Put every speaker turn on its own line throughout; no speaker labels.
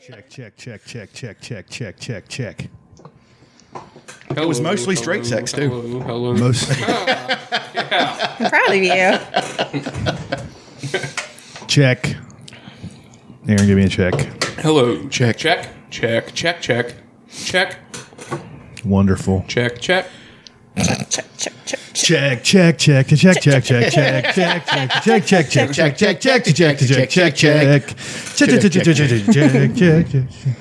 Check, check, check, check, check, check, check, check, check. It was mostly straight sex, too.
Hello, hello.
Most
I'm proud of you.
check. Aaron, give me a check.
hello.
Check.
Check. Check. Check. Check. Check.
Wonderful.
Check. Check.
Check, check, check, check.
Check, check, check, check, check, check, check, check, check, check, check, check, check, check, check, check, check, check, check, check, check.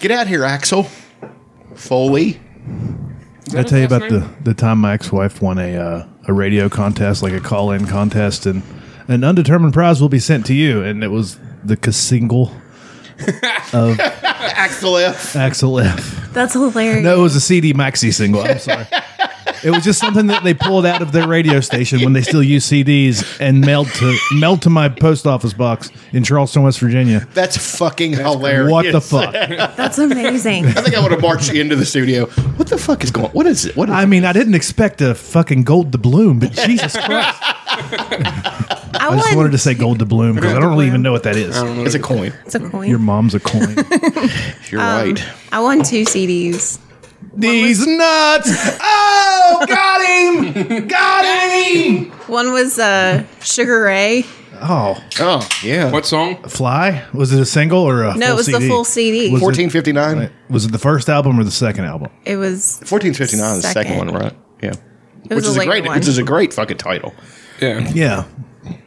Get out here, Axel. Foley.
Did I tell you about the, the time my ex wife won a uh, a radio contest, like a call in contest, and an undetermined prize will be sent to you, and it was the single
Axel F.
Axel F.
That's hilarious.
No, it was a CD maxi single. I'm sorry. It was just something that they pulled out of their radio station when they still used CDs and mailed to mailed to my post office box in Charleston, West Virginia.
That's fucking hilarious.
What the fuck?
That's amazing.
I think I would have marched into the studio. What the fuck is going? What is it? What is
I mean, I didn't expect a fucking gold doubloon, but Jesus Christ!
I,
I just wanted
wouldn't-
to say gold doubloon because I don't really even know what that is.
It's a coin.
It's a coin.
Your mom's a coin.
You're right.
I won two CDs.
These nuts. Oh, got him. Got him.
One was uh, Sugar Ray.
Oh,
Oh yeah.
What song?
Fly? Was it a single or a
No,
full
it was the
CD?
full CD.
Was it-
1459.
Was it the first album or the second album?
It was.
1459 is the second
Second.
one, right? Yeah.
It was
Which
a
is a
later
great,
one.
which is a great fucking title.
Yeah.
Yeah.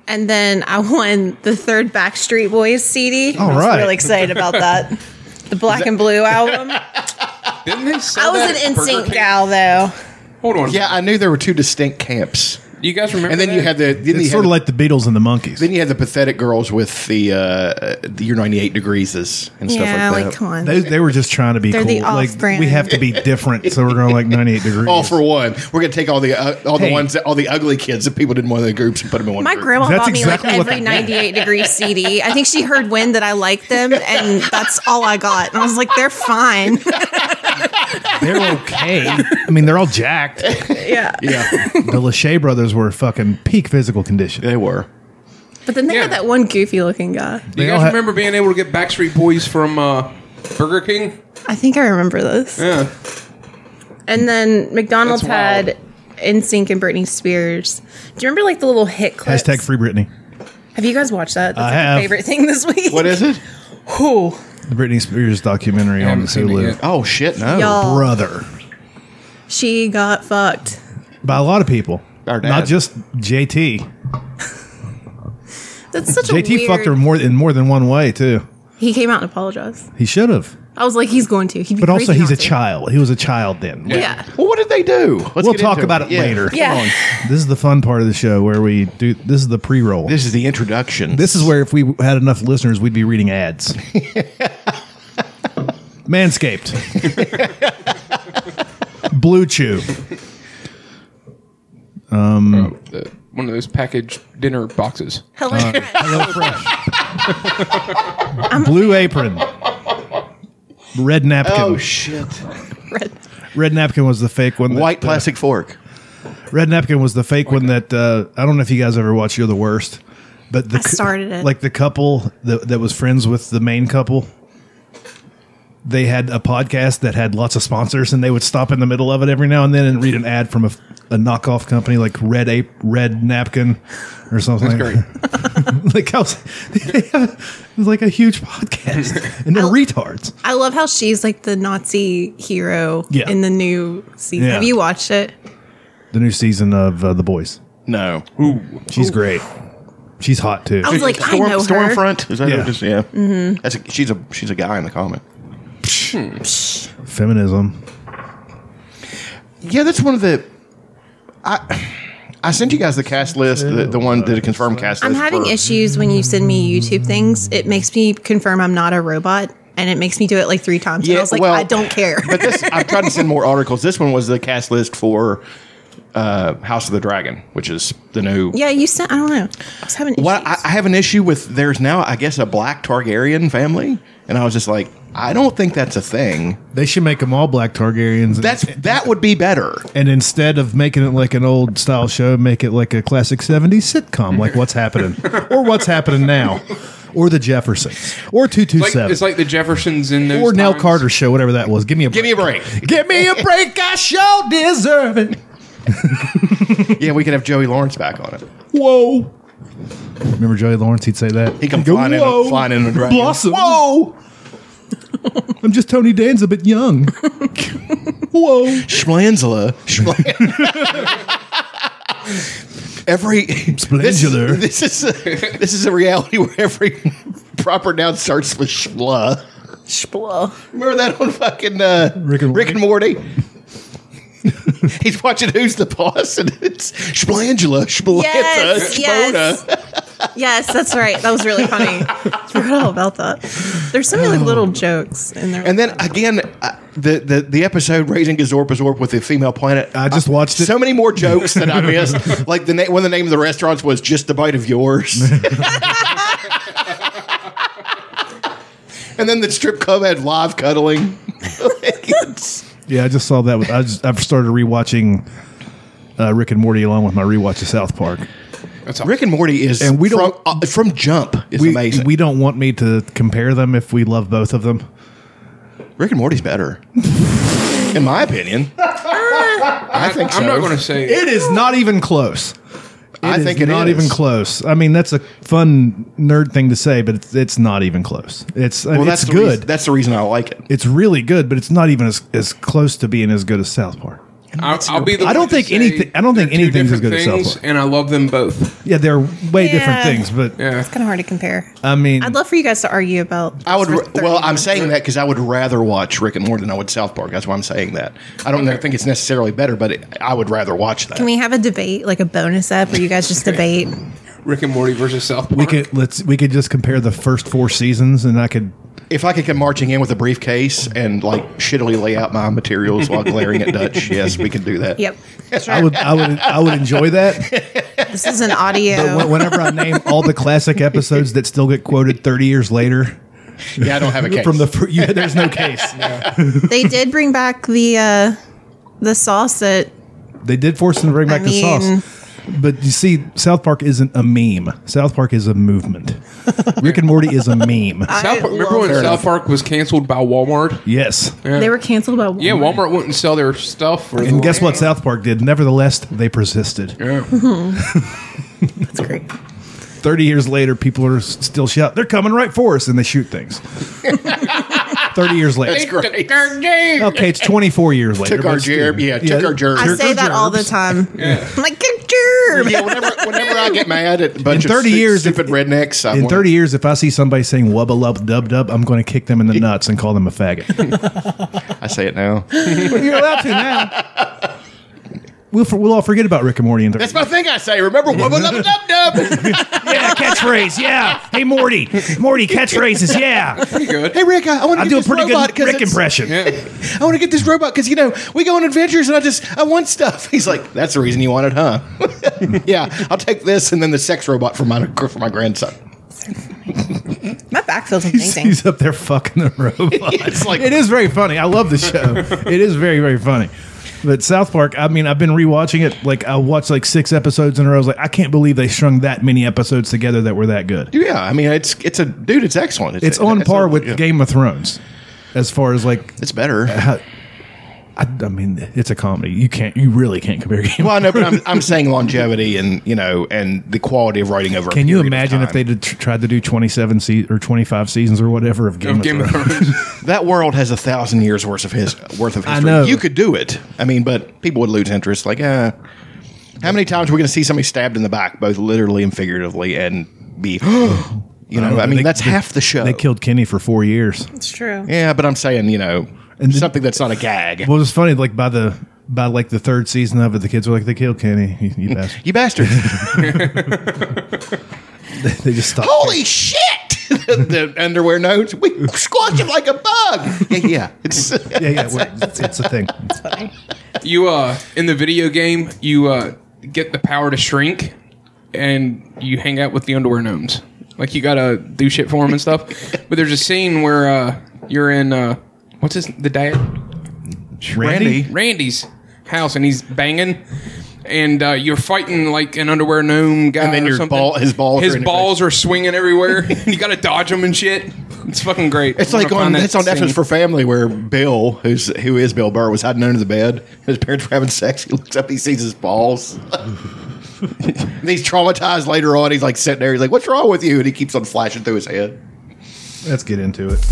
and then I won the third Backstreet Boys CD. I was
right.
really excited about that. The Black and Blue album.
Didn't they sell
I was an
that at Burger
NSYNC
King?
gal though.
Hold on.
Yeah, I knew there were two distinct camps,
You guys remember?
and then you
that?
had the then you
It's
had
sort of like the Beatles and the Monkeys.
then you had the pathetic girls with the uh, the your 98 degrees and stuff
Yeah,
like
like,
that.
come on.
they, they were just trying to be
They're
cool.
the
like
off-brand.
we have to be different, so we're going like 98 degrees.
all for one. We're gonna take all the uh, all
Hey.
the ones that all the ugly kids that people didn't want in their groups and put them in one.
My
group.
grandma
That's
bought
exactly
me
what
like every
that-
98 degree CD. I think she heard when that I liked them, and that's all I got. And I was like, they're fine.
They're okay. I mean, they're all jacked.
yeah.
Yeah,
The Lachey brothers were fucking peak physical condition.
they were.
But then they
Yeah.
had that one goofy looking guy.
Do you
they
guys
all had-
remember being able to get Backstreet Boys from uh, Burger King?
I think I remember this.
Yeah.
And then McDonald's
That's wild.
had NSYNC and Britney Spears. Do you remember like the little hit clips?
Hashtag free Britney.
Have you guys watched that? That's
I
like, my
have.
favorite thing this week.
What is it?
Who?
The Britney Spears documentary on
haven't seen it
Hulu.
yet.
Oh shit, no.
Y'all,
Brother.
she got fucked.
By a lot of people.
Our dad.
Not just JT.
That's such a
JT
weird.
fucked her more in more than one way too.
He came out and apologized.
He should have.
I was like, he's going to. He'd be
But also
crazy
he's
not
a
to.
child. He was a child then.
Yeah.
Well, what did they do? Let's
we'll
get
talk
into
about it,
Yeah.
later.
Yeah.
Hold on. This is the fun part of the show where we do this is the pre-roll. This,
This is the introduction.
is where if we had enough listeners we'd be reading ads. Manscaped. Blue Chew. Hmm.
Uh, one of those packaged dinner boxes.
Hello.
Hello Fresh. Blue Apron. Red Napkin.
oh shit.
Red.
Red Napkin was the fake one. that,
White
uh,
plastic fork.
Red Napkin was the fake one that uh, I don't know if you guys ever watched. You're the worst. But the
I started it.
like the couple that, that was friends with the main couple. They had a podcast that had lots of sponsors, and they would stop in the middle of it every now and then and read an ad from a, a knockoff company like Red Ape, Red Napkin, or something.
Great.
like I was, they have, it was like a huge podcast, and they're retards.
I love how she's like the Nazi hero
Yeah.
in the new season.
Yeah.
Have you watched it?
The new season of uh, The Boys.
No.
She's great. She's hot too.
I was like, I know her.
Stormfront. Is that
Yeah.
what it is? Yeah. Mm-hmm. That's a, she's a she's a guy in the comment.
Feminism.
Yeah, that's one of the. I I sent you guys the cast list, the, the one that a confirmed cast
I'm
list.
having
for-
issues when you send me YouTube things. It makes me confirm I'm not a robot, and it makes me do it like three times. and I was like, I don't care.
but this, I've tried to send more articles. This one was the cast list for uh, House of the Dragon, which is the new.
yeah, you sent. I don't know. I was having issues.
What I, I have an issue with. There's now, I guess, a black Targaryen family, and I was just like, I don't think that's a thing.
They should make them all black Targaryens. and-
That's that would be better.
and instead of making it like an old style show, make it like a classic '70s sitcom, like What's Happening or What's Happening Now, or the Jeffersons, or two two
Like,
seven,
it's like the Jeffersons in those
or Nell
times.
Carter show, whatever that was. Give me a break.
Give me a break.
Give me a break. I sure deserve it.
yeah, we could have Joey Lawrence back on it.
Whoa. Remember Joey Lawrence? He'd say that.
He come
He'd go,
flying in-
"Whoa,
flying in the dragon."
Blossom. Whoa. I'm just Tony Danza, but young. Whoa.
Schmanzla. Schman- every this,
Splangular.
this is a, this is a reality where every proper noun starts with schla.
Splah.
Remember that on fucking uh,
Rick and
Morty. He's watching Who's the Boss, and it's Splangela, Splanta,
Yes,
Spona.
yes. Yes, that's right. That was really funny. I forgot all about that. There's so many little jokes in there.
Oh. And then again, uh, the, the the episode raising Gazorpazorp with the female planet.
I just watched it.
So many more jokes that I missed. like the na- one of the name of the restaurants was just a bite of yours. and then the strip club had live cuddling. It's-
Yeah, I just saw that. With, I just, I've started rewatching uh, Rick and Morty along with my rewatch of South Park.
That's all.
Rick and Morty is
And we
from,
don't-
uh, from jump is
We,
amazing.
we don't want me to compare them if we love both of them.
Rick and Morty's better, in my opinion. I think so.
I'm not going to say
It is not even close.
I
It is
think it's
not even close. I mean, that's a fun nerd thing to say, but it's, it's not even close. It's
Well,
it's
that's the reason-
good.
that's the reason I like it.
it's really good, but it's not even as, as close to being as good as South Park.
I'll, I'll be the
I
one
don't
to
think
say
anything- I don't think
they're two
anything's as
different
good as
things,
Southpaw.
And I love them both.
Yeah, they're way different
Yeah.
things, but
Yeah.
it's kind of hard to compare.
I mean,
I'd love for you guys to argue about.
I would.
for
ra-
30
Well, I'm
minutes.
saying that because I would rather watch Rick and Morty than I would South Park. That's why I'm saying that. I don't know- think it's necessarily better, but it, I would rather watch that.
Can we have a debate, like a bonus app, where you guys just debate?
Rick and Morty versus South Park.
we could let's we could just compare the first four seasons, and I could
if I could come marching in with a briefcase and like shittily lay out my materials while glaring at Dutch, yes, we could do that.
Yep.
I would I would I would enjoy that.
This is an audio.
But wh- whenever I name all the classic episodes that still get quoted thirty years later
Yeah, I don't have a case.
from the fr- yeah, there's no case.
they did bring back the uh, the sauce that
They did force them to bring back the
mean-
sauce. But you see, South Park isn't a meme. South Park is a movement. Rick and Morty is a meme.
South Park, remember
love
when
it.
South Park was canceled by Walmart?
Yes.
they were canceled by.
Yeah, Walmart wouldn't sell their stuff. For
And guess what South Park did? Nevertheless, they persisted.
Yeah.
That's great.
30 years later, people are s- still shouting, they're coming right for us, and they shoot things. 30 years later.
great.
Okay, it's 24 years later.
Took our
but still.
gerb. Yeah, took our gerb.
I
took
say
our
that all the
gerbs.
time.
Yeah.
I'm like good gerb.
Yeah, whenever, whenever I get mad at a bunch
In
of
30
stu-
years,
stupid rednecks, I
In
want-
30 years, if I see somebody saying wubba lub dub dub, I'm going to kick them in the nuts and call them a faggot.
I say it now.
You're allowed to now. We'll, for, we'll all forget about Rick and Morty in 30
That's my thing. I say. Remember, wubba lubba dub dub.
Yeah, catchphrase. Yeah. Hey, Morty. Morty, catchphrases. Yeah.
Good.
Hey Rick, I, I want to
I
get
do a
this
pretty
robot
good
'cause
Rick
it's-
impression.
Yeah.
I want to get this robot because you know we go on adventures and I just I want stuff. He's like, that's the reason you want it, huh? yeah, I'll take this and then the sex robot for my for my grandson.
My back feels
He's,
amazing.
he's up there fucking the robot.
It's like-
it is very funny. I love the show. it is very very funny. But South Park, I mean, I've been rewatching it. Like I watched like six episodes in a row. I was like, I can't believe they strung that many episodes together that were that good.
Yeah, I mean it's it's a dude. It's excellent.
It's on
it's
par
a-
with
yeah.
Game of Thrones, as far as like.
It's better.
How, I, I mean, it's a comedy. You can't. You really can't compare. Game
Well, I know, but I'm, I'm saying longevity and you know and the quality of writing over. a
Can you
period of
imagine if
time.
they did, tr- tried to do twenty seven se- or twenty five seasons or whatever of Game
Of
of,
Game of
Thrones?
Thrones.
that world has a thousand years worth of his worth of history?
know.
you could do it. I mean, but people would lose interest. Like, uh, how many times are we going to see somebody stabbed in the back, both literally and figuratively, and be, you know, I mean,
They-
that's
they-
half the show.
They killed Kenny for four years.
It's true.
Yeah, but I'm saying, you know,
And the-
something that's not a gag.
Well, it's funny. Like by the by, like the third season of it, the kids were like, "They killed Kenny, you, you bastard."
you bastards.
they just stopped.
Holy shit! the underwear notes. We squash him like a bug. Yeah, yeah. It's,
Yeah, yeah, well, it's, it's a thing.
You uh in the video game, you uh get the power to shrink, and you hang out with the underwear gnomes. Like you gotta do shit for them and stuff. But there's a scene where uh you're in uh what's his the dad
Randy,
Randy's house and he's banging, and uh, you're fighting like an underwear gnome guy.
And then
or
your
something.
ball- his balls
his
are in the
balls are swinging everywhere. you got to dodge them and shit. It's fucking great.
It's
I'm
like
gonna
on
find that
it's on
scene.
Netflix for Family where Bill, who's who is Bill Burr, was hiding under the bed. His parents were having sex. He looks up, he sees his balls. and he's traumatized later on. He's like sitting there. He's like, "What's wrong with you?" And he keeps on flashing through his head.
Let's get into it.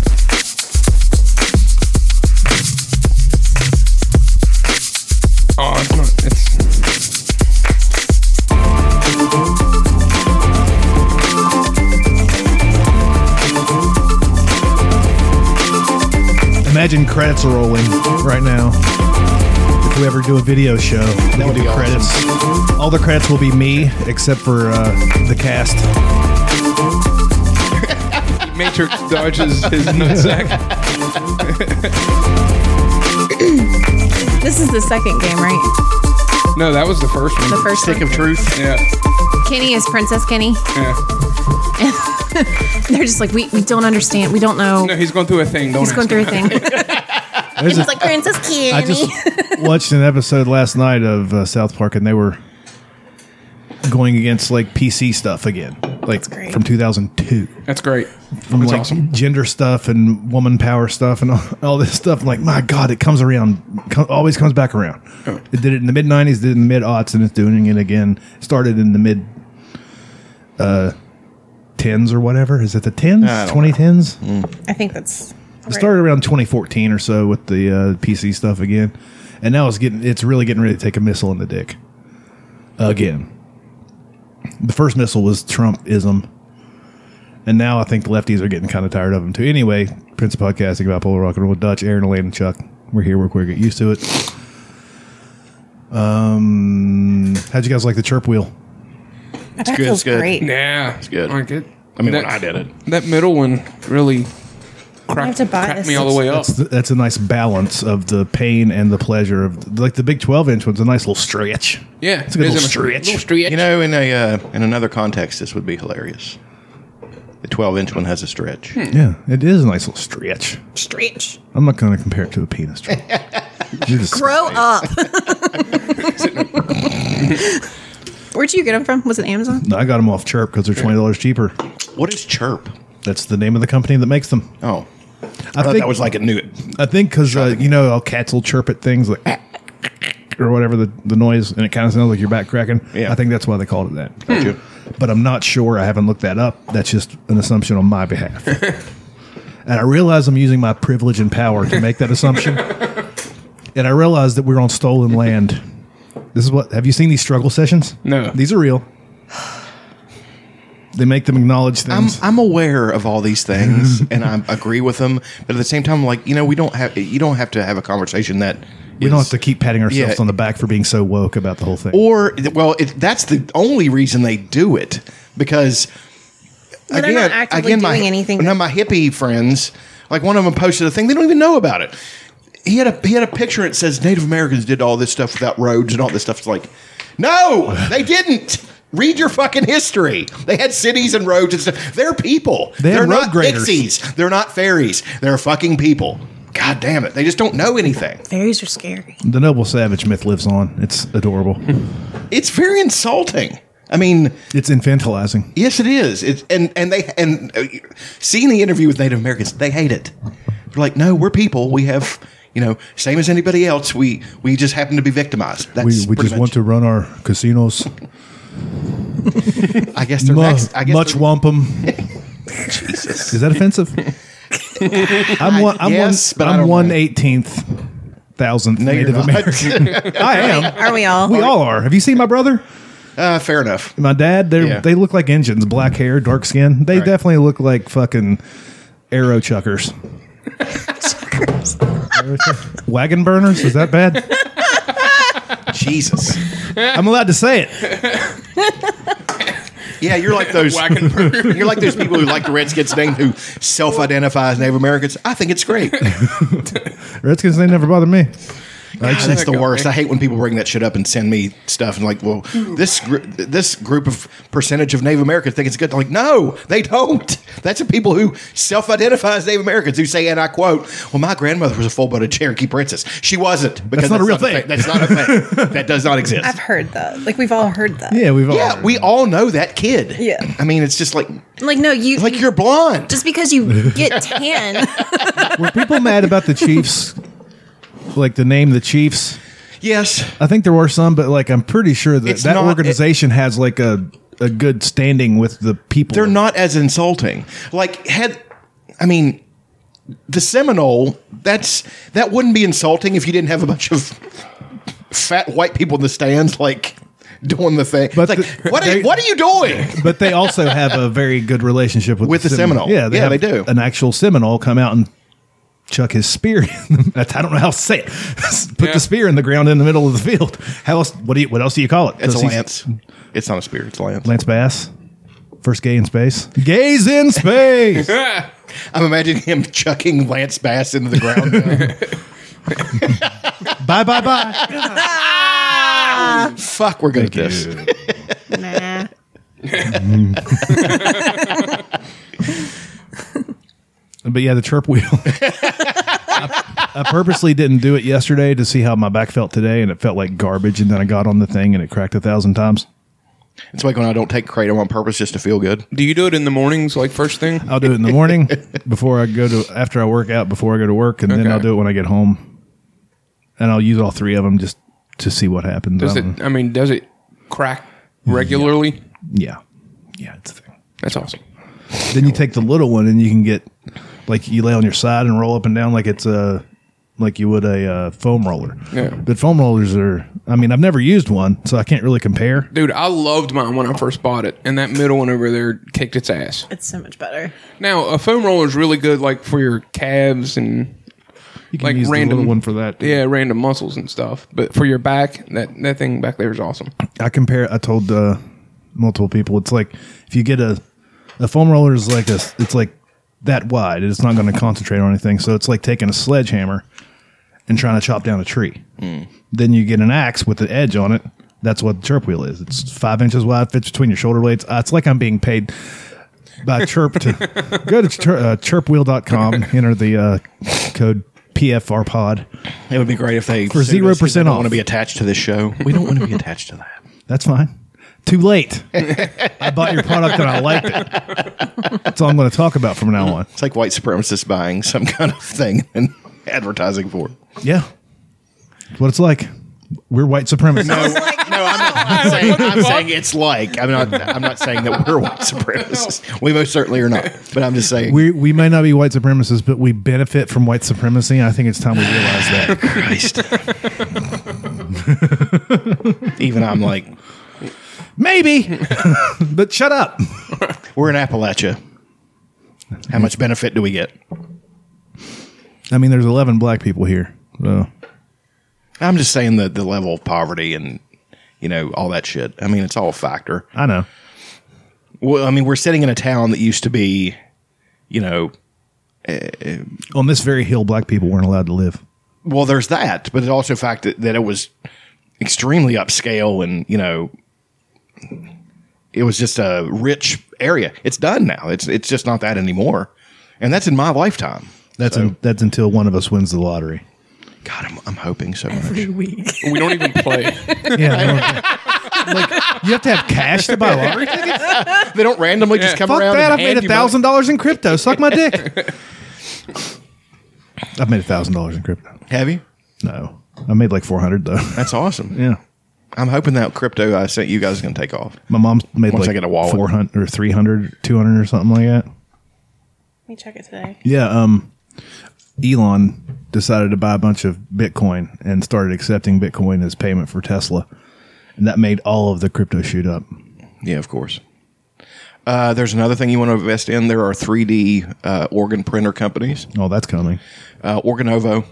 Oh, it's not- it's-
Imagine credits are rolling right now. If we ever do a video show, that would
would
do
be awesome.
credits. All the credits will be me, except for uh, the cast.
Matrix dodges his nutsack.
This is the second game, right?
No, that was the first one.
The first
Stick
one.
of truth.
yeah,
Kenny is Princess Kenny.
yeah.
They're just like, we, we don't understand. We don't know.
No, he's going through a thing. Don't
He's
ask
going through a
him.
thing.
There's a-
It's like Princess Kenny.
I just watched an episode last night of uh, South Park, and they were going against like PC stuff again, like
great.
from 2002,
That's great.
from
That's
like
awesome.
gender stuff and woman power stuff and all, all this stuff. I'm like, my God, it comes around, co- always comes back around.
Oh.
It did it in the mid 90s, did it in the mid aughts, and it's doing it again. Started in the mid uh, tens or whatever. Is it the tens?
I don't know.
2010s?
I think that's.
It started around 2014 or so with the uh, PC stuff again, and now it's getting it's really getting ready to take a missile in the dick again. The first missile was Trumpism, and now I think the lefties are getting kind of tired of him too. Anyway, Prince of Podcasting about Polar Rock and Roll Dutch, Aaron, Elaine, and Chuck. We're here, we're quick, get used to it. Um, how'd you guys like the chirp wheel?
that
good,
feels
it's good.
great.
Yeah, it's
good.
I good.
I mean,
that,
when I did it,
that middle one really cracked,
have to buy
cracked
this.
me all the way up.
That's, that's a nice balance of the pain and the pleasure of like the big 12 inch one's a nice little stretch.
Yeah,
It's a good
it
little
is a-
stretch.
Little stretch.
you know, in a uh, in another context, this would be hilarious. The twelve inch one has a stretch.
Yeah, it is a nice little stretch.
Stretch.
I'm not going to compare it to a penis. Troy. You're just-
Grow up. Where'd you get them from? Was it Amazon?
No, I got them off Chirp because they're twenty dollars cheaper.
What is chirp?
That's the name of the company that makes them.
Oh,
I,
I thought
think
that was like a new.
I think because uh, you know all cats will chirp at things like or whatever the, the noise, and it kind of sounds like your back cracking.
Yeah.
I think that's why they called it that. Mm.
Gotcha.
But I'm not sure. I haven't looked that up. That's just an assumption on my behalf. and I realize I'm using my privilege and power to make that assumption. and I realize that we're on stolen land. This is what have you seen these struggle sessions?
No.
These are real. They make them acknowledge
I'm,
things.
I'm aware of all these things and I agree with them, but at the same time, like you know, we don't have you don't have to have a conversation that
we don't have to keep patting ourselves
Yeah.
on the back for being so woke about the whole thing.
or well, it, that's the only reason they do it because
But they're not actively doing anything.
No, my hippie friends, like one of them posted a thing they don't even know about it. He had a he had a picture and it says Native Americans did all this stuff without roads and all this stuff. It's like, no, they didn't. Read your fucking history. They had cities and roads and stuff. They're people.
They had
are
road
not
graders.
pixies. They're not fairies. They're fucking people. God damn it. They just don't know anything.
Fairies are scary.
the noble savage myth lives on. It's adorable.
It's very insulting. I mean,
it's infantilizing.
Yes, it is. It's and and they and uh, seeing the interview with Native Americans, they hate it. They're like, no, we're people. We have you know, same as anybody else. We we just happen to be victimized. That's
We, we
pretty
just want to
much-
run our casinos.
I guess they're
Mu-
max, I guess
much
they're-
wampum. Is that offensive? I'm one. I'm
Yes,
one.
but I
I'm
don't
one
know.
eighteenth thousandth
No, you're
Native
not.
American. I am.
Are we all?
We all are. Have you seen my brother?
uh, fair enough.
My dad, they
Yeah.
they look like engines, black hair, dark skin. They
Right.
definitely look like fucking arrow chuckers. Arrow chuck- Wagon burners? Is that bad?
Jesus.
I'm allowed to say it.
Yeah, you're like those.
Wagon burger.
You're like those people who like the Redskins name who self-identify as Native Americans. I think it's great.
Redskins, they never bother me.
God, that's the
Go
worst.
away.
I hate when people bring that shit up and send me stuff and like, well, this gr- this group of percentage of Native Americans think it's good. like, no, they don't. That's the people who self-identify as Native Americans who say, and I quote, "Well, my grandmother was a full-blooded Cherokee princess. She wasn't because
not a real
a
thing.
fa- That's not a thing. that does not exist."
I've heard that. Like we've all heard that.
Yeah, we've all.
yeah, we all know that kid.
Yeah.
I mean, it's just like
Like no, you
like you're blonde.
just because you get tan.
were people mad about the Chiefs, like the name the Chiefs.
Yes,
I think there were some, but like I'm pretty sure that
It's
that
not-
organization has like a a good standing with the people.
they're not as insulting. Like had I mean the Seminole, that's that wouldn't be insulting if you didn't have a bunch of fat white people in the stands like doing the thing.
But
But like
the-
what,
they-
are, what are you doing?
but they also have a very good relationship with,
With the Seminole.
Yeah, they,
Yeah,
have
they do.
An actual Seminole come out and chuck his spear. In them. That's- I don't know how to say it. Put
Yeah.
the spear in the ground in the middle of the field. How else? What do you? What else do you call it?
It's a
'Cause he's-
lance. It's not a spear, it's a lance.
Lance Bass, first gay in space. Gays in space.
Ah,
I'm imagining him chucking Lance Bass into the ground.
bye bye bye.
Fuck, we're good at this.
nah.
But yeah, the chirp wheel. I, I purposely didn't do it yesterday to see how my back felt today, and it felt like garbage. And then I got on the thing, and it cracked a thousand times.
It's like when I don't take kratom on purpose just to feel good.
do you do it in the mornings, like first thing?
I'll do it in the morning before I go to after I work out before I go to work, and
Okay.
then I'll do it when I get home. And I'll use all three of them just to see what happens.
Does
I don't-
it? I mean, does it crack regularly?
Um, yeah, yeah, it's a thing.
That's awesome.
Then you take the little one, and you can get like you lay on your side and roll up and down like it's a like you would a uh, foam roller.
Yeah.
But foam rollers are. I mean, I've never used one, so I can't really compare.
Dude, I loved mine when I first bought it, and that middle one over there kicked its ass.
It's so much better.
Now, a foam roller is really good, like for your calves and
You can
Like
use the
random-
little one for that.
yeah, random muscles and stuff. But for your back, that that thing back there is awesome.
I compare. I told uh, multiple people, it's like if you get a a foam roller is like a it's like that wide. It's not going to concentrate on anything. So it's like taking a sledgehammer and trying to chop down a tree. Then you get an axe with an edge on it. That's what the chirp wheel is. It's five inches wide, fits between your shoulder blades. Uh, it's like I'm being paid by Chirp to go to chir- uh, chirpwheel.com, enter the uh, code PFR pod.
It would be great if they
For 0% off.
want to be attached to this show. We don't want to be attached to that.
That's fine. Too late. I bought your product and I liked it. That's all I'm going to talk about from now on.
It's like white supremacists buying some kind of thing and advertising for it.
Yeah. That's what it's like. We're white supremacists.
No, I'm not, I'm saying, I'm saying it's like. I'm not. I'm not saying that we're white supremacists. We most certainly are not. But I'm just saying.
We, we may not be white supremacists, but we benefit from white supremacy. And I think it's time we realize that.
Christ. Even I'm like,
Maybe, but shut up.
we're in Appalachia. How much benefit do we get?
I mean, there's 11 black people here. So
I'm just saying the the level of poverty and you know all that shit. I mean, it's all a factor.
I know.
Well, I mean, we're sitting in a town that used to be, you know,
On this very hill, black people weren't allowed to live.
well, there's that, but it also fact that, that it was extremely upscale and you know, it was just a rich area. It's done now. It's it's just not that anymore, and that's in my lifetime.
That's, un- that's until one of us wins the lottery.
God, I'm, I'm hoping so much.
Weak.
We don't even play.
Yeah. I know. like, you have to have cash to buy lottery tickets?
They don't randomly just
Yeah.
come
Fuck
around.
that! I've
and
made
hand
a
you money.
thousand dollars in crypto. Suck my dick. I've made a thousand dollars in crypto.
Have you?
No, I made like four hundred though.
That's awesome.
yeah,
I'm hoping that crypto I sent you guys is going to take off.
my mom's made
Once I
like
get a wallet.
four hundred or 300, 200 or something like that.
Let me check it today.
Yeah. Um, Elon decided to buy a bunch of Bitcoin and started accepting Bitcoin as payment for Tesla, and that made all of the crypto shoot up.
Yeah, of course. Uh, there's another thing you want to invest in. There are 3D uh, organ printer companies.
Oh, that's coming.
Uh, Organovo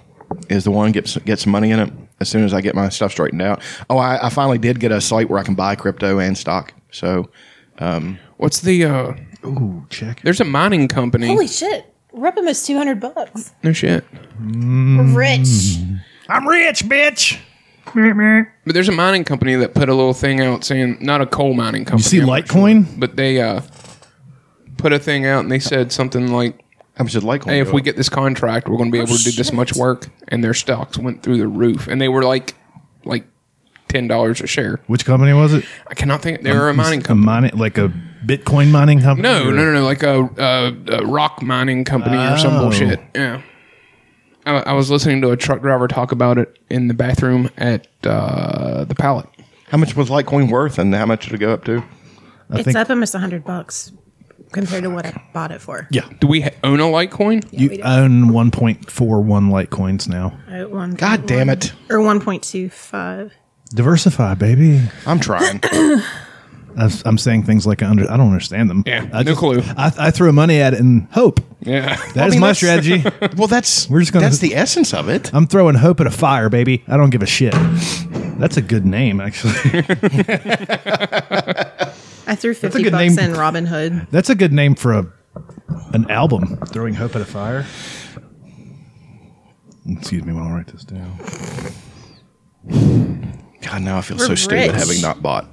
is the one. Get s- get some money in it as soon as I get my stuff straightened out. Oh, I, I finally did get a site where I can buy crypto and stock. So
What's the? uh
Ooh, check.
There's a mining company.
Holy shit. We're up almost 200 bucks.
Mm,
no shit.
We're rich.
I'm rich, bitch.
But there's a mining company that put a little thing out saying, not a coal mining company.
See
I'm not
Litecoin?
sure, but they uh, put a thing out and they said something like,
How much did Litecoin?
hey, if
go
we
up?
get this contract, we're going to be able to do this much work. And their stocks went through the roof. And they were like, like $10 a share.
Which company was it?
I cannot think. They were a mining
A
company.
mining, like a Bitcoin mining company.
No,
or-
no, no, no. Like a, a, a rock mining company or some
Oh.
bullshit. Yeah. I, I was listening to a truck driver talk about it in the bathroom at uh, the pallet.
how much was Litecoin worth, and how much did it go up to?
it's
think-
up almost hundred bucks compared to what I bought it for.
Yeah,
Do we ha- own a Litecoin?
we
you
do.
own 1.41 Litecoins now.
I got one
God
point
damn
one-
it.
Or one point two five.
Diversify, baby.
I'm trying.
I'm, I'm saying things like I, under, I don't understand them.
Yeah,
I
no clue.
I, I throw money at it and hope.
Yeah.
That is
mean,
my
that's-
strategy.
well, that's
We're just gonna-
that's the essence of it.
I'm throwing hope at a fire, baby. I don't give a shit. That's a good name, actually.
I threw
a
fifty
good
bucks
name.
in Robin Hood.
That's a good name for a an album. Throwing hope at a fire. Excuse me while I write this down.
God, now I feel so
We're
stupid
rich.
having not bought.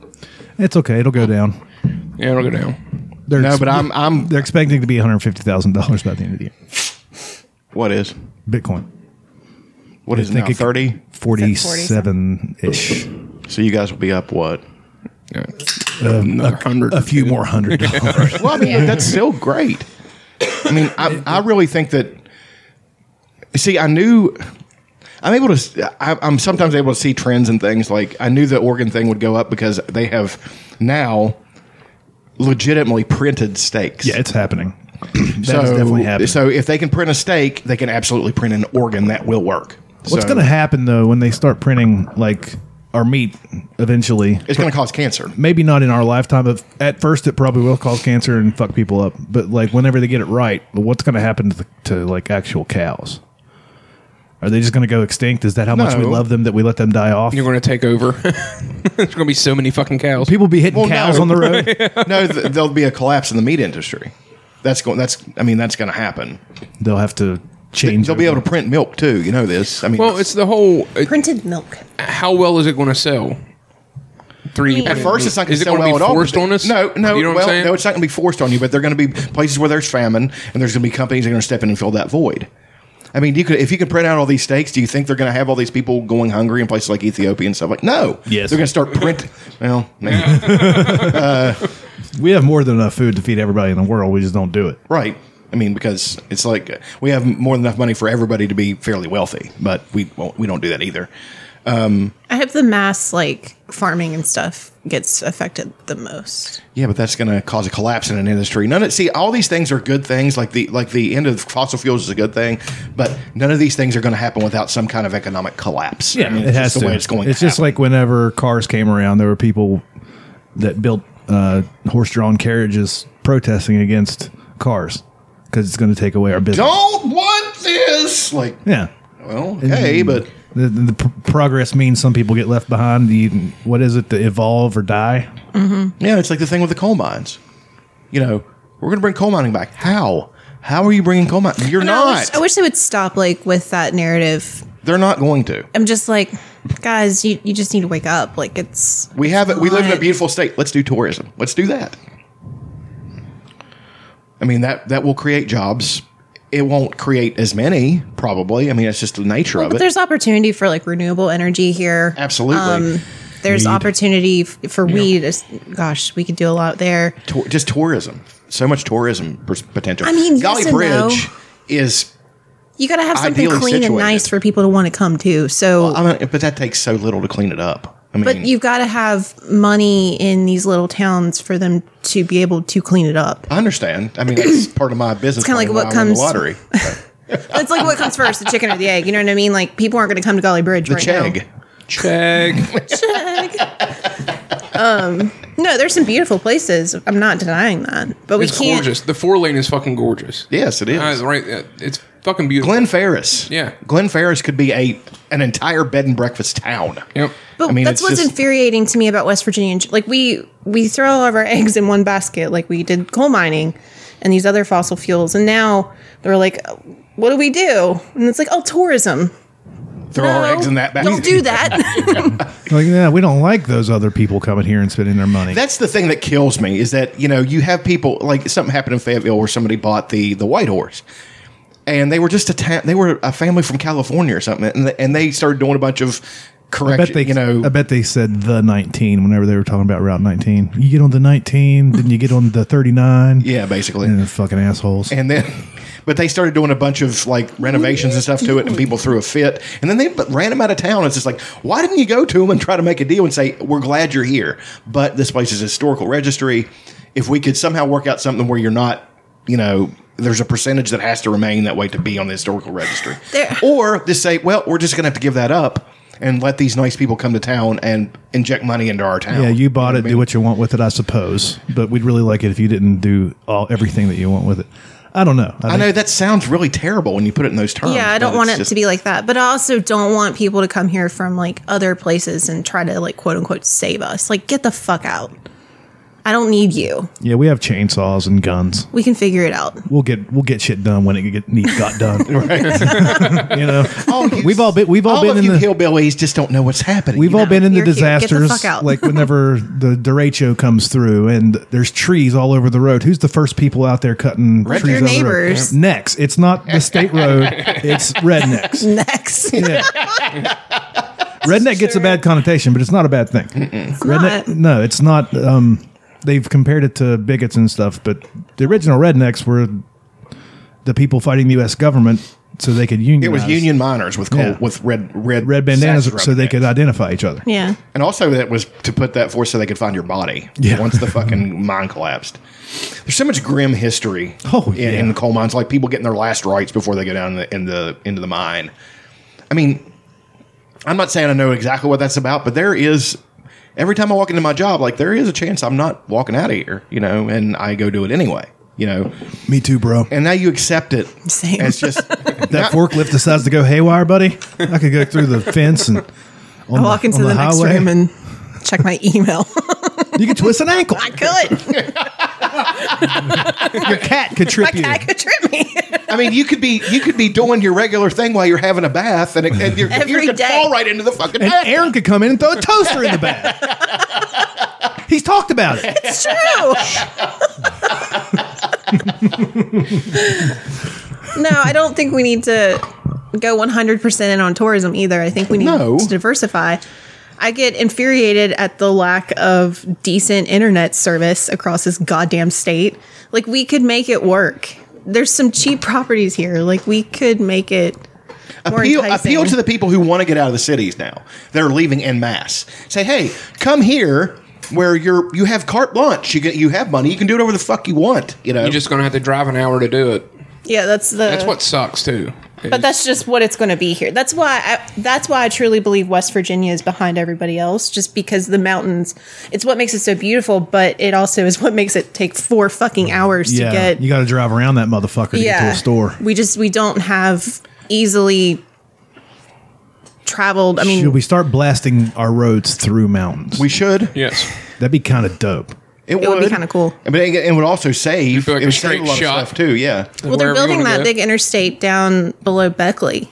It's okay. It'll go down.
Yeah, it'll go down.
They're
No,
ex-
but I'm I'm
they're expecting to be 150 thousand dollars by the end of the year.
what is
Bitcoin
what is it now
think it-
thirty?
47 ish.
So you guys will be up what?
Yeah. Another hundred.
Uh, A few more hundred dollars.
Well, I mean that's still great. I mean, I I really think that. See, I knew. I'm able to. s- I, am sometimes able to see trends and things. Like I knew the Oregon thing would go up because they have now legitimately printed stakes.
yeah, it's happening. That's definitely happening.
So if they can print a stake, they can absolutely print an organ that will work.
What's
So
going to happen though when they start printing like our meat eventually?
It's going to cause cancer.
Maybe not in our lifetime, but at first it probably will cause cancer and fuck people up. But like whenever they get it right, what's going to happen to, the, to like actual cows? Are they just going to go extinct? Is that how much we
No.
love them that we let them die off?
You're going to take over. There's going to be so many fucking cows.
People be hitting
Well,
cows
no.
on the road.
no, th- there'll be a collapse in the meat industry. That's going. That's. I mean, that's going to happen.
They'll have to change.
They'll be able to print milk too. You know this. I mean,
well, it's the whole. it-
Printed milk.
how well is it going to sell? Three.
at first it's not going
Is
to
it
sell
gonna
well
be
at all. but
forced
they-
on us?
No, no.
You know what
well,
I'm saying?
no, it's not going to be forced on you. But they're going to be places where there's famine, and there's going to be companies that are going to step in and fill that void. I mean, you could if you could print out all these stakes. Do you think they're going to have all these people going hungry in places like Ethiopia and stuff like? No.
Yes.
They're going to start print. Well, maybe.
we have more than enough food to feed everybody in the world. We just don't do it.
Right. I mean, because it's like uh, we have more than enough money for everybody to be fairly wealthy, but we won't, we don't do that either.
I hope the mass like farming and stuff gets affected the most.
Yeah, but that's going to cause a collapse in an industry. None of see all these things are good things. Like the like the end of fossil fuels is a good thing, but none of these things are going to happen without some kind of economic collapse. I mean,
it
it's
has
just the
to.
way it's going.
It's
to
just
happen.
like whenever cars came around, there were people that built uh, horse-drawn carriages protesting against cars because it's going to take away our business.
don't want this. Like,
Yeah.
well, okay, but
The, the, the pr- progress means some people get left behind. The what is it? The evolve or die.
yeah, it's like the thing with the coal mines. You know, we're going to bring coal mining back. How? How are you bringing coal mining? You're
And I wish,
not.
I wish they would stop like with that narrative.
They're not going to.
I'm just like, guys, you, you just need to wake up. Like it's
We have it. We live in a
Right.
beautiful state. Let's do tourism. Let's do that. I mean that that will create jobs. It won't create as many, probably. I mean, it's just the nature
Well,
of
but
it.
there's opportunity for like renewable energy here. Um,
Absolutely.
there's
Weed.
opportunity f- for weed. It's- Gosh, we could do a lot there.
Tou- just tourism, so much tourism pers- potential.
I mean, yes
Golly
and no.
Bridge is.
You got to have something
Ideally
clean and
situated.
nice for people to want to come to. So,
I mean, but that takes so little to clean it up. I mean,
but you've got to have money in these little towns for them to be able to clean it up.
I understand. I mean, that's part of my business.
kinda
plan
like what
when I won the
comes-
lottery,
It's like what comes first, the chicken or the egg. You know what I mean? Like people aren't going to come to Golly Bridge.
the
right
Chegg.
Chag.
Now. No, there's some beautiful places. I'm not denying that, but we
It's
can't.
gorgeous. The four lane is fucking gorgeous.
Yes, it is.
Uh, right. uh, It's fucking beautiful.
Glenn Ferris.
Yeah.
Glenn Ferris could be a an entire bed and breakfast town.
Yep.
But
I mean,
that's
it's
what's
just-
infuriating to me about West Virginia. and- Like we we throw all of our eggs in one basket, like we did coal mining and these other fossil fuels, and now they're like, what do we do? And it's like, oh, tourism.
throw our eggs in that basket.
Don't do that.
Like, yeah, we don't like those other people coming here and spending their money.
That's the thing that kills me is that you know you have people like something happened in Fayetteville where somebody bought the the white horse, and they were just a ta- they were a family from California or something, and they, and they started doing a bunch of
I
correction.
bet they,
you know,
I bet they said the 19 whenever they were talking about Route 19. You get on the 19, then you get on the 39.
yeah, basically.
And they're fucking assholes.
and then but they started doing a bunch of like renovations and stuff to it and people threw a fit and then they but ran them out of town it's just like why didn't you go to them and try to make a deal and say we're glad you're here but this place is a historical registry if we could somehow work out something where you're not you know there's a percentage that has to remain that way to be on the historical registry
There-
or just say well we're just going to have to give that up and let these nice people come to town and inject money into our town
yeah, you bought it. Do what you want with it, I suppose. But we'd really like it if you didn't do all everything that you want with it. I don't know.
I know that sounds really terrible when you put it in those terms.
yeah, I
but
don't want
it's
it
just-
to be like that. But I also don't want people to come here from like other places and try to like quote unquote save us. Like, get the fuck out. I don't need you.
Yeah, we have chainsaws and guns.
We can figure it out.
We'll get we'll get shit done when it get, needs got done. you know,
Oh, you-
we've all been we've all,
all
been
of
in
you
the
hillbillies just don't know what's happening.
We've
You
all
know,
been in the
you're here. Get the fuck
disasters,
out.
like whenever the derecho comes through and there's trees all over the road. Who's the first people out there cutting
Redneck.
trees?
Your
on the road?
neighbors.
Next, it's not the state road; it's rednecks.
Next.
Yeah. Redneck gets a bad connotation, but it's not a bad thing. Redneck,
not.
no, it's not. Um, they've compared it to bigots and stuff, but the original rednecks were the people fighting the U.S. government so they could unionize.
It was Union miners with coal,
Yeah.
with red red
red bandanas
sashes
so
around
they
their
could
necks.
identify each other.
yeah.
and also that was to put that forth so they could find your body.
Yeah.
Once the fucking mine collapsed, there's so much grim history.
Oh,
in,
yeah.
in the coal mines, like people getting their last rites before they go down in the, in the into the mine. I mean, I'm not saying I know exactly what that's about, but there is. Every time I walk into my job, like there is a chance I'm not walking out of here, you know, and I go do it anyway, you know.
Me too, bro.
and now you accept it
Same.
as just
that forklift decides to go haywire, buddy, I could go through the fence and on
I walk into
on
the, next
highway.
room and check my email.
you could twist an ankle.
I could.
Your cat could
My
trip you.
cat could trip me.
I mean, you could be you could be doing your regular thing while you're having a bath, and, it- and you're, you
Every
could
day.
fall right into the fucking
And
bath.
Aaron could come in and throw a toaster in the back. He's talked about it.
It's true. no, I don't think we need to go 100% in on tourism either. I think we need
No.
to diversify. I get infuriated at the lack of decent internet service across this goddamn state. Like, we could make it work. There's some cheap properties here. Like, we could make it more
Appeal,
enticing.
appeal to the people who want to get out of the cities now. They're leaving en masse. Say, hey, come here where you're you have carte blanche. You get you have money. You can do whatever the fuck you want. You know,
You're just gonna have to drive an hour to do it.
yeah, that's the.
That's what sucks too.
Mm.
But that's just what it's going to be here. That's why I, that's why I truly believe West Virginia is behind everybody else, just because the mountains. It's what makes it so beautiful, but it also is what makes it take four fucking hours
Yeah,
to get.
you got to drive around that motherfucker to get to
yeah,
a store.
We just we don't have easily traveled. I mean,
Should we start blasting our roads through mountains?
we should.
yes.
That'd be kind of dope.
It would be kinda cool.
But it, it would also save.
be like
it
a
would save a
straight
lot
shot.
of stuff too. Yeah.
well,
wherever
they're
you
building
wanna
that
go.
big interstate down below Beckley,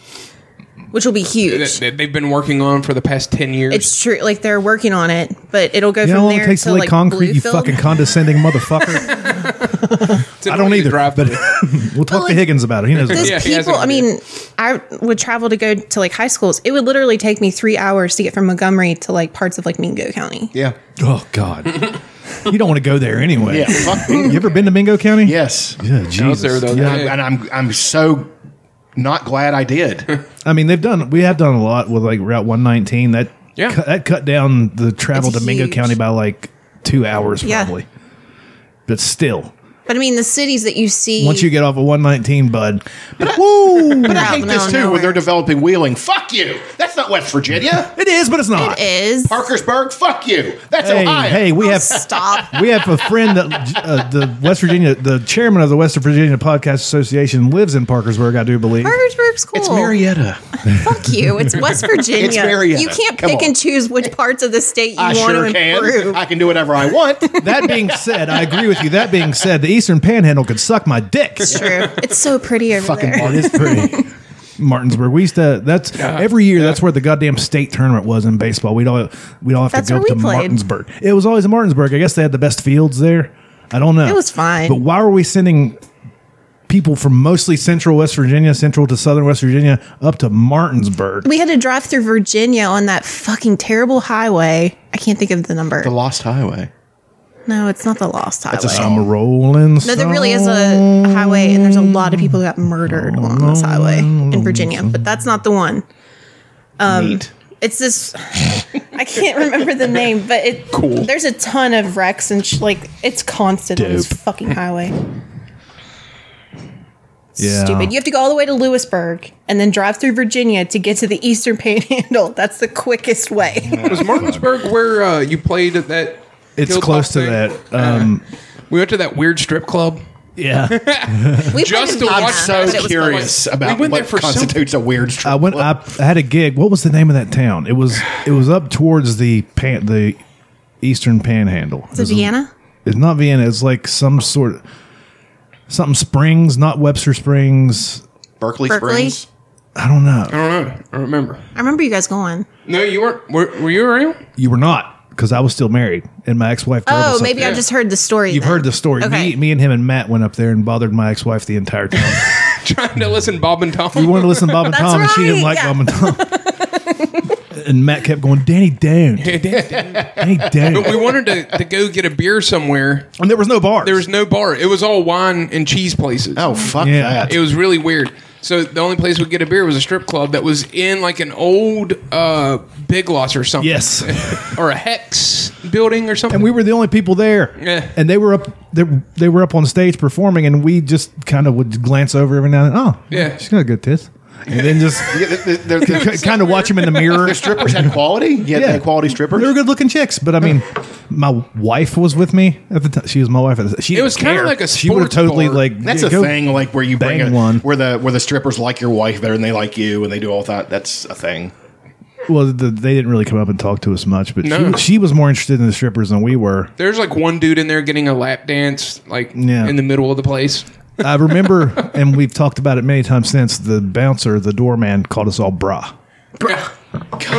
which will be
That-
huge.
that They've been working on for the past ten years.
It's true. Like they're working on it, but it'll go
You know
from
how long
there
it takes to
to
lay
like
concrete, you
Bluefield.
fucking condescending motherfucker?
It's
I don't
annoying to
either.
drive
But
through.
we'll talk to
like,
Higgins about it. He knows.
Those
Yeah, he has
people,
an
I
idea.
mean, I would travel to go to like high schools. It would literally take me three hours to get from Montgomery to like parts of like Mingo County.
Yeah.
Oh God, you don't want to go there anyway.
Yeah. Fuck
You
me.
ever been to Mingo County?
Yes.
Yeah, Jesus.
there, though.
Yeah.
And I'm I'm so not glad I did.
I mean, they've done. We have done a lot with like Route 119. That
Yeah.
cut, that cut down the travel
It's
to Mingo
huge.
County by like two hours
Yeah.
probably. But still,
But I mean, the cities that you see.
once you get off of 119, bud, woo,
But I
out
hate
in the
this
middle
too
of
when
nowhere.
they're developing Wheeling. Fuck you. That's not West Virginia.
it is, but it's not.
is
Parkersburg. Fuck you. That's
Hey,
Ohio.
hey, we
Oh,
have
stop.
we have a friend that uh, the West Virginia, the chairman of the West Virginia Podcast Association, lives in Parkersburg, I do believe.
Parkersburg's cool.
It's Marietta.
Fuck you. It's West Virginia.
It's Marietta.
You can't
Come
pick
on.
and choose which parts of the state you
I
want
sure
to
can.
improve.
I can do whatever I want.
That being said, I agree with you. That being said, the Eastern Panhandle could suck my dick.
It's true. It's so pretty over
Fucking
there.
It is pretty. Martinsburg. We used to. That's every year. That's where the goddamn state tournament was in baseball. We'd all we'd all have
That's
to go
where
up to
we played.
Martinsburg. It was always in Martinsburg. I guess they had the best fields there. I don't know.
It was fine.
But why were we sending people from mostly central West Virginia, central to southern West Virginia, up to Martinsburg?
We had to drive through Virginia on that fucking terrible highway. I can't think of the number.
The Lost Highway.
no, it's not the Lost Highway.
That's a song.
I'm rolling.
No, there really is a highway, and there's a lot of people who got murdered on this highway in Virginia, but that's not the one. um,
Neat.
It's this. I can't remember the name, but it.
Cool.
There's a ton of wrecks and sh- like it's constant on this
Dope.
fucking highway.
Yeah.
Stupid. You have to go all the way to Lewisburg and then drive through Virginia to get to the Eastern Panhandle. That's the quickest way.
Was Martinsburg where uh, you played at that?
It's
Hill Top
close to
thing?
that. Um,
We went to that weird strip club.
yeah.
We
Just
played in
to
Vienna,
watch
I'm so
but it was
curious
fun.
about
We went
what
there for something.
constitutes a weird strip.
I went. I, I had a gig. What was the name of that town? It was. It was up towards the pan, the eastern panhandle.
fun. Is it Vienna?
It's not Vienna. It's like some sort of something Springs, not Webster Springs.
Berkeley,
Berkeley?
Springs.
I don't know.
I don't know. I don't remember.
I remember you guys going.
No, you weren't. Were, were you around?
You were not because I was still married, and my ex-wife. Told
Oh,
us
maybe I
Yeah.
just heard the story.
You've
then.
heard the story.
Okay.
Me, me, and him and Matt went up there and bothered my ex-wife the entire time.
Trying to listen, Bob and Tom.
we wanted to listen to Bob and
That's
Tom, and she didn't
right,
like
yeah.
Bob and Tom. and Matt kept going, Danny, down, Danny, down.
we wanted to, to go get a beer somewhere.
And there was no bars.
There was no bar. It was all wine and cheese places.
Oh fuck
Yeah.
that!
It was really weird. So the only place we get a beer was a strip club that was in like an old uh, Big Lots or something.
yes.
Or a Hex building or something.
and we were the only people there.
Yeah.
And they were up they, they were up on stage performing and we just kind of would glance over every now and then, oh,
Yeah.
She's got good tits. And then just
Yeah, the, the, the, the-
kind of watch them in the mirror.
the strippers had quality. Yeah, they had quality strippers.
They were good looking chicks, but I mean, my wife was with me at the time. She was my wife at the time. She
It was
didn't
kinda
care.
like a
She would've
sports
totally
bar.
like
That's
yeah,
a
go-
thing, like where you bring
bang
a,
one.
where the where the strippers like your wife better than they like you, and they do all that. That's a thing.
Well, the, they didn't really come up and talk to us much, but
No.
she, she was more interested in the strippers than we were.
There's like one dude in there getting a lap dance, like
Yeah.
in the middle of the place.
I remember, and we've talked about it many times since. The bouncer, the doorman, called us all bra.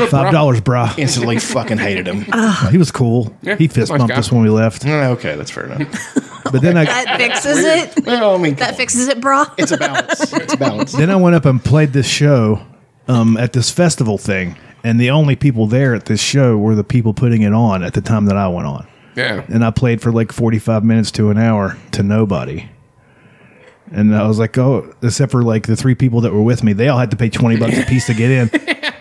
Five dollars, bra.
Instantly fucking hated him.
He was cool.
Yeah,
he fist
nice
bumped
guy.
us when we left.
okay, that's fair enough.
But then I
That fixes it.
Well, I mean,
That fixes it, bra.
it's a balance. It's a balance.
then I went up and played this show um, at this festival thing, and the only people there at this show were the people putting it on at the time that I went on.
Yeah.
And I played for like forty five minutes to an hour to nobody. And I was like, oh, except for like the three people that were with me, they all had to pay twenty bucks a piece to get in.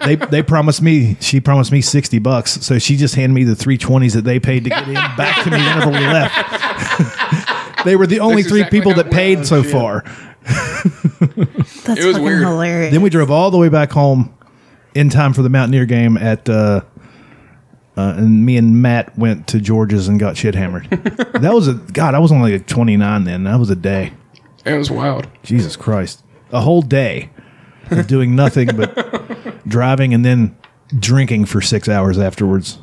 They they promised me she promised me sixty bucks, so she just handed me the three twenties that they paid to get in back to me whenever we left. they were the only
That's
three
exactly
people
how
that
it
paid
was,
so
yeah.
far.
That's
It was
fucking
weird.
hilarious.
Then we drove all the way back home in time for the Mountaineer game at. Uh, uh, and me and Matt went to George's and got shit hammered. that was a God. I was only like 29 then. That was a day.
It was wild.
Jesus Christ, a whole day of doing nothing but driving and then drinking for six hours afterwards.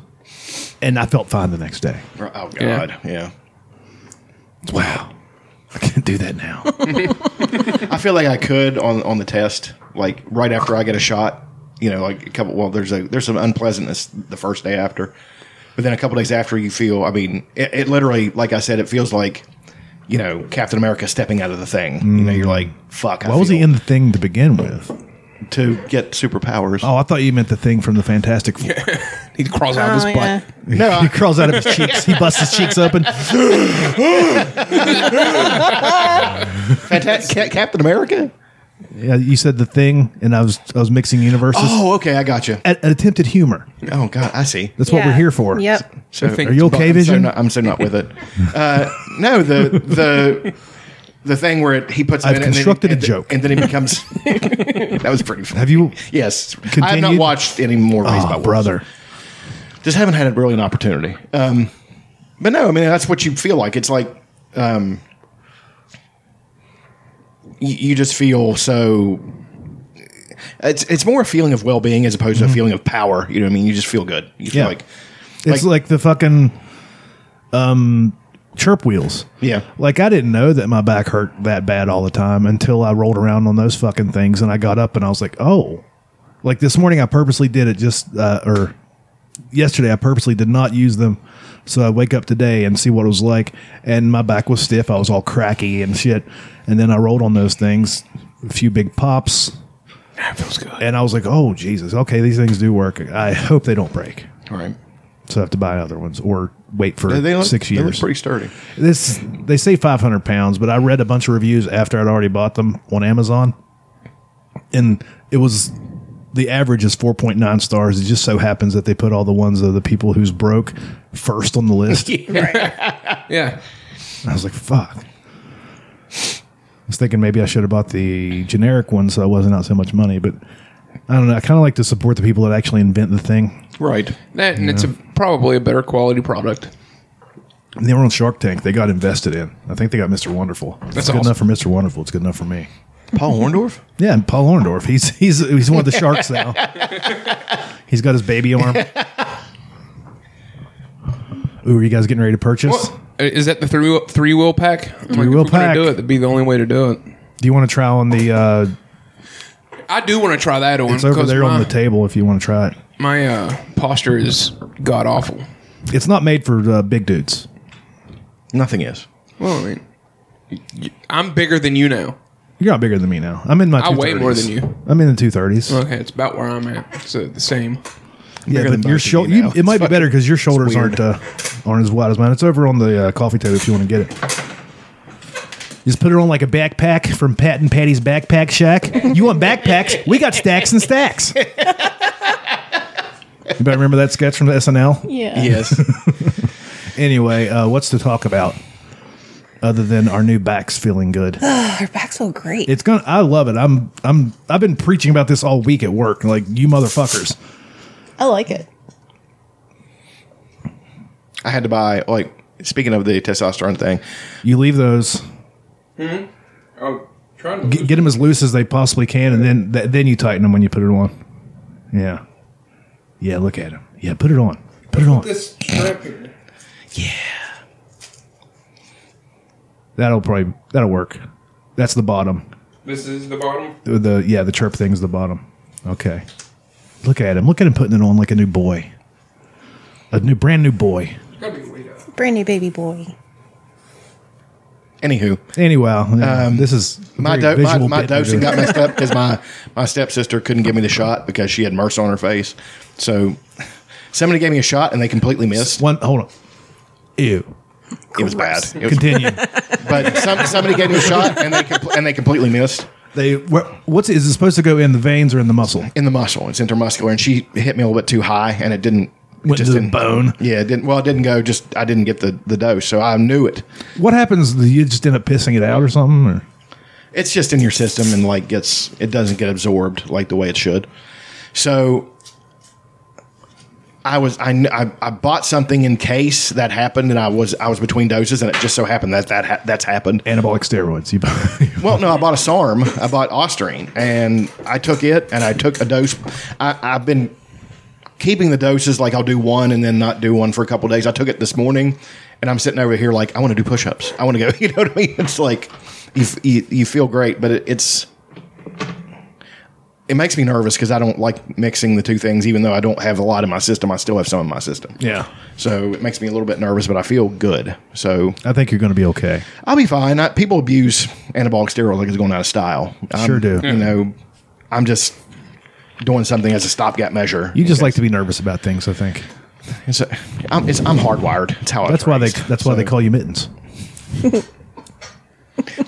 And I felt fine the next day.
Oh God, yeah.
Wow, I can't do that now.
I feel like I could on on the test, like right after I get a shot. You know, like a couple. Well, there's a there's some unpleasantness the first day after, but then a couple days after, you feel. I mean, it, it literally, like I said, it feels like. You know, Captain America stepping out of the thing. You know, you're like, fuck.
Why was he in the thing to begin with?
to get superpowers?
Oh, I thought you meant the thing from the Fantastic Four.
He'd crawl out of
Oh,
his
yeah.
butt.
No,
he
I,
crawls out of his cheeks. He busts his cheeks open.
Fanta- Ca- Captain America.
Yeah, you said the thing, and I was I was mixing universes.
Oh, okay, I got you.
At, at attempted humor.
Oh God, I see.
That's what we're
Yeah.
here for.
Yep.
So,
I think
Are you okay,
I'm so
Vision?
not, I'm so not with it. Uh, no, the the the thing where it, he puts. him
I've
in it and then-
constructed a
and th-
joke.
and then he becomes. that was pretty. Funny.
Have you?
Yes, I have not
Continued?
watched any more. Raised by
Oh,
Wolves.
brother.
just haven't had a brilliant opportunity. Um, but no, I mean that's what you feel like. It's like um, you, you just feel so. It's it's more a feeling of well being as opposed to
Mm-hmm.
a feeling of power. You know what I mean? You just feel good. You feel
Yeah.
like
It's like, the fucking um chirp wheels.
Yeah.
Like I didn't know that my back hurt that bad all the time until I rolled around on those fucking things and I got up and I was like, oh. Like this morning, I purposely did it just uh, or yesterday I purposely did not use them. So I wake up today and see what it was like, and my back was stiff. I was all cracky and shit. And then I rolled on those things, a few big pops,
That feels good.
and I was like, "Oh Jesus, okay, these things do work. I hope they don't break."
All right.
So I have to buy other ones or wait for
They look,
six
They look
years.
pretty sturdy.
this they say 500 pounds, but I read a bunch of reviews after I'd already bought them on Amazon, and it was the average is 4.9 stars. It just so happens that they put all the ones of the people who's broke first on the list.
Yeah.
I was like, fuck. I was thinking maybe I should have bought the generic one so I wasn't out so much money, but I don't know. I kind of like to support the people that actually invent the thing.
Right.
That and it's a, probably a better quality product.
And they were on Shark Tank. They got invested in. I think they got Mr. Wonderful. it's good
awesome.
enough for Mr. Wonderful. It's good enough for me.
Paul Horndorf?
Yeah, and Paul Orndorff. He's he's he's one of the sharks now. he's got his baby arm. Ooh, are you guys getting ready to purchase?
What? Uh, Is that the three three wheel pack? Three
Three-wheel pack.
Do it. That'd be the only way to do it.
Do you want to try on the? Uh,
I do want to try that on.
it's over
'cause
there
my,
on the table if you want to try it.
My uh, posture is god awful.
It's not made for uh, big dudes.
Nothing is.
Well, I mean, y- I'm bigger than you now.
You're not bigger than me now. I'm in my.
I weigh more
230s.
than you.
I'm in the two thirties.
Okay, it's about where I'm at. So the same.
yeah,
bigger than
but your
both of
shoulder.
you now.
It might be better because your shoulders aren't
weird.
uh, aren't as wide as mine. It's over on the uh, coffee table if you want to get it. Just put it on like a backpack from Pat and Patty's Backpack Shack. You want backpacks? We got stacks and stacks. You better remember that sketch from the SNL.
Yeah.
Yes.
Anyway, uh, what's to talk about other than our new backs feeling good?
Her back's so great.
It's gonna. I love it. I'm. I'm. I've been preaching about this all week at work. Like you motherfuckers.
I like it.
I had to buy, like, speaking of the testosterone thing,
You leave those.
I'm trying
G- get them as loose as they possibly can, and then th- then you tighten them when you put it on. Yeah, yeah. Look at him. Yeah, put it on. Put it on.
this strap here.
That'll probably that'll work. That's the bottom.
This is the bottom.
The- The yeah, the chirp thing's the bottom. Okay. Look at him. Look at him putting it on like a new boy. A new brand new boy.
Gotta be way down.
Brand new baby boy.
anywho,
Anyway, yeah, this is a
Um, my,
very
do- my,
visual
my
bit we're
dosing
doing.
got messed up because my, my stepsister couldn't give me the shot because she had MRSA on her face. So somebody gave me a shot and they completely missed.
one. Hold on. Ew.
It was bad. It was,
Continue.
but some, somebody gave me a shot and they, compl- and they completely missed.
they wh- what's is it supposed to go in the veins or in the muscle?
in the muscle. It's intermuscular, and she hit me a little bit too high, and it didn't. it
Went to the
didn't-
bone.
Yeah, it didn't. Well, it didn't go. Just I didn't get the the dose, so I knew it.
What happens? Do You just end up pissing it out or something? Or?
It's just in your system, and like gets it doesn't get absorbed like the way it should. So I was I, kn- I I bought something in case that happened, and I was I was between doses, and it just so happened that that ha- that's happened.
anabolic steroids. You
Well, no, I bought a SARM. I bought Osterine, and I took it, and I took a dose. I, I've been keeping the doses like I'll do one and then not do one for a couple of days. I took it this morning, and I'm sitting over here like I want to do push-ups. I want to go. You know what I mean? It's like you f- you, you feel great, but it, it's it makes me nervous because I don't like mixing the two things. Even though I don't have a lot in my system, I still have some in my system.
yeah,
So it makes me a little bit nervous, but I feel good. So
I think you're going to be okay.
I'll be fine. I, people abuse anabolic steroids like it's going out of style. I'm-
Sure do.
You know, I'm just doing something as a stopgap measure.
You just like to be nervous about things. I think
It's a, I'm, it's, I'm hardwired. It's how I
that's
was
why they
raised.
that's why they
So,
call you mittens.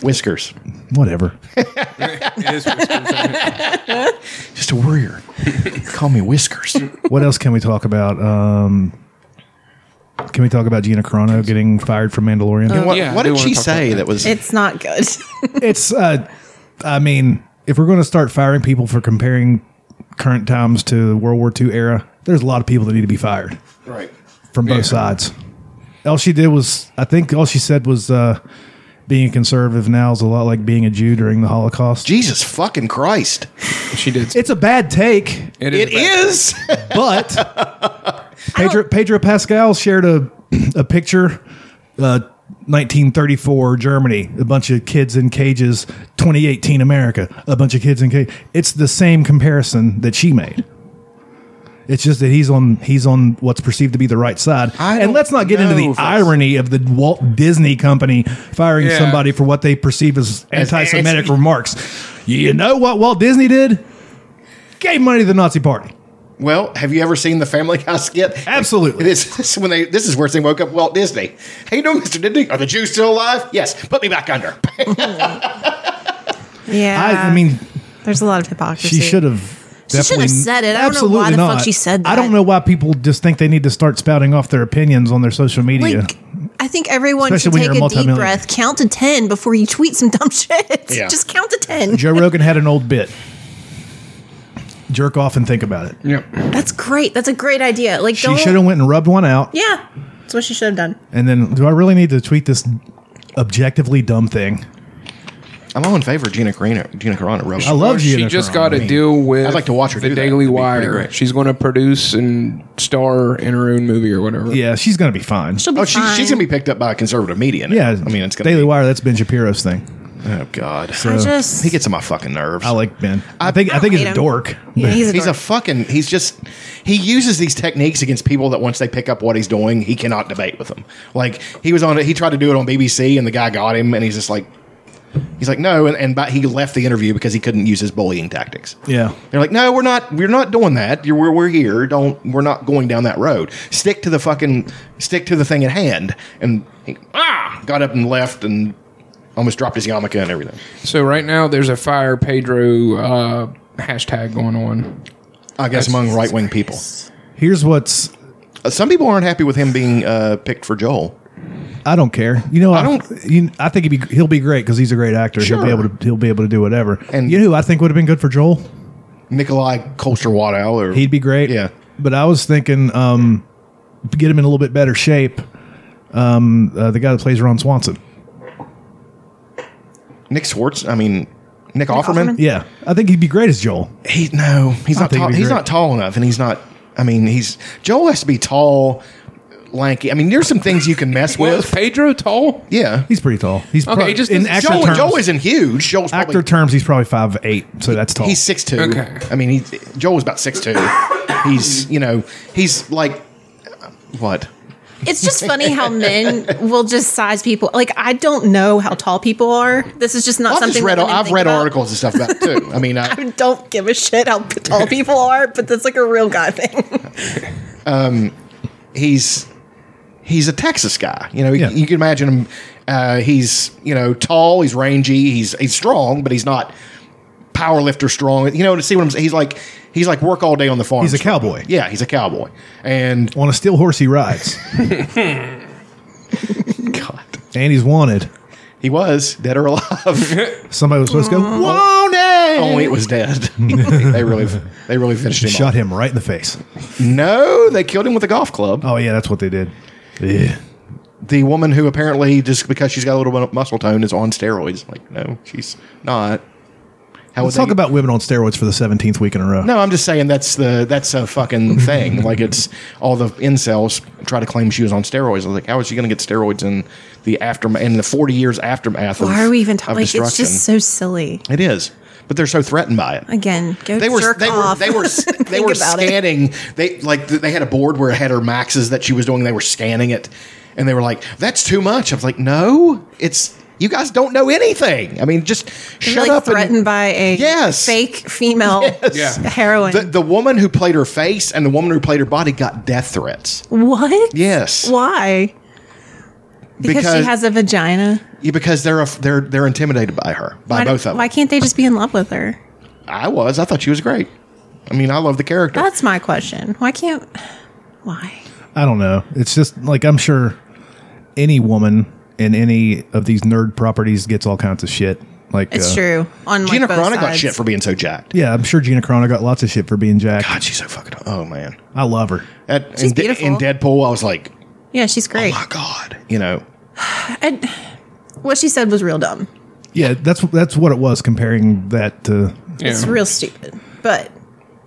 whiskers.
Whatever.
It is whiskers, isn't it?
Just a warrior. call me whiskers.
what else can we talk about? Um, can we talk about Gina Carano getting fired from Mandalorian?
What,
Yeah, I
what
do
did
wanna
she
talk about
say
that.
that was?
It's not good.
it's uh, I mean, if we're going to start firing people for comparing current times to the World War II era, there's a lot of people that need to be fired.
right.
from both
Yeah.
sides. All she did was, I think, all she said was, uh, being a conservative now is a lot like being a Jew during the Holocaust.
Jesus fucking Christ!
She did.
It's a bad take,
It
a bad-
is.
but Pedro Pedro Pascal shared a a picture uh, 1934 Germany, a bunch of kids in cages. 2018 America, a bunch of kids in cages. It's the same comparison that she made. It's just that he's on he's on what's perceived to be the right side.
I
and
don't
let's not get into
know
the
if that's-
irony of the Walt Disney Company firing
Yeah.
somebody for what they perceive as anti-Semitic
anti-
remarks. You know what Walt Disney did? Gave money to the Nazi Party.
Well, have you ever seen the Family Guy skit?
Absolutely.
This, this is when they this is where they woke up Walt Disney. Hey, no, Mr. Disney, are the Jews still alive? Yes, put me back under.
Yeah.
I, I mean,
there's a lot of hypocrisy.
she should have.
She should have said it. I don't know
absolutely
why the fuck
not.
she said
I
that.
don't know why people just think they need to start spouting off their opinions on their social media.
Like, I think everyone
Especially when you're
should take a deep
multimillionaire.
breath, count to 10 before you tweet some dumb shit.
Yeah.
Just count to 10.
Joe Rogan had an old bit. Jerk off and think about it.
Yep.
That's great. That's a great idea. Like,
She
don't.
should have went and rubbed one out,
yeah. That's what she should have done.
and then do I really need to tweet this objectively dumb thing?
I'm all in favor of Gina Carano. Gina Carano, really.
I love you.
She just got to deal with.
I'd like to watch her
the
do that.
Daily
That'd be pretty
Wire.
great.
She's going to produce and star in her own movie or whatever.
Yeah, she's gonna be fine.
She'll be
Oh, she,
fine.
she's gonna be picked up by a conservative median.
yeah,
I mean it's gonna
Daily
be,
Wire. That's Ben Shapiro's thing.
Oh God,
I just.
he gets on my fucking nerves.
I like Ben. I think I,
I
think
don't
he's
hate
a
him.
dork.
yeah, he's a,
he's a
dork.
fucking. He's just. He uses these techniques against people that once they pick up what he's doing, he cannot debate with them. Like he was on. He tried to do it on BBC, and the guy got him, and he's just like. He's like no, and, and but he left the interview because he couldn't use his bullying tactics.
Yeah.
They're like, no, we're not. We're not doing that. You're, we're we're here. Don't. We're not going down that road. Stick to the fucking. Stick to the thing at hand. And he, ah, got up and left, and almost dropped his yarmulke and everything.
So right now there's a fire Pedro uh, hashtag going on.
I guess among right wing people,
Here's what's.
Uh, some people aren't happy with him being uh, picked for Joel.
I don't care. You know, I,
don't-
You, I think he'd be, he'll be great because he's a great actor. He'll be
Sure.
able to. He'll be able to do whatever.
And-
And you know, who I think would have been good for Joel.
Nikolai Colster Waddell, or
He'd be great.
Yeah.
But I was thinking, um, get him in a little bit better shape. Um, uh, the guy that plays Ron Swanson.
Nick Swartz. I mean, Nick, Offerman.
Yeah, I think he'd be great as Joel.
He no, he's not.
think
Tall,
it'd be
he's
great.
not tall enough, and he's not. I mean, he's Joel has to be tall, lanky. I mean, there's some things you can mess
Well, is
with.
Pedro tall?
Yeah,
He's pretty tall. He's
Okay,
probably,
just-
in actor
Joel,
terms.
Joel isn't huge. Joel's probably,
actor terms, he's probably five eight, so that's tall.
He's six two.
Okay.
I mean, he's, Joel's about six two. He's you know he's like what?
It's just funny how men
We'll just size people. Like, I don't know how tall people are. This is just not
I've just
something
read.
that women
I've
think
read
about.
articles and stuff about it too. I mean, uh, I,
I don't give a shit how tall people are, but that's like a real guy thing.
he's he's a Texas guy. You know,
Yeah.
you, can imagine him. Uh, he's you know tall. He's rangy. He's he's strong, but he's not power lifter strong. You know, to see what I'm saying, he's like he's like work all day on the farm.
He's a
strong.
cowboy.
Yeah, he's a cowboy. And
On a steel horse, he rides, and he's wanted.
he was dead or alive.
Somebody was supposed to go. Whoa!
Wanted. Only it was dead. they really they really finished him. off.
Shot him right in the face.
No, they killed him with a golf club.
Oh yeah, that's what they did. Yeah.
The woman who apparently just because she's got a little bit of muscle tone is on steroids. Like, no, she's not. How
Let's
would
talk
they-
about women on steroids for the seventeenth week in a row.
No, I'm just saying that's the that's a fucking thing. like it's all the incels try to claim she was on steroids. I was like, how is she going to get steroids in the aftermath in the 40 years aftermath? of-
Why are we even talking?
of
Like, it's
destruction?
just so silly.
it is, but they're so threatened by it.
Again, go
They were,
jerk
they were
off.
they were they
Think
were
about it.
scanning. They like th- they had a board where it had her maxes that she was doing. They were scanning it, and they were like, "That's too much." I was like, "No, it's you guys don't know anything." I mean, just
You're,
shut
like,
up. and-
Threatened by a
Yes.
fake female
Yeah.
heroine.
the, the woman who played her face and the woman who played her body got death threats.
what?
Yes.
Why? Because,
Because-
she has a vagina.
Yeah, because they're a, they're they're intimidated by her, by
Why,
both of them.
why can't they just be in love with her?
I was, I thought she was great. I mean, I love the character.
That's my question. Why can't? Why?
I don't know. It's just like I'm sure any woman in any of these nerd properties gets all kinds of shit. Like
It's
uh,
true. On
Gina
like both
Carano got
sides.
shit for being so jacked.
Yeah, I'm sure Gina Carano got lots of shit for being Jack.
God, she's so fucking. Oh man,
I love her.
At,
She's
in, De-
beautiful.
in Deadpool, I was like,
Yeah, she's great.
my God, you know,
And what she said was real dumb.
Yeah, that's that's what it was comparing that to
Yeah.
It's real stupid. But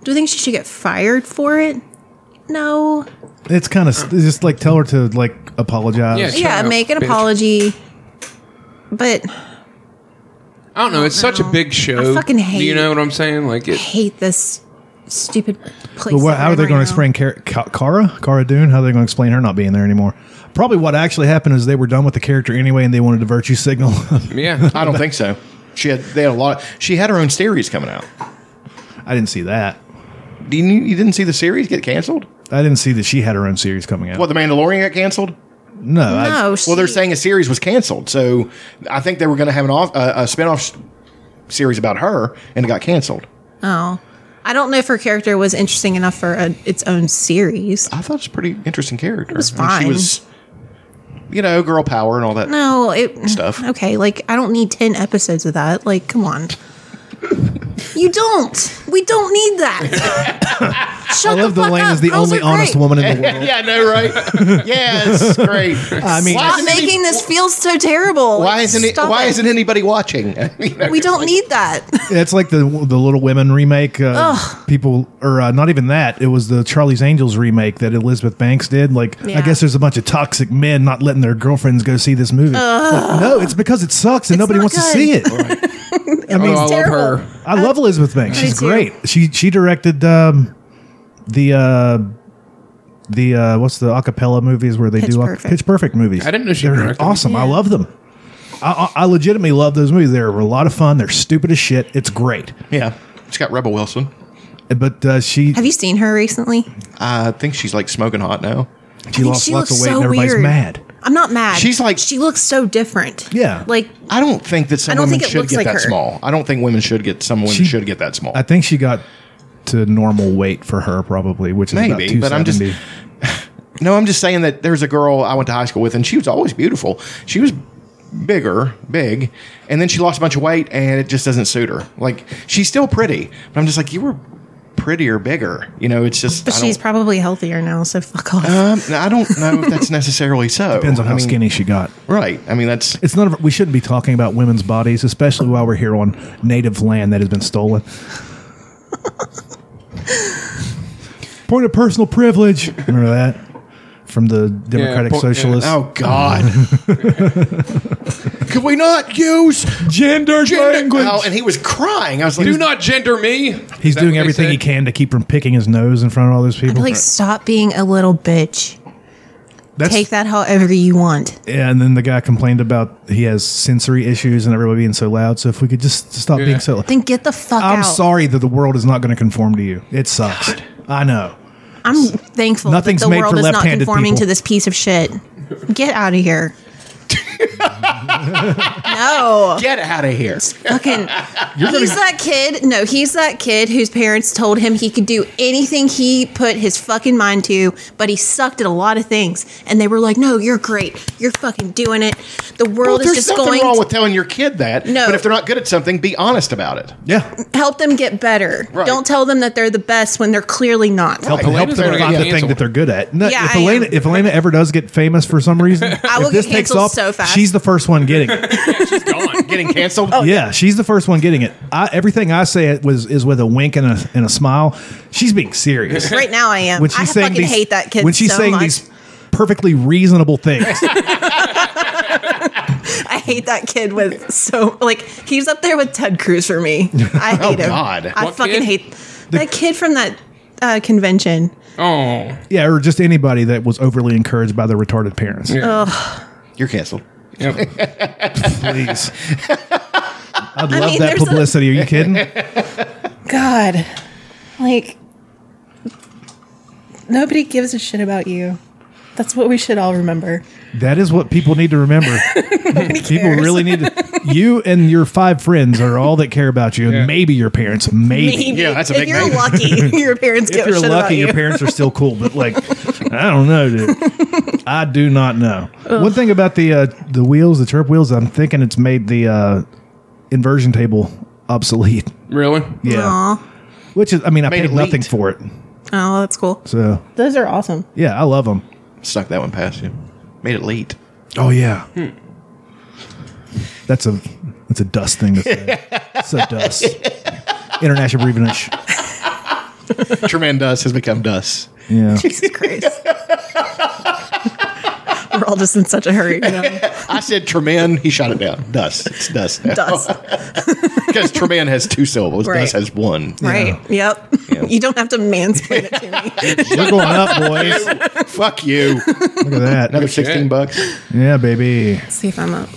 do you think she should get fired for it?
No.
It's kind of just like tell her to like apologize.
Yeah.
yeah,
out,
make an
bitch.
apology. But
I don't know. It's such a big show.
I fucking
Do you
hate
know what I'm saying? Like it.
hate this stupid place.
But what,
that
how are
we're
they
in
going to
right now.
explain Cara, Ca- Cara, Cara Dune? How are they going to explain her not being there anymore? Probably what actually happened is they were done with the character anyway, and they wanted a virtue signal.
Yeah,
I don't think so. She had they had a lot. She had her own series coming out.
I didn't see that.
Didn't you, you didn't see the series get canceled?
I didn't see that she had her own series coming out.
What the Mandalorian got canceled?
no, I-
No,
Well, they're
she-
saying a series was canceled, so I think they were going to have an off a, a spinoff s- series about her, and it got canceled.
Oh, I don't know if her character was interesting enough for a, its own series.
I thought it was a pretty interesting character.
was
I mean,
fine.
she was, you know, girl power and all that.
No, it
Stuff.
Okay, like I don't need ten episodes of that. Like, come on. you don't. We don't need that. Shut
I love
the
the
fuck
Lane
up.
is the
Girls
only
are
honest
great.
woman in the world.
yeah, I know, right? yeah, it's great.
I mean,
Stop
Why isn't
making
any-
this feel so terrible.
Why
Like,
isn't it?
stop
Why is isn't anybody watching? You know,
We don't need that.
It's like the the Little Women remake. Uh, people, or uh, not even that. It was the Charlie's Angels remake that Elizabeth Banks did. Like, I
Yeah.
guess there's a bunch of toxic men not letting their girlfriends go see this movie. Like, no, it's because it sucks and nobody
not
wants to
good.
see it. I
Oh,
mean,
I love
terrible.
her.
I love Elizabeth Banks. She's
too.
great. She she directed um, the uh, the uh, what's the acapella movies where they
Pitch
do ac-
Perfect.
Pitch Perfect movies.
I didn't know she
They're
directed them.
awesome. I love them. I, I I legitimately love those movies. They're a lot of fun. They're stupid as shit. It's great.
yeah, it's got Rebel Wilson.
But uh, she
Have you seen her recently?
I think she's like smoking hot now.
she lost
she
lots of
looks
weight
so
and everybody's
weird.
mad.
I'm not mad.
She's like-
she looks so different.
Yeah.
like
I don't think that some
don't
women
think it
should
looks
get
like
that
her.
small. I don't think women should get some women
She-
should get that small.
I think she got to normal weight for her probably, which is about
Maybe, but I'm just-
270.
no, I'm just saying that there's a girl I went to high school with, and she was always beautiful. She was bigger, big, and then she lost a bunch of weight, and it just doesn't suit her. Like she's still pretty, but I'm just like you were prettier, bigger. You know, it's just.
but
I
she's
don't,
probably healthier now. So fuck off.
um, I don't know if that's necessarily so.
depends on how
I mean,
skinny she got.
Right. I mean, that's
It's none of we shouldn't be talking about women's bodies, especially while we're here on native land that has been stolen. Point of personal privilege. Remember that from the Democratic
po- yeah.
Socialists.
Oh God! Could we not use
Gender, language.
Oh, and he was crying. I was like,
Do not gender me. Is
He's
that what
doing
they
everything he
said?
can to keep from picking his nose in front of all those people.
Like, stop being a little bitch.
That's,
Take that however you want.
Yeah, and then the guy complained about he has sensory issues and everybody being so loud. So if we could just stop
Yeah.
being so loud.
Then get the fuck
I'm
out.
sorry that the world is not going to conform to you. It sucks. I know.
I'm thankful
Nothing's
that the
made
world
for
is not
left-handed
conforming
people.
to this piece of shit. Get out of here. no.
Get out of here!
Fucking He's that kid. No, he's that kid whose parents told him he could do anything he put his fucking mind to, but he sucked at a lot of things. And they were like, "No, you're great. You're fucking doing it. The
Well,
world
there's
is just
nothing
going
wrong
to
with telling your kid that.
No.
but if they're not good at something, be honest about it.
Yeah.
help them get better.
Right.
Don't tell them that they're the best when they're clearly not."
Help,
Right.
help
Elena's
them
gonna
find
get
the thing
canceled.
that they're good at. No,
Yeah,
if,
I am.
Elena, if Elena ever does get famous for some reason, I
will
if
get
this takes
canceled
off,
so fast.
she's the first one getting it.
Getting canceled.
Oh.
yeah, she's the first one getting it. I, everything I say it was is with a wink and a, and a smile. She's being serious.
Right now, I am.
When she's
I
saying
fucking
these,
hate that kid
when she's
so
saying
much.
these perfectly reasonable things.
I hate that kid with so like he's up there with Ted Cruz for me. I hate
Oh,
him.
God.
I
What
fucking
kid?
hate that kid from that uh, convention.
Oh,
yeah, or just anybody that was overly encouraged by their retarded parents.
You're canceled.
Yep.
Please. I'd love
mean,
that
there's a-
publicity. Are you kidding?
God, like nobody gives a shit about you. That's what we should all remember.
That is what people need to remember. people
cares?
really need to. You and your five friends are all that care about you, and
Yeah.
maybe your parents. Maybe,
Yeah, that's a
if
big
you're
name.
lucky, your parents
if
give a
you're
shit about
lucky,
you.
your parents are still cool. But like, I don't know, dude. I do not know. One thing about the uh, the wheels, the chirp wheels, I'm thinking it's made the uh, inversion table obsolete.
really?
Yeah,
Aw.
which is, I mean, I
Made
paid
it
nothing
leaked.
for it.
Oh, that's cool.
So
Those are awesome.
yeah, I love them.
Stuck that one past you. Made it late.
Oh yeah.
Hmm.
That's a that's a dust thing to say. it's a dust. International Brevenage.
Tremaine Dust has become Dust.
Yeah.
Jesus Christ. We're all just in such a hurry. You know?
I said Tremaine. He shot it down. Dust. It's dust.
Dust.
Because Tremaine has two syllables.
Right.
Dust has one.
Right. Yep. You don't have to mansplain it to me.
We're going up, boys. Look
Fuck you.
at
Another
that.
sixteen bucks.
Yeah, baby.
Let's see if I'm up.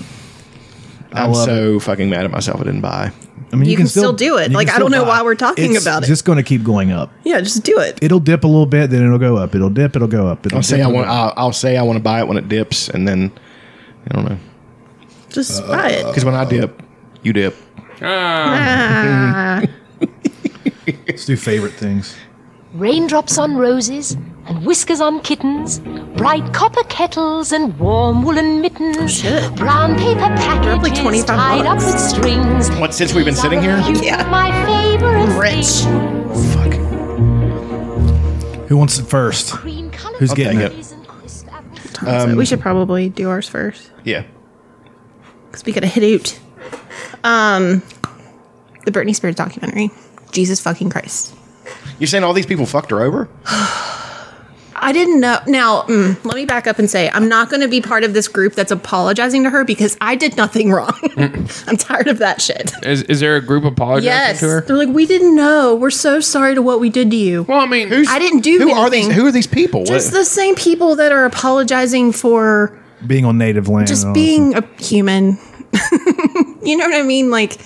I
I'm
love it.
so fucking mad at myself. I didn't buy.
I mean,
You can still do it.
you
Like,
can
I don't
still
know why we're talking
It's
about it.
just going to keep going up.
Yeah, just do it.
It'll dip a little bit, then it'll go up. It'll dip, it'll go up. It'll
I'll say
dip,
I
it'll
want.
go up.
I'll, I'll say I want to buy it when it dips, and then I don't know. Uh,
Just buy it.
Because when I dip, you dip.
Let's do favorite things.
raindrops on roses and whiskers on kittens, bright copper kettles and warm woolen mittens,
Oh, shit.
brown paper
like
packages
25
tied up
bucks.
with strings.
What, since we've been
These
sitting
are a
here?
few of
Yeah.
My favorite
Rich.
things.
Who wants it first?
Green colored
Who's getting
take
it?
berries and crisp apples.
So we should probably do ours first
Yeah.
because we got a hit out. Um, the Britney Spears documentary, Jesus fucking Christ.
You're saying all these people fucked her over?
I didn't know. Now, mm, let me back up and say I'm not going to be part of this group that's apologizing to her because I did nothing wrong. I'm tired of that shit.
Is, is there a group apologizing
Yes,
to her?
they're like, we didn't know. We're so sorry to what we did to you.
Well, I mean,
Who's,
I didn't do
Who are these?
anything.
Who are these people?
Just
What-
the same people that are apologizing for
Being on native land. and
just
all that
being a human. you know what I mean? Like,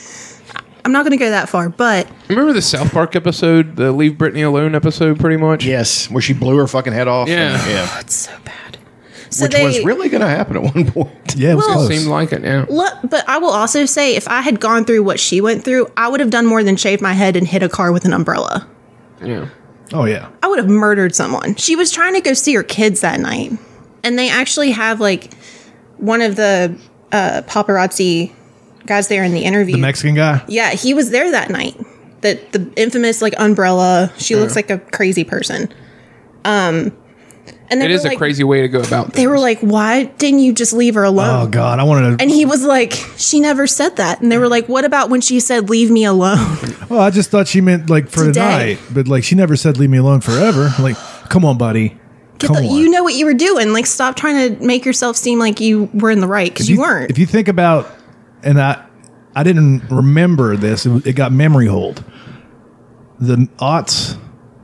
I'm not going to go that far, but
remember the South Park episode, the Leave Britney Alone episode, pretty much.
yes, where she blew her fucking head off.
Yeah.
and- yeah.
it's so bad. So
Which
they
was really going to happen at one point.
stuff. Yeah, it was
Well-
close.
Seemed like it. Yeah.
Look, but I will also say, if I had gone through what she went through, I would have done more than shave my head and hit a car with an umbrella.
Yeah.
oh, yeah.
I would have murdered someone. She was trying to go see her kids that night. And they actually have like one of the uh, paparazzi guys there in the interview.
The Mexican guy?
yeah, he was there that night. The the infamous like umbrella. She looks like a crazy person. Um and they
It
were
is
like,
a crazy way to go about.
they were like, Why didn't you just leave her alone?
Oh, God. I wanted to.
And he was like, She never said that. And they were like, What about when she said, Leave me alone?
Well, I just thought she meant like for
Today.
tonight, but like she never said leave me alone forever. Like, come on, buddy.
Get
Come
the,
on.
you know what you were doing. Like, stop trying to make yourself seem like you were in the right because
If
you, weren't.
If you think about, and I, I didn't remember this. It, was- it got memory hold. The aughts,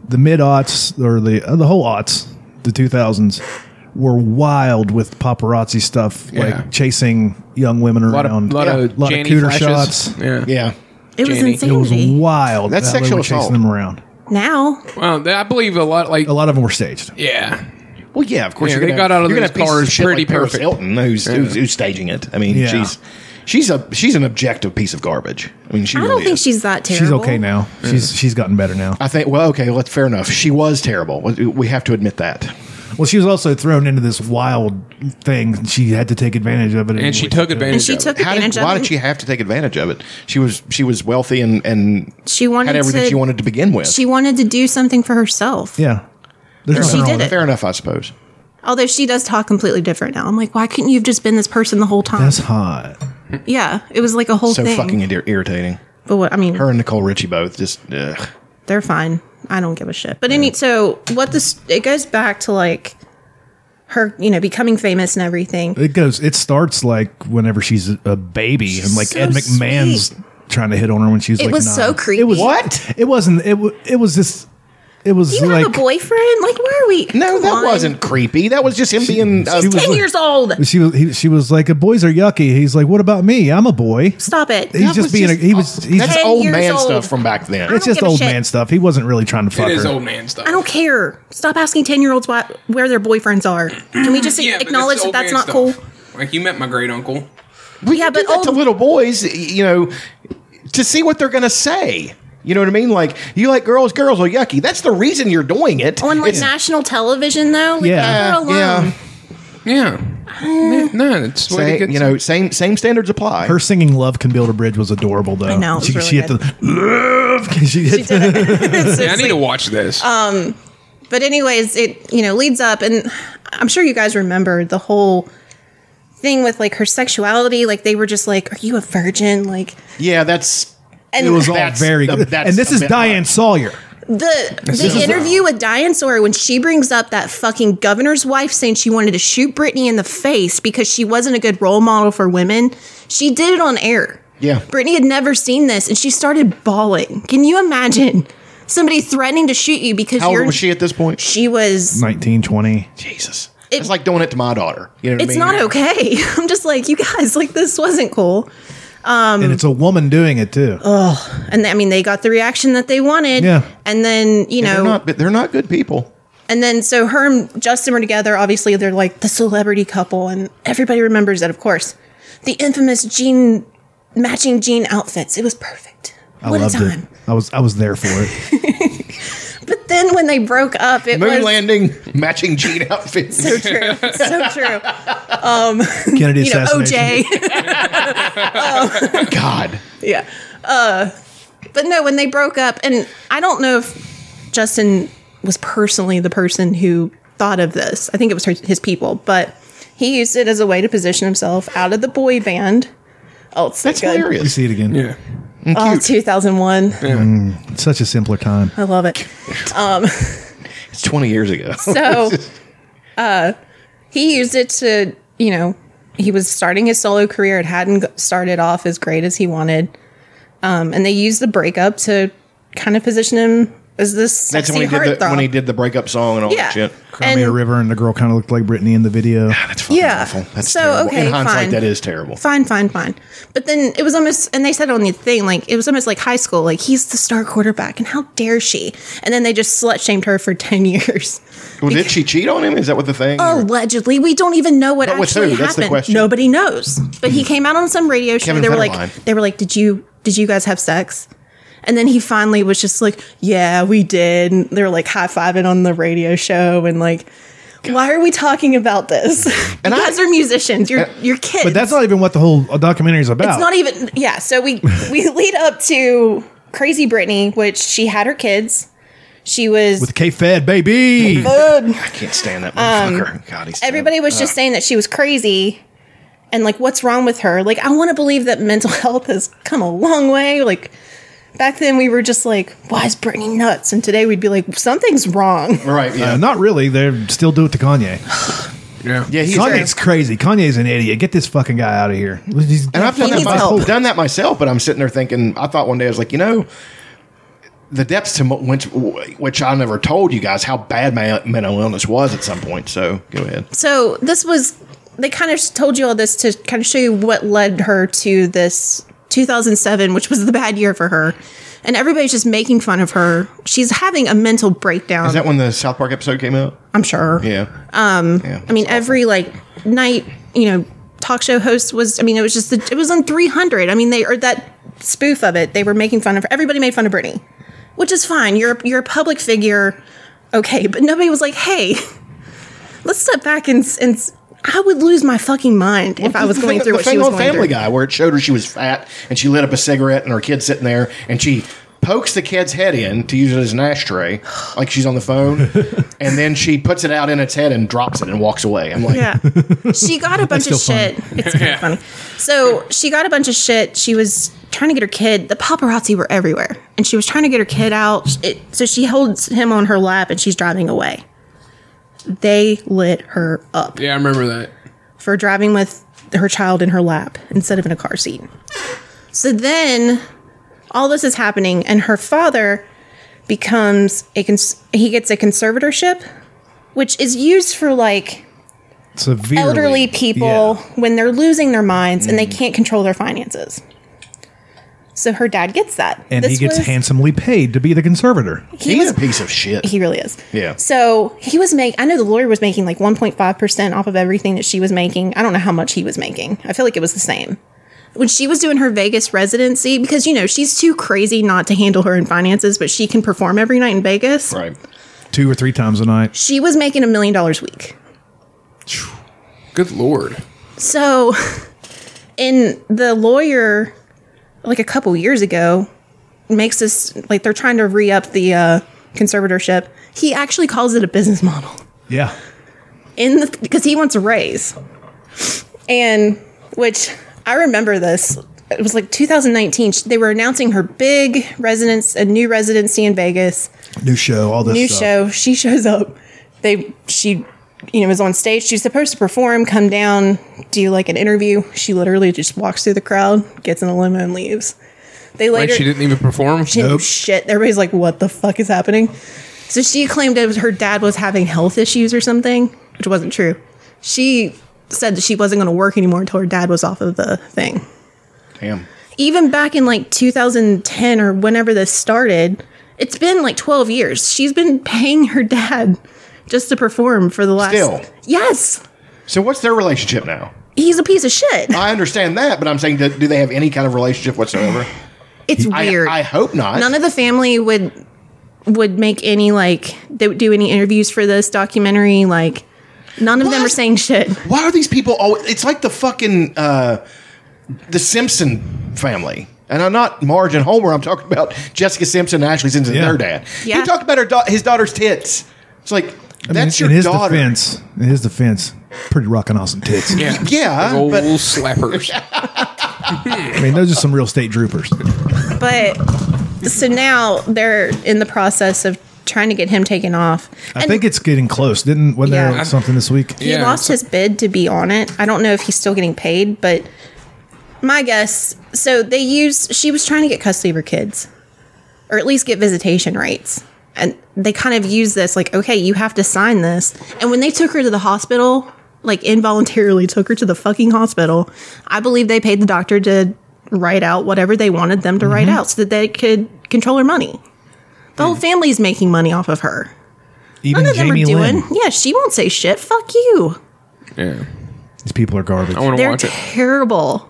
the mid aughts, or the uh, the whole aughts, the two thousands, were wild with paparazzi stuff,
Yeah.
like chasing young women
a lot of,
around,
lot of,
lot of
Janie
cooter
flashes.
shots.
Yeah.
Yeah.
it was
Janie.
It was
insanity.
wild.
That's
how they
sexual
were chasing
assault.
them around.
now,
Well, Uh, I believe a lot. Like,
A lot of them were staged.
yeah.
Well, yeah, of course.
Yeah, they
you're gonna,
got out of
you're gonna
those
have pieces of
cars
shit
pretty
like Paris
perfect.
Hilton, who's, who's who's staging it. I mean,
Yeah.
she's she's a she's an objective piece of garbage. I mean, she.
I
really
don't think
is.
she's that terrible.
She's okay now. She's she's gotten better now.
I think. Well, okay. Well, fair enough. She was terrible. We- We have to admit that.
Well, she was also thrown into this wild thing. She had to take advantage of it,
And she
anyway.
took advantage.
And she
of it.
took
How did,
advantage of
why
it.
did she have to take advantage of it? She was she was wealthy and and
She wanted
had everything
to-
she wanted to begin with.
She wanted to do something for herself.
Yeah, there's
she
nothing wrong
did
with
it.
fair enough, I suppose.
Although she does talk completely different now. I'm like, why couldn't you have just been this person the whole time?
That's hot.
yeah, it was like a whole
So
thing.
fucking ir- irritating.
but what I mean,
Her and Nicole Richie both just. Ugh.
they're fine. I don't give a shit. But any so what this it goes back to like her, you know, becoming famous and everything.
It goes. It starts like whenever she's a- a baby, and like
so
Ed McMahon's
sweet.
trying to hit on her when she was
It
like
was
nine.
so creepy.
It was
What?
It wasn't. It wa- it was this. It was
You
like
have a boyfriend? Like, where are we?
No,
Come
that
on.
wasn't creepy. That was just him being. Uh,
she was-
Ten years old.
she was. He, she was like, "Boys are yucky." He's like, "What about me? I'm a boy."
Stop it.
He's
That
just
was
being.
just-
a, he was. He's
that's
just,
Ten
old
years
man
old.
stuff from back then.
it's just
give a
old
shit.
man stuff. He wasn't really trying to fuck
It
her.
is old man stuff.
I don't care. Stop asking ten year olds where their boyfriends are. Can we just
but
acknowledge
this is
that
old
that's
man
not cool?
stuff. Like you met my great uncle.
We
Yeah,
yeah, but
but
do that to
old-
little boys, y- you know, to see what they're going to say. You know what I mean? Like you like girls, girls are yucky. That's the reason you're doing it.
On like
It's- uh,
national television though, like,
Yeah.
leave her alone.
yeah.
Yeah. Yeah, no, it's the way to
Say,
get
you know, same same standards apply.
Her singing "Love Can Build a Bridge" was adorable, though. I
know, it was
she,
really
she hit
good.
the love. She hit the-
Yeah, I need to watch this.
uh, But anyways, it you know leads up, and I'm sure you guys remember the whole thing with like her sexuality. Like they were just like, "Are you a virgin?" Like,
yeah, that's
and
It was all
That's
very
the-
good.
that's
And this
a
is
bit
Diane
much.
Sawyer.
The
is
the
a-
interview with Diane Sawyer when she brings up that fucking governor's wife saying she wanted to shoot Brittany in the face because she wasn't a good role model for women. She did it on air.
Yeah.
Brittany had never seen this and she started bawling. Can you imagine somebody threatening to shoot you because
How
you're
old was she at this point?
she was
1920.
Jesus.
It-
it's like doing it to my daughter. You know what I
it's
mean?
not okay. I'm just like, you guys, like this wasn't cool. Um,
and it's a woman doing it too.
uh, And I mean, they got the reaction that they wanted.
Yeah.
And then, you know,
They're not, but they're not good people.
And then so her and Justin were together. Obviously, they're like the celebrity couple, and everybody remembers that, of course. The infamous jean matching jean outfits. It was perfect.
I
what a
loved
time.
it. I was I was there for it.
But then when they broke up, it
Moon
was
landing, matching jean outfits.
so true. So true.
Kennedy
You know,
assassination.
OJ.
God.
yeah. Uh, but no, when they broke up, and I don't know if Justin was personally the person who thought of this. I think it was her, his people, but he used it as a way to position himself out of the boy band. Oh, it's so
That's
good.
You
hilarious.
see it again.
Yeah.
Oh, 2001.
It's such a simpler time.
I love it.
It's 20 years ago.
So, uh, he used it to, you know, he was starting his solo career. It hadn't g- started off as great as he wanted. Um, and they used the breakup to kind of position him as this
That's
sexy
when he, did the,
heartthrob.
when he did the breakup song and all
yeah.
that shit.
Crimea
And-
River and the girl kind of looked like Britney in the video.
That's fucking
Yeah.
awful. That's
So,
terrible.
okay,
In hindsight,
fine.
that is terrible.
fine, fine, fine. But then it was almost, and they said on the thing, like, it was almost like high school. Like, he's the star quarterback, and how dare she? And then they just slut shamed her for 10 years.
Well, did she cheat on him? Is that what the thing?
Oh, Allegedly, we don't even know what
But with
actually
who?
happened.
That's the question.
Nobody knows. But he came out on some radio show.
Kevin
they were
Federline.
like, they were like, did you did you guys have sex? And then he finally was just like, yeah, we did. And they were like high fiving on the radio show and like. Why are we talking about this?
And
you
I-
guys are musicians. You're you're kids.
But that's not even what the whole documentary is about.
It's not e- even yeah. So we we lead up to Crazy Britney, which she had her kids. She was
with K Fed, baby.
I can't stand that motherfucker. God, he's
um, everybody was just saying that she was crazy and like what's wrong with her like i want to believe that mental health has come a long way like back then we were just like why is brittany nuts and today we'd be like something's wrong
terrible. right. Yeah.
Uh, not really. They still do it to Kanye.
Yeah.
yeah. He's
Kanye's crazy. Kanye's an idiot. Get this fucking guy out of here. He's-
And I've done
He
that,
needs
my,
help.
done that myself, but I'm sitting there thinking, I thought one day, I was like, you know, the depths to m- which, which I never told you guys how bad my mental illness was at some point. So go ahead.
so this was they kind of told you all this to kind of show you what led her to this 2007 which was the bad year for her and everybody's just making fun of her she's having a mental breakdown
Is that when the South Park episode came out?
i'm sure
Yeah. Um,
I mean, every like night, you know, talk show host was. I mean, it was just the, it was on three hundred. I mean, they or that spoof of it. They were making fun of everybody made fun of Britney, which is fine. You're you're a public figure, okay, but nobody was like, hey, let's step back and s- and. s- I would lose my fucking mind if I was
The
going
thing-
through
the
what
thing
she was
on
going
Family
through.
Guy, where it showed her she was fat and she lit up a cigarette and her kid's sitting there and she pokes the kid's head in to use it as an ashtray, like she's on the phone, and then she puts it out in its head and drops it and walks away. I'm like,
Yeah. She got a bunch of
still funny.
shit. It's kind of funny. So she got a bunch of shit. She was trying to get her kid. The paparazzi were everywhere. And she was trying to get her kid out. It, so she holds him on her lap and she's driving away. They lit her up
Yeah, I remember that.
for driving with her child in her lap instead of in a car seat. So then all this is happening, and her father becomes a cons- he gets a conservatorship, which is used for like
severely.
elderly people
Yeah. Mm.
when they're losing their minds and they can't control their finances. So her dad gets that.
And he
This
gets
was-
handsomely paid to be the conservator.
He
he's
was
a piece of shit.
he really is.
Yeah.
So he was make I know the lawyer was making like 1.5% off of everything that she was making. I don't know how much he was making. I feel like it was the same. When she was doing her Vegas residency, because you know, she's too crazy not to handle her own finances, but she can perform every night in Vegas.
right.
Two or three times a night.
She was making a million dollars a week.
Good lord.
So, in the lawyer, like a couple years ago, makes this like they're trying to re up the uh, conservatorship. He actually calls it a business model
Yeah.
in the because he wants a raise, and which I remember this it was like 2019. She- They were announcing her big residence, a new residency in Vegas.
New show, all this
new
stuff.
show. She shows up. They she you know was on stage. She's supposed to perform, come down, do like an interview. She literally just walks through the crowd, gets in a limo, and leaves. They
Like
later
she didn't even perform.
she didn't do shit. Everybody's like, "What the fuck is happening?"
So she claimed it was her dad was having health issues or something, which wasn't true.
She said that she wasn't going to work anymore until her dad was off of the thing.
Damn.
Even back in like 2010 or whenever this started, it's been like 12 years. She's been paying her dad just to perform for the last.
Still.
Yes,
So what's their relationship now?
he's a piece of shit.
I understand that, but I'm saying, do, do they have any kind of relationship whatsoever?
It's
I,
weird.
I hope not.
None of the family would would make any like they would do any interviews for this documentary. Like none of them
What?
are saying shit.
Why are these people always? It's like the fucking uh, the Simpson family. And I'm not Marge and Homer. I'm talking about Jessica Simpson and Ashley Simpson,
Yeah.
their dad.
Yeah.
He talked about her da- his daughter's tits. It's like
I mean,
that's
in
your
his
daughter.
defense. In his defense, pretty rockin' awesome tits.
Yeah.
Yeah,
Big Old
but-
slappers.
I mean, those are some real state droopers.
But so now they're in the process of trying to get him taken off.
I think it's getting close. Didn't when there
Yeah.
was something this week?
he
Yeah,
lost
so-
his bid to be on it. I don't know if he's still getting paid, but my guess. So they used. She was trying to get custody of her kids, or at least get visitation rights. And they kind of used this like, okay, you have to sign this. And when they took her to the hospital, like involuntarily took her to the fucking hospital, I believe they paid the doctor to write out whatever they wanted them to write
Mm-hmm.
out so that they could control her money. The whole family's making money off of her.
Mm. Even
None of them
Jamie
are doing.
Lynn.
Yeah, she won't say shit. Fuck you.
Yeah.
These people are garbage.
I want to
They're
watch it.
terrible.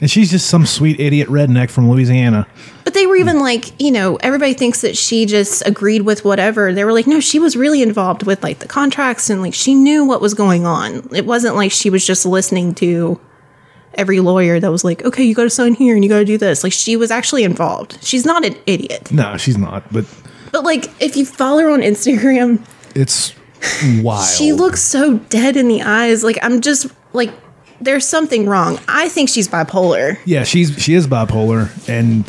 And she's just some sweet idiot redneck from Louisiana.
But they were even like, you know, everybody thinks that she just agreed with whatever. They were like, no, she was really involved with like the contracts and like she knew what was going on. It wasn't like she was just listening to every lawyer that was like, okay, you got to sign here and you got to do this. Like she was actually involved. She's not an idiot.
No, she's not. But
But like if you follow her on Instagram,
it's wild.
she looks so dead in the eyes. Like I'm just like, there's something wrong. I think she's bipolar.
Yeah, she's she is bipolar, and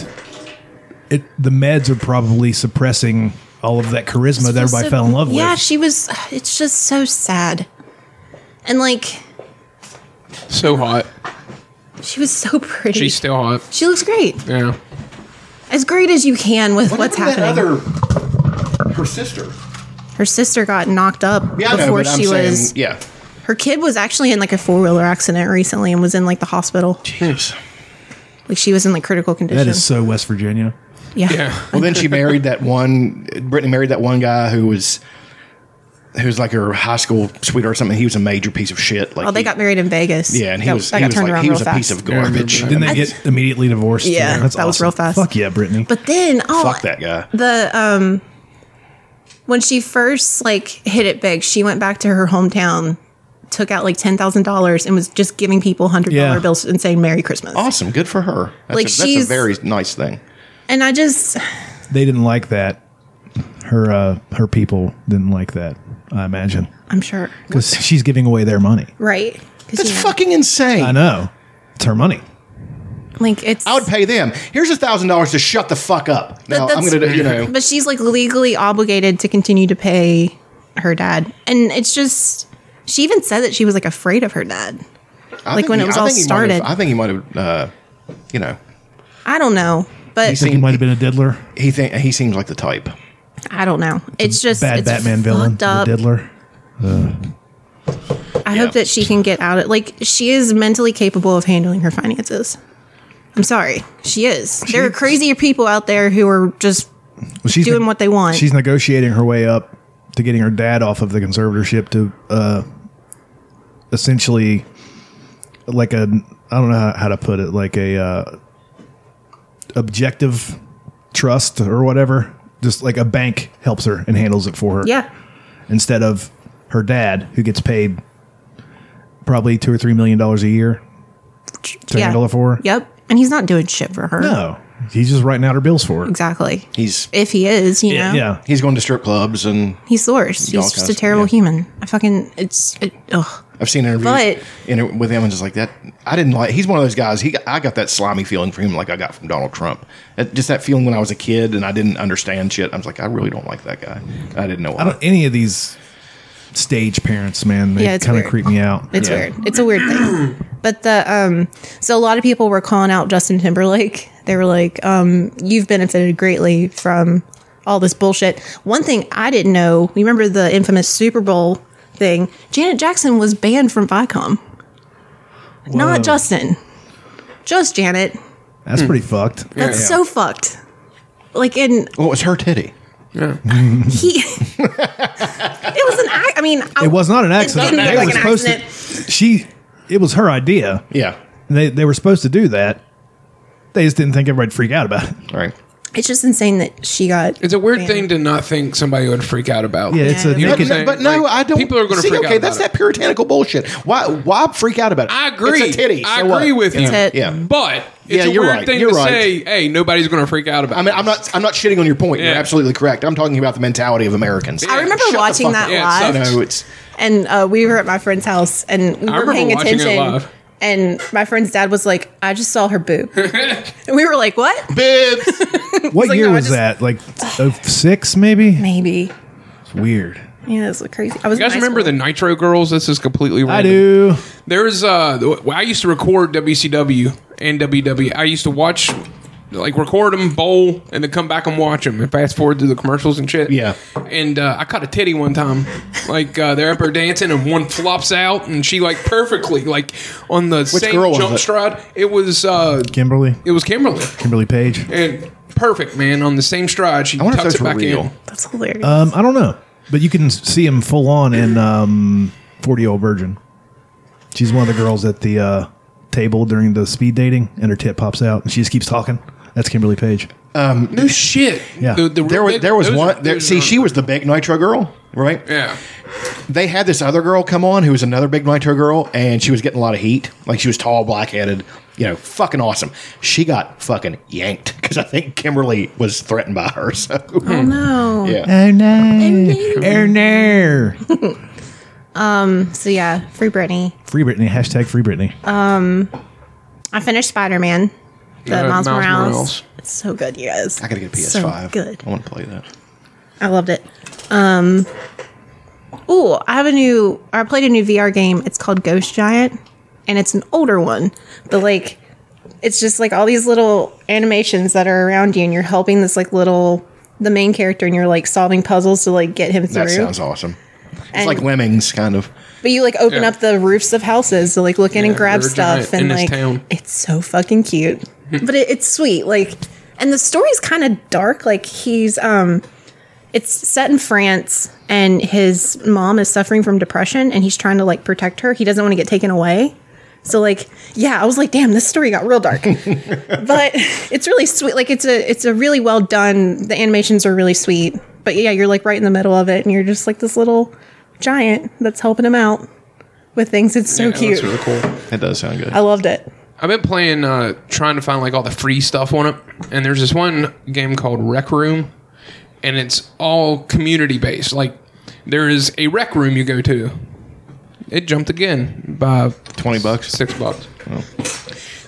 it the meds are probably suppressing all of that charisma that everybody
So-
fell in love with.
Yeah, she was. It's just so sad. And like,
So hot.
she was so pretty.
She's still hot.
she looks great.
Yeah.
As great as you can with what's
Look at
happening.
that other her sister.
her sister got knocked up
Yeah,
before
I know, but
she
I'm saying,
was.
yeah.
Her kid was actually in like a four wheeler accident recently and was in like the hospital. Like she was in like critical condition.
that is so West Virginia.
yeah.
Yeah.
Well, then she married that one. Brittany married that one guy who was who was like her high school sweetheart or something. He was a major piece of shit. Like
Oh, they
he-
got married in Vegas.
Yeah, and he
That-
was
that
he
got
was
turned
like
around
he
real
was a
fast.
piece of
Yeah, I remember
garbage.
that.
Didn't they get immediately divorced?
Yeah,
that's
that was
awesome.
real fast.
Fuck yeah, Brittany.
But then, oh,
Fuck that guy.
the um when she first like hit it big, she went back to her hometown, took out like ten thousand dollars, and was just giving people hundred dollar
Yeah.
bills and saying Merry Christmas.
Awesome, good for her. That's,
Like,
a, that's a
she's-
very nice thing.
And I just
they didn't like that. Her uh, her people didn't like that. I imagine
I'm sure
because she's giving away their money.
right. 'Cause,
That's
you know,
fucking insane.
I know it's her money.
like it's
I would pay them. Here's a thousand dollars to shut the fuck up. Now I'm
that's-
gonna, do- you know,
but she's like legally obligated to continue to pay her dad. And it's just she even said that she was like afraid of her dad.
I
like
think
when
he-
it was
I
all
think he might have-
started.
I think he might have, uh, you know,
I don't know.
he
But
Think it
seemed
might have been a diddler,
he think he seems like the type.
I don't know. It's just
bad
it's
Batman villain,
fucked up.
the diddler.
I
Yeah.
hope that she can get out of like she is mentally capable of handling her finances. I'm sorry. She is. there are crazier people out there who are just
Well, she's
doing
ne-
what they want.
She's negotiating her way up to getting her dad off of the conservatorship to uh, essentially like a I don't know how, how to put it like a uh, objective trust or whatever. Just like a bank helps her and handles it for her
yeah.
instead of her dad who gets paid probably two or three million dollars a year to
yeah.
handle it for her.
Yep. And he's not doing shit for her.
No, he's just writing out her bills for her.
Exactly.
He's
If he is, you know.
Yeah,
he's going to strip clubs and
He's the worst.
Y'all
He's just
cuss,
a terrible
yeah.
human. I fucking it's it, ugh.
I've seen interviews
But-
in it with him and just like that. I didn't like. He's one of those guys. He got, I got that slimy feeling from him, like I got from Donald Trump. That- just that feeling when I was a kid and I didn't understand shit. I was like, I really don't like that guy. I didn't know. Why.
I don't any of these stage parents, man. They
Yeah, it's
kind of
weird.
creep me out.
It's
Yeah.
weird. It's a weird thing. But the um so a lot of people were calling out Justin Timberlake. They were like, um, you've benefited greatly from all this bullshit. One thing I didn't know, you remember the infamous Super Bowl thing? Janet Jackson was banned from Viacom.
Whoa.
Not Justin. Just Janet.
That's
Hmm.
pretty fucked.
That's so fucked. Like in
Oh.
Well, it was her titty.
he It was an ac- I mean I,
It was not an accident.
didn't
They
look like
were
an
supposed to. She. It was her idea.
Yeah.
They they were supposed to do that. They just didn't think everybody'd freak out about it.
All right.
it's just insane that she got
It's a weird
banned.
thing to not think somebody would freak out about.
Yeah, it's a
You know what I'm
But,
naked.
saying?
but no,
Like,
I don't.
People are going to
see,
freak
okay,
out.
that's
about
that puritanical bullshit. Why? Why freak out about it?
It. I agree.
It's a titty.
I
so what?
agree with you.
It's a-
Yeah.
But it's
Yeah,
a
you're
weird
right.
thing
You're
to
right.
say, hey, nobody's going to freak out about
I mean, I'm not. I'm not shitting on your point. You're
Yeah.
absolutely correct. I'm talking about the mentality of Americans.
I remember
Shut the
watching
fuck
that
up.
Yeah, it
live.
sucks.
No, it's
and uh, we were at my friend's house and we were
remember
paying
watching it
attention.
live.
And my friend's dad was like, "I just saw her boob," and we were like, "What?
bibs.
what
like,
year
no, I
was
just-
that? Like oh six, maybe.
Maybe."
It's weird.
Yeah, that's what crazy. I was.
You guys remember the Nitro Girls? This is completely random.
I do.
There's uh, the- I used to record WCW and WWE. I used to watch, like, record them, bowl, and then come back and watch them and fast forward through the commercials and shit.
Yeah.
And uh, I caught a titty one time. Like, uh, they're up there dancing and one flops out and she, like, perfectly, like, on the same
girl was
jump
it?
stride. It was, uh,
Kimberly.
it was Kimberly.
Kimberly Page.
And perfect, man, on the same stride. She
I wonder if
tucks
those
it
were
back in.
real.
That's hilarious.
Uh,
Um, I don't know, but you can see him full on in um, Forty Year Old Virgin. She's one of the girls at the uh, table during the speed dating, and her tit pops out, and she just keeps talking. That's Kimberly Page.
No shit.
Yeah.
real
There was
big-
there was
those
one.
are-
There,
those
see,
are-
she was the big Nitro girl, right?
Yeah.
They had this other girl come on who was another big Nitro girl, and she was getting a lot of heat. Like she was tall, black headed, you know, fucking awesome. She got fucking yanked because I think Kimberly was threatened by her. So
Hmm.
no.
yeah,
Oh no, oh no.
So yeah, free Britney.
Free Britney. Hashtag Free Britney.
I finished Spider Man. The
Yeah,
Miles,
Miles
Morales.
Morales.
It's so good, you guys.
I gotta get a PS5.
So good.
I want to play that.
I loved it. Um. Oh, I have a new. or I played a new VR game. It's called Ghost Giant, and it's an older one. But like, it's just like all these little animations that are around you, and you're helping this like little the main character, and you're like solving puzzles to like get him through.
That sounds awesome. It's
And-
like lemmings, kind of.
but you like open
Yeah.
up the roofs of houses to like look in
Yeah,
and grab
they're
stuff,
giant in
and
this
like
town.
it's so fucking cute. but it, it's sweet, like, and the story's kind of dark. Like he's um, it's set in France, and his mom is suffering from depression, and he's trying to like protect her. He doesn't want to get taken away. So like, yeah, I was like, damn, this story got real dark. but it's really sweet. Like it's a it's a really well done. The animations are really sweet. But yeah, you're like right in the middle of it, and you're just like this little giant that's helping him out with things. It's so
Yeah,
cute.
That's really cool.
That does sound good.
I loved it.
I've been playing, uh, trying to find like all the free stuff on it, and there's this one game called Rec Room, and it's all community based. Like there is a rec room you go to. It jumped again by
Twenty bucks.
six bucks.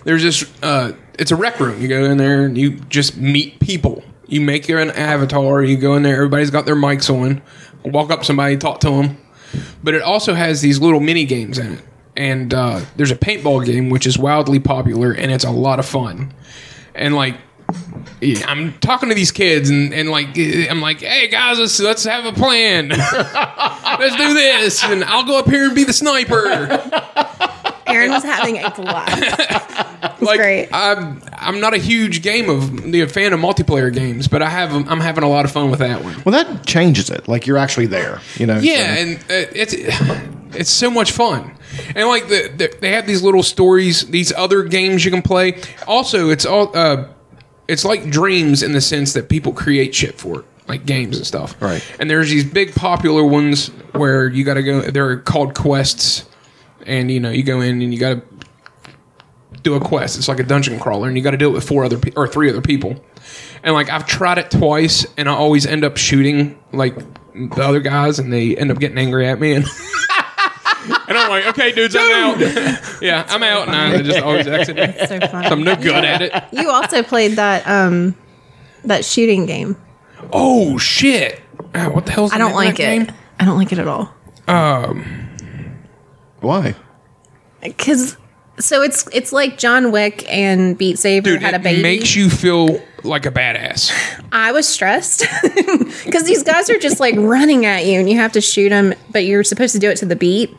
There's this. Uh, it's a rec room. You go in there and you just meet people. You make your an avatar. You go in there. Everybody's got their mics on. Walk up to somebody, talk to them. But it also has these little mini games in it. And uh, there's a paintball game which is wildly popular and it's a lot of fun. And like. I'm talking to these kids and, and like eh, I'm like, hey guys, let's let's have a plan. let's do this, and I'll go up here and be the sniper.
Aaron was having a blast.
like
great.
I'm I'm not a huge game of the fan of multiplayer games, but I have I'm having a lot of fun with that one.
Well, that changes it. Like you're actually there. You know.
Yeah,
so-
and uh, it's it's so much fun. And like the, the, they have these little stories, these other games you can play. Also, it's all uh, it's like dreams in the sense that people create shit for it, like games and stuff.
Right.
And there's these big popular ones where you got to go. They're called quests, and you know you go in and you got to do a quest. It's like a dungeon crawler, and you got to do it with four other pe- or three other people. And like I've tried it twice, and I always end up shooting like the other guys, and they end up getting angry at me. And And I'm like, okay, dudes, I'm out. yeah, I'm out. And I just always exit me.
So funny.
I'm no good at it.
You also played that um that shooting game.
Oh, shit. Ah, what the hell's
I don't like it. I don't like it at all.
Why?
Cuz so it's it's like John Wick and Beat Saber
Dude,
had a
it
baby.
makes you feel like a badass.
I was stressed because these guys are just like running at you and you have to shoot them, but you're supposed to do it to the beat.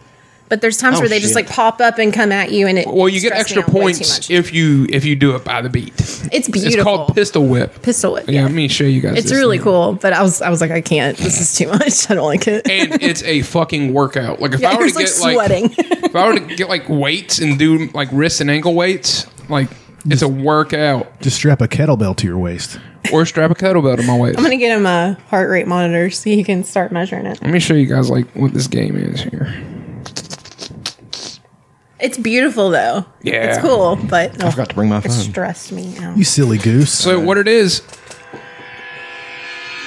But there's times
Oh,
where they just
shit.
like pop up and come at you, and it
Well, you get
stressed
extra
me out way too
points
much.
if you if you do it by the beat.
it's beautiful.
It's called pistol whip.
pistol whip.
Yeah, let me show you guys.
It's
this
really
thing.
cool, but I was I was like, I can't. This is too much. I don't like it.
And it's a fucking workout. Like if I
I
were to
was like
get like
sweating.
if I were to get like weights and do like wrist and ankle weights, like it's a workout.
Just strap a kettlebell to your waist.
Or strap a kettlebell to my waist.
I'm gonna get him a heart rate monitor so he can start measuring it.
Let me show you guys like what this game is here.
It's beautiful though.
Yeah.
it's cool, but
I forgot to bring my
it
phone.
stressed me out.
You silly goose.
So what it is?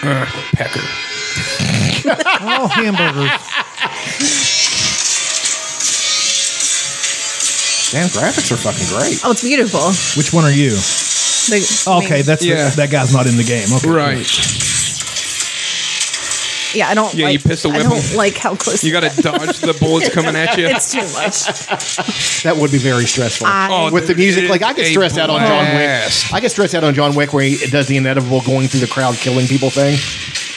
Uh, pecker.
oh, hamburger.
Damn, graphics are fucking great.
Oh, it's beautiful.
Which one are you?
The- I mean,
Okay, that's
Yeah.
the, that guy's not in the game. Okay.
Right.
yeah. I don't.
Yeah, you
like,
pistol whip
I don't
him.
like how close
You got to dodge the bullets coming at you.
It's too much.
That would be very stressful.
Oh,
with the
dude,
music,
it
like I
is
get
a
stressed out on John
blast.
Wick. I get stressed out on John Wick where he does the inevitable going through the crowd killing people thing.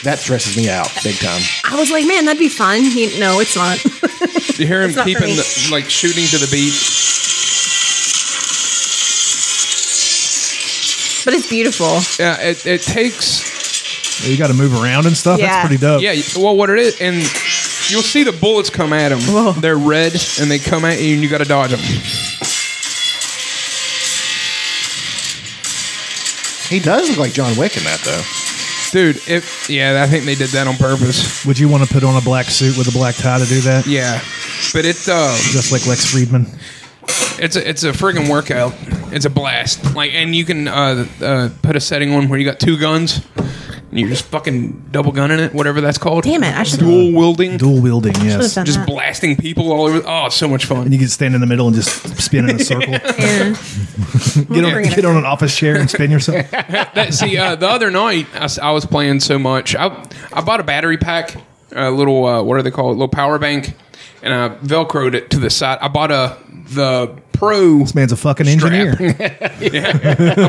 That stresses me out big time.
I was like, man, that'd be fun. He, no, it's not.
You hear him
not for
keeping
me.
the, like shooting to the beat.
but it's beautiful.
Yeah, it, it takes.
You got to move around and stuff.
Yeah.
That's pretty
Oh.
dope.
Yeah, well, what it is, and you'll see the bullets come at him. They're red and they come at you, and you got to dodge them.
He does look like John Wick in that though.
Dude, if yeah, I think they did that on purpose.
Would you want to put on a black suit with a black tie to do that?
Yeah, but it's uh,
Just like Lex Friedman.
it's a, it's a friggin' workout. It's a blast. Like, and you can uh, uh, put a setting on where you got two guns, and you're just fucking double gunning it, whatever that's called.
Damn it, I should-
dual wielding,
Dual wielding, yes.
done-
And
just blasting people all over. Oh, it's so much fun.
you can stand in the middle and just spin in a circle.
Yeah.
Get, on,
Bring it
get
up.
on an office chair and spin yourself.
That, see, uh, the other night I, s- I was playing so much. I I bought a battery pack, a little uh, what do they call it, little power bank, and I velcroed it to the side. I bought a the pro
Man's a fucking engineer.
I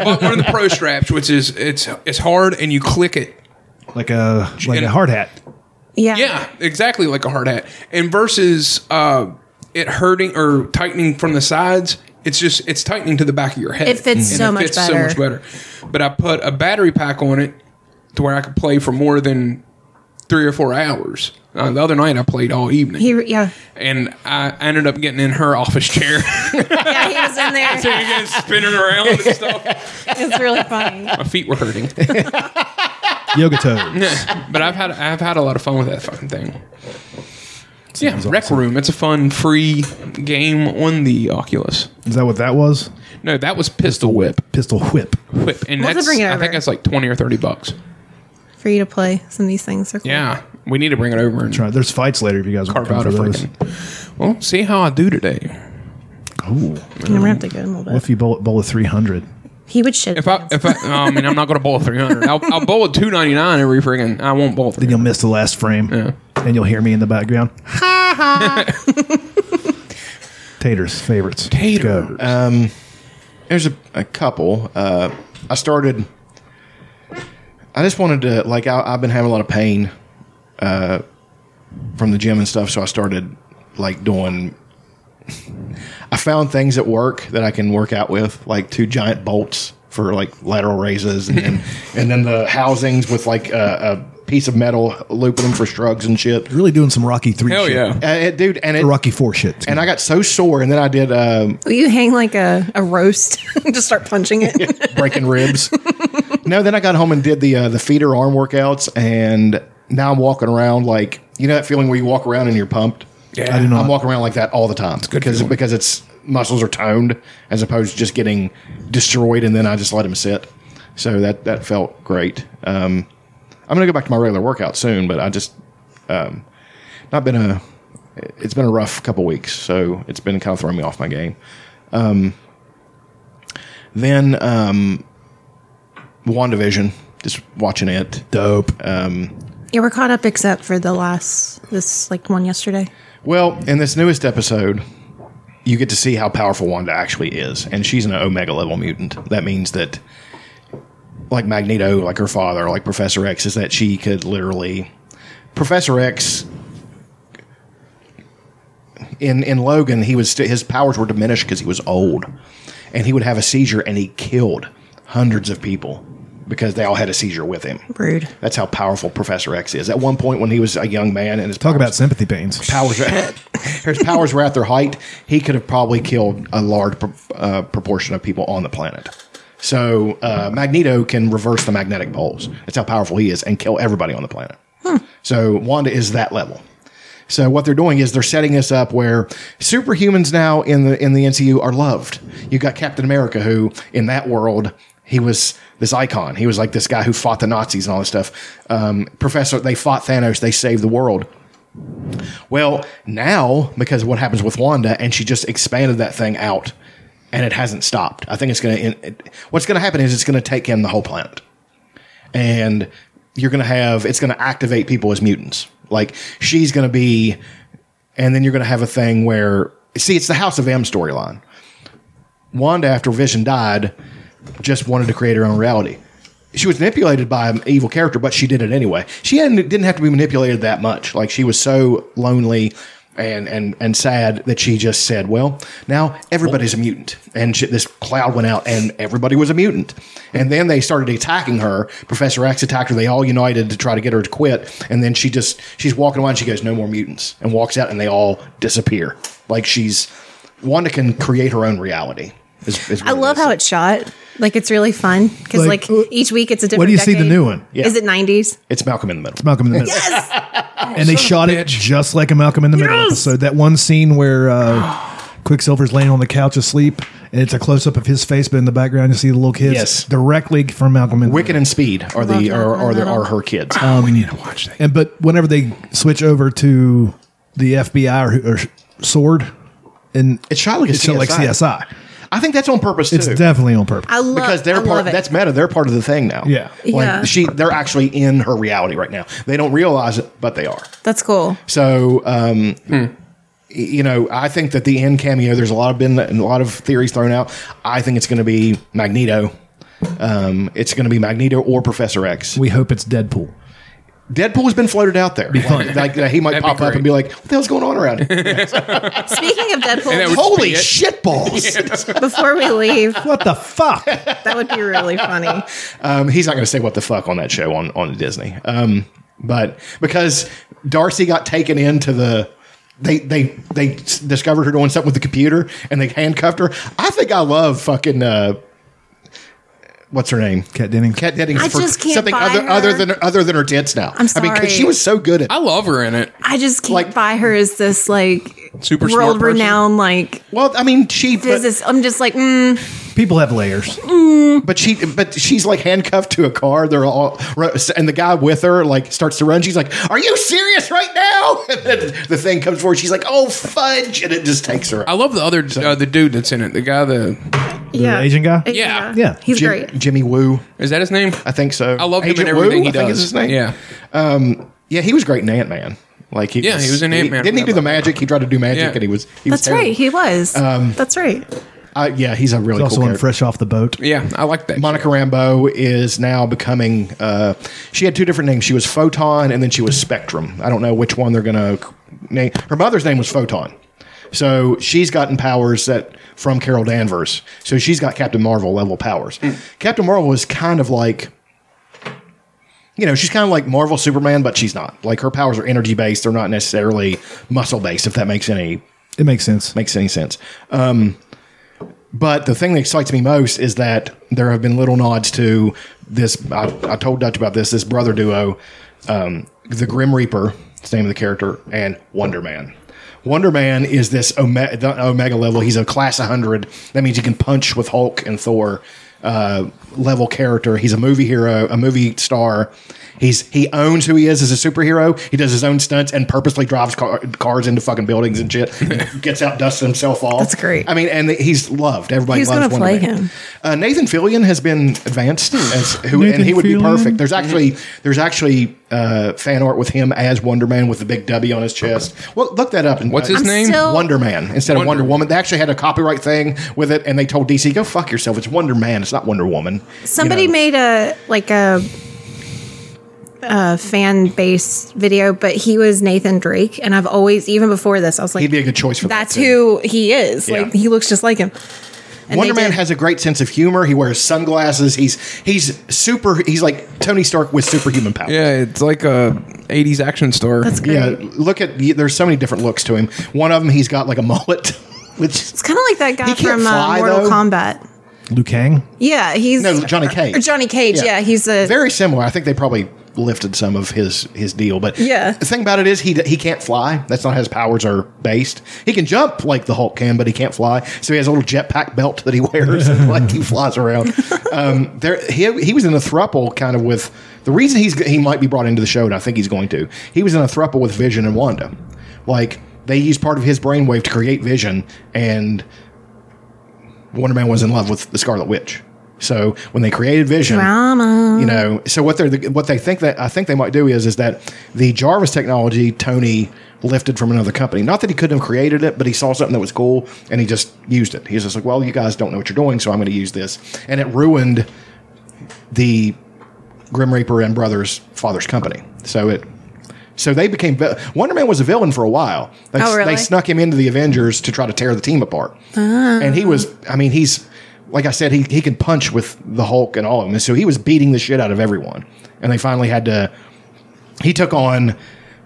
bought one of the pro straps, which is it's it's hard and you click it
Like a like
And-
a hard hat.
Yeah.
Yeah, exactly like a hard hat. And versus uh, it hurting or tightening from the sides, it's just it's tightening to the back of your head.
It fits
And
so much
so
better.
much better. But I put a battery pack on it to where I could play for more than three or four hours. Uh, the other night I played all evening,
He, yeah.
and I ended up getting in her office chair,
Yeah, he was in there.
and spinning around and stuff.
It's really funny.
My feet were hurting,
Yoga toe.
but I've had I've had a lot of fun with that fucking thing. Yeah, Rec Room. It's a fun free game on the Oculus.
Is that what that was?
No, that was Pistol Whip.
Pistol whip.
Whip, and
We'll have to
that's
bring it
I
over.
think that's like twenty or thirty bucks.
For you to play some of these things. Are cool.
Yeah, we need to bring it over and
Try- There's fights later if you guys want
carve
to come
out
for
a
those.
freaking. Well, see how I do today.
Ooh.
I'm going to have to go in a little bit.
What if you bowl, bowl a 300?
He would shit.
If I if I, I mean, I'm not going to bowl three hundred. I'll, I'll bowl two ninety nine every freaking. I won't bowl.
Then
300.
you'll miss the last frame. And you'll hear me in the background. Ha ha. Taters, favorites.
Tater.
Go. Uh,
There's a, a couple. Uh, I started. I just wanted to like I, I've been having a lot of pain uh, from the gym and stuff, so I started like doing. I found things at work that I can work out with, like two giant bolts for like lateral raises, and then, and then the housings with like a, a piece of metal looping them for shrugs and shit.
Really doing some Rocky 3
Hell
shit.
yeah!
Uh, it, dude, and it,
Rocky 4 shit.
and I got so sore, and then I did um,
Will you hang like a, a roast and just start punching it?
breaking ribs. no, then I got home and did the uh, the feeder arm workouts, and now I'm walking around like you know that feeling where you walk around and you're pumped.
I do
I'm
not.
walking around like that all the time because because it's muscles are toned as opposed to just getting destroyed, and then I just let them sit. So that that felt great. Um, I'm gonna go back to my regular workout soon, but I just um, not been a it's been a rough couple weeks, so it's been kind of throwing me off my game. Um, then um, WandaVision, just watching it.
Dope.
Yeah, we're caught up except for the last, this like one yesterday.
Well, in this newest episode, you get to see how powerful Wanda actually is, and she's an Omega level mutant. That means that, like Magneto, like her father, like Professor X, is that she could literally, Professor X. In in Logan, he was st- his powers were diminished because he was old, and he would have a seizure, and he killed hundreds of people because they all had a seizure with him.
Rude.
That's how powerful Professor X is. At one point, when he was a young man, and his
Talk
powers-
about sympathy pains.
powers his powers were at their height, he could have probably killed a large pro- uh, proportion of people on the planet. So uh, Magneto can reverse the magnetic poles. That's how powerful he is, and kill everybody on the planet. So Wanda is that level. So what they're doing is they're setting us up where superhumans now in the in the NCU are loved. You got Captain America, who in that world he was this icon. He was like this guy who fought the Nazis and all this stuff. Um, Professor, they fought Thanos. They saved the world. Well, now because of what happens with Wanda, and she just expanded that thing out, and it hasn't stopped. I think it's going to. What's going to happen is it's going to take in the whole planet, and you're going to have it's going to activate people as mutants. Like she's going to be, and then you're going to have a thing where see it's the House of M storyline. Wanda, after Vision died, just wanted to create her own reality. She was manipulated by an evil character, but she did it anyway. She hadn't, didn't have to be manipulated that much. Like she was so lonely and and and sad that she just said, "Well, now everybody's a mutant." And she, this cloud went out, and everybody was a mutant. And then they started attacking her. Professor X attacked her. They all united to try to get her to quit. And then she just she's walking away, and she goes, "No more mutants," and walks out, and they all disappear. Like she's Wanda can create her own reality. is- is
I
what
love
is.
how it's shot. Like it's really fun because
Like,
like,
uh,
each week it's a different.
What do you see the
decade.
new one?
Yeah.
Is it nineties?
it's Malcolm in the Middle.
Malcolm in the Middle. And they shot it just like a Malcolm in the Middle episode. That one scene where uh, Quicksilver's laying on the couch asleep, and it's a close up of his face, but in the background you see the little kids
Yes.
directly from Malcolm in the
Wicked
Middle.
and Speed are the are, are, the, are her kids.
Um,
we need to watch that.
And but whenever they switch over to the FBI or, or Sword, and
It's shot like a
it's shot like CSI.
I think that's on purpose too.
It's definitely on purpose.
I love
because they're
I
part.
Love it.
That's meta. They're part of the thing now.
Yeah.
Like
Yeah.
she, they're actually in her reality right now. They don't realize it, but they are.
that's cool.
So, um, y- you know, I think that the end cameo. There's a lot of been a lot of theories thrown out. I think it's going to be Magneto. Um, it's going to be Magneto or Professor X.
we hope it's Deadpool.
Deadpool has been floated out there. Like, like, uh, he might
That'd be
pop up
great.
and be like, "What the hell's going on around here?"
Speaking of
that
Deadpool,
would-
Holy
be it.
shitballs!
before we leave,
What the fuck?
that would be really funny.
Um, he's not going to say what the fuck on that show on on Disney. Um, but because Darcy got taken into the. They they they s- discovered her doing something with the computer and they handcuffed her. I think I love fucking uh, what's her name?
Kat Dennings.
Kat Dennings
I just can't
something
buy
other
her.
other than other than her tits now.
I'm
I mean, 'cause she
sorry.
was so good at.
I love her in it.
I just can't
Like-
buy her as this like
Super smart
world renowned like
Well, I mean, she but,
physicist. I'm just like mm,
People have layers.
but she but she's like handcuffed to a car. They're all and the guy with her like starts to run. She's like, "Are you serious right now?" And then the thing comes forward. She's like, "Oh fudge!" And it just takes her.
I love the other uh, the dude that's in it. The guy that
yeah.
Asian guy?
Yeah.
Yeah.
he's
Jim-
great.
Jimmy Woo,
is that his name?
I think so.
I love him
Agent
in everything
Woo,
he does.
I think is his name.
Yeah,
yeah. He was great in Ant Man. Like he
Yeah, he was in Ant-Man.
Didn't he do the magic? He tried to do magic,
Yeah.
and he was he
That's
was terrible.
right. He was.
Um,
that's right.
Uh, yeah, he's a really
also
cool
on
character.
Fresh Off the Boat.
yeah, I like that.
Monica Rambeau is now becoming. Uh, she had two different names. She was Photon, and then she was Spectrum. I don't know which one they're going to name. Her mother's name was Photon, so she's gotten powers that from Carol Danvers. So she's got Captain Marvel level powers. Captain Marvel is kind of like you know, she's kind of like Marvel Superman, but she's not. Like her powers are energy based; they're not necessarily muscle based. If that makes any
It makes sense.
makes any sense. Um, but the thing that excites me most is that there have been little nods to this. I, I told Dutch about this. This brother duo, um, the Grim Reaper, it's the name of the character, and Wonder Man. Wonder Man is this omega, the omega level. He's a class 100. That means he can punch with Hulk and Thor. Uh, level character. He's a movie hero, a movie star. He's he owns who he is as a superhero. He does his own stunts and purposely drives car, cars into fucking buildings and shit. Gets out, dusts himself off.
That's great.
I mean, and he's loved. Everybody
Who's
loves
gonna
Wonder
play
Man.
him?
Uh, Nathan Fillion has been advanced as who, and
Nathan
he would be
Fillion?
perfect. There's actually there's actually uh, fan art with him as Wonder Man with the big W on his chest. Well, look that up. And,
What's
uh,
his
I'm
name?
still-
Wonder Man instead of
Wonder-
Wonder Woman. They actually had a copyright thing with it, and they told DC, "Go fuck yourself. It's Wonder Man. It's not Wonder Woman." You
Somebody
know.
made a like a, a fan base video, but he was Nathan Drake, and I've always even before this I was like,
He'd be a good choice for that,
That's
too.
who he is. Like
Yeah.
he looks just like him. And
Wonder
they
Man
did-
has a great sense of humor. He wears sunglasses. He's he's super. He's like Tony Stark with superhuman powers.
Yeah, it's like a '80s action star.
That's great.
Yeah, look at there's so many different looks to him. One of them, he's got like a mullet, which
It's kind of like that
He
guy
can't
from
fly,
uh, Mortal
though.
Kombat.
Liu Kang.
Yeah, he's
no Johnny Cage.
or Johnny Cage. Yeah, he's a
very similar. I think they probably lifted some of his his deal, but
Yeah.
The thing about it is he he can't fly. That's not how his powers are based. He can jump like the Hulk can, but he can't fly. So he has a little jetpack belt that he wears and like he flies around. Um, there he he was in a thruple kind of with the reason he's he might be brought into the show, and I think he's going to. He was in a thruple with Vision and Wanda, like. They used part of his brainwave to create Vision, and Wonder Man was in love with the Scarlet Witch. So when they created Vision,
drama.
you know, so what they're what they think that I think they might do is is that the Jarvis technology Tony lifted from another company. Not that he couldn't have created it, but he saw something that was cool and he just used it. He's just like, well, you guys don't know what you're doing, so I'm going to use this, and it ruined the Grim Reaper and Brothers father's company. So it. So they became vi- Wonder Man was a villain for a while. They,
Oh, really?
they snuck him into the Avengers to try to tear the team apart.
Ah.
And he was, I mean, he's like I said, he he can punch with the Hulk and all of them. And so he was beating the shit out of everyone. And they finally had to. He took on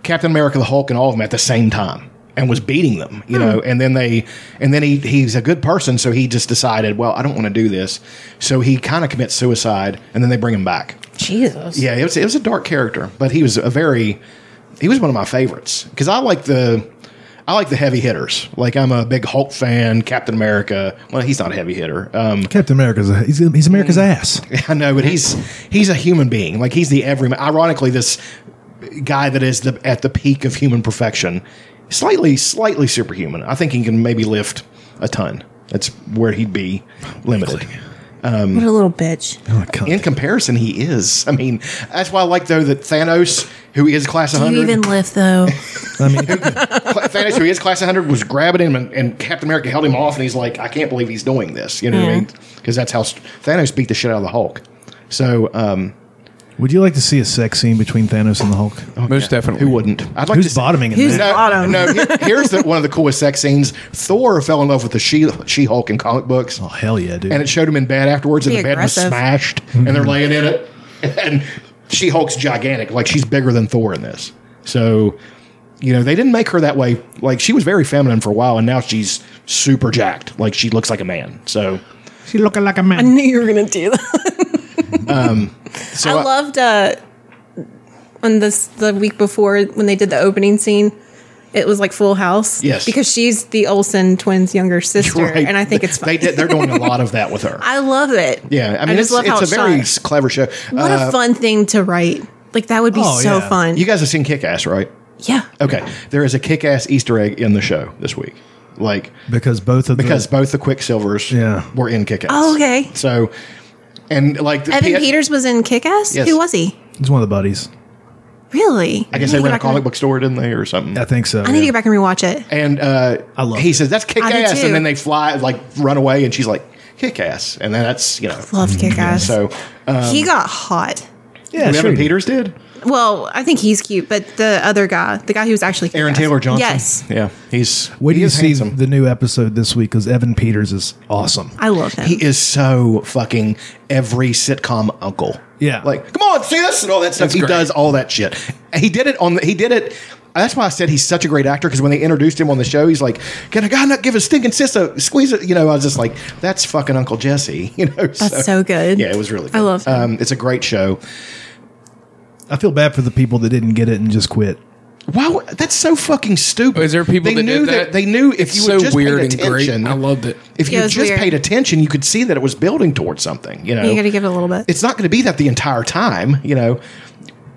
Captain America, the Hulk, and all of them at the same time, and was beating them. You know, and then they, and then he he's a good person, so he just decided, well, I don't want to do this. So he kind of commits suicide, and then they bring him back.
Jesus.
Yeah, it was it was a dark character, but he was a very he was one of my favorites because I like the I like the heavy hitters. Like I'm a big Hulk fan, Captain America. Well, he's not a heavy hitter. Um,
Captain America's a, he's, he's America's ass.
I know, but he's he's a human being. Like he's the everyman. Ironically, this guy that is the at the peak of human perfection, slightly slightly superhuman. I think he can maybe lift a ton. That's where he'd be limited.
What a little bitch.
Oh, cunt.
In comparison, he is. I mean, that's why I like though that Thanos, who is class 100,
You even live though.
I mean,
Cla- Thanos, who is class 100, was grabbing him, and, and Captain America held him off, and he's like, "I can't believe he's doing this." You know what I mean? Because that's how st- Thanos beat the shit out of the Hulk. So, um,
would you like to see a sex scene between Thanos and the Hulk?
Most definitely.
who wouldn't? I'd like
Who's
to see-
bottoming in
Who's
that?
No,
Bottom.
no. here- here's the, one of the coolest sex scenes. Thor fell in love with the She She Hulk in comic books,
Oh, hell yeah, dude.
and it showed him in bed afterwards, and
Be
the bed was
aggressive.
smashed, and they're laying in it, and She Hulk's gigantic, like she's bigger than Thor in this. So, you know, they didn't make her that way. Like she was very feminine for a while, and now she's super jacked. Like she looks like a man. So,
she looking like a man.
I knew you were gonna do that.
so
I loved uh, on this the week before when they did the opening scene. It was like Full House,
Yes.
because she's the Olsen twins' younger sister,
Right.
and I think it's
they
fun.
did. They're doing a lot of that with her.
I love it.
yeah, I mean,
just
it's,
love how
it's a very
shot.
clever show.
What
Uh,
a fun thing to write! Like that would be
Oh,
so
yeah.
fun.
you guys have seen Kick Ass, right?
yeah,
Okay, there is a kick-ass Easter egg in the show this week. Like
because both of
because
the,
both the Quicksilvers
Yeah.
were in Kick-Ass.
Oh, okay.
So and like the
Evan
P-
Peters was in Kick Ass.
Yes.
Who was he?
it's one of the buddies.
Really?
I guess they
need
ran a
to go back
comic
and-
book store, didn't they, or something?
I think so.
I need to
yeah.
go back and rewatch it.
And uh,
I love
he
it.
says that's
do
kick-ass,
too.
and then they fly like run away, and she's like kick-ass, and then that's you know.
Loved Kick Ass.
Mm, So uh,
he got hot.
Yeah, sure.
Evan Peters did.
Well, I think he's cute, but the other guy, the guy who was actually
Aaron
kick-ass.
Taylor Johnson.
Yes,
Yeah, he's.
Wait do
he
you
is
see
handsome.
the new episode this week? Because Evan Peters is awesome.
I love him.
He is so fucking every sitcom uncle.
Yeah.
like come on, sis, and all that stuff. he
great.
does all that shit. He did it on. The, he did it. That's why I said he's such a great actor because when they introduced him on the show, he's like, "Can a guy not give his stinking sis a squeeze?" It? You know, I was just like, "That's fucking Uncle Jesse." You know,
That's so good.
Yeah, it was really. Good.
I love him.
Um, it's a great show.
I feel bad for the people that didn't get it and just quit.
Why? would- That's so fucking stupid.
Oh, Is there people
they
that
knew
did that?
They knew if
It's
you
so
would just
weird
paid
and great.
attention.
I loved it.
If
Yeah,
you
it was
just
weird.
paid attention, you could see that it was building towards something. You know,
You gotta give it a little bit.
it's not going to be that the entire time. You know,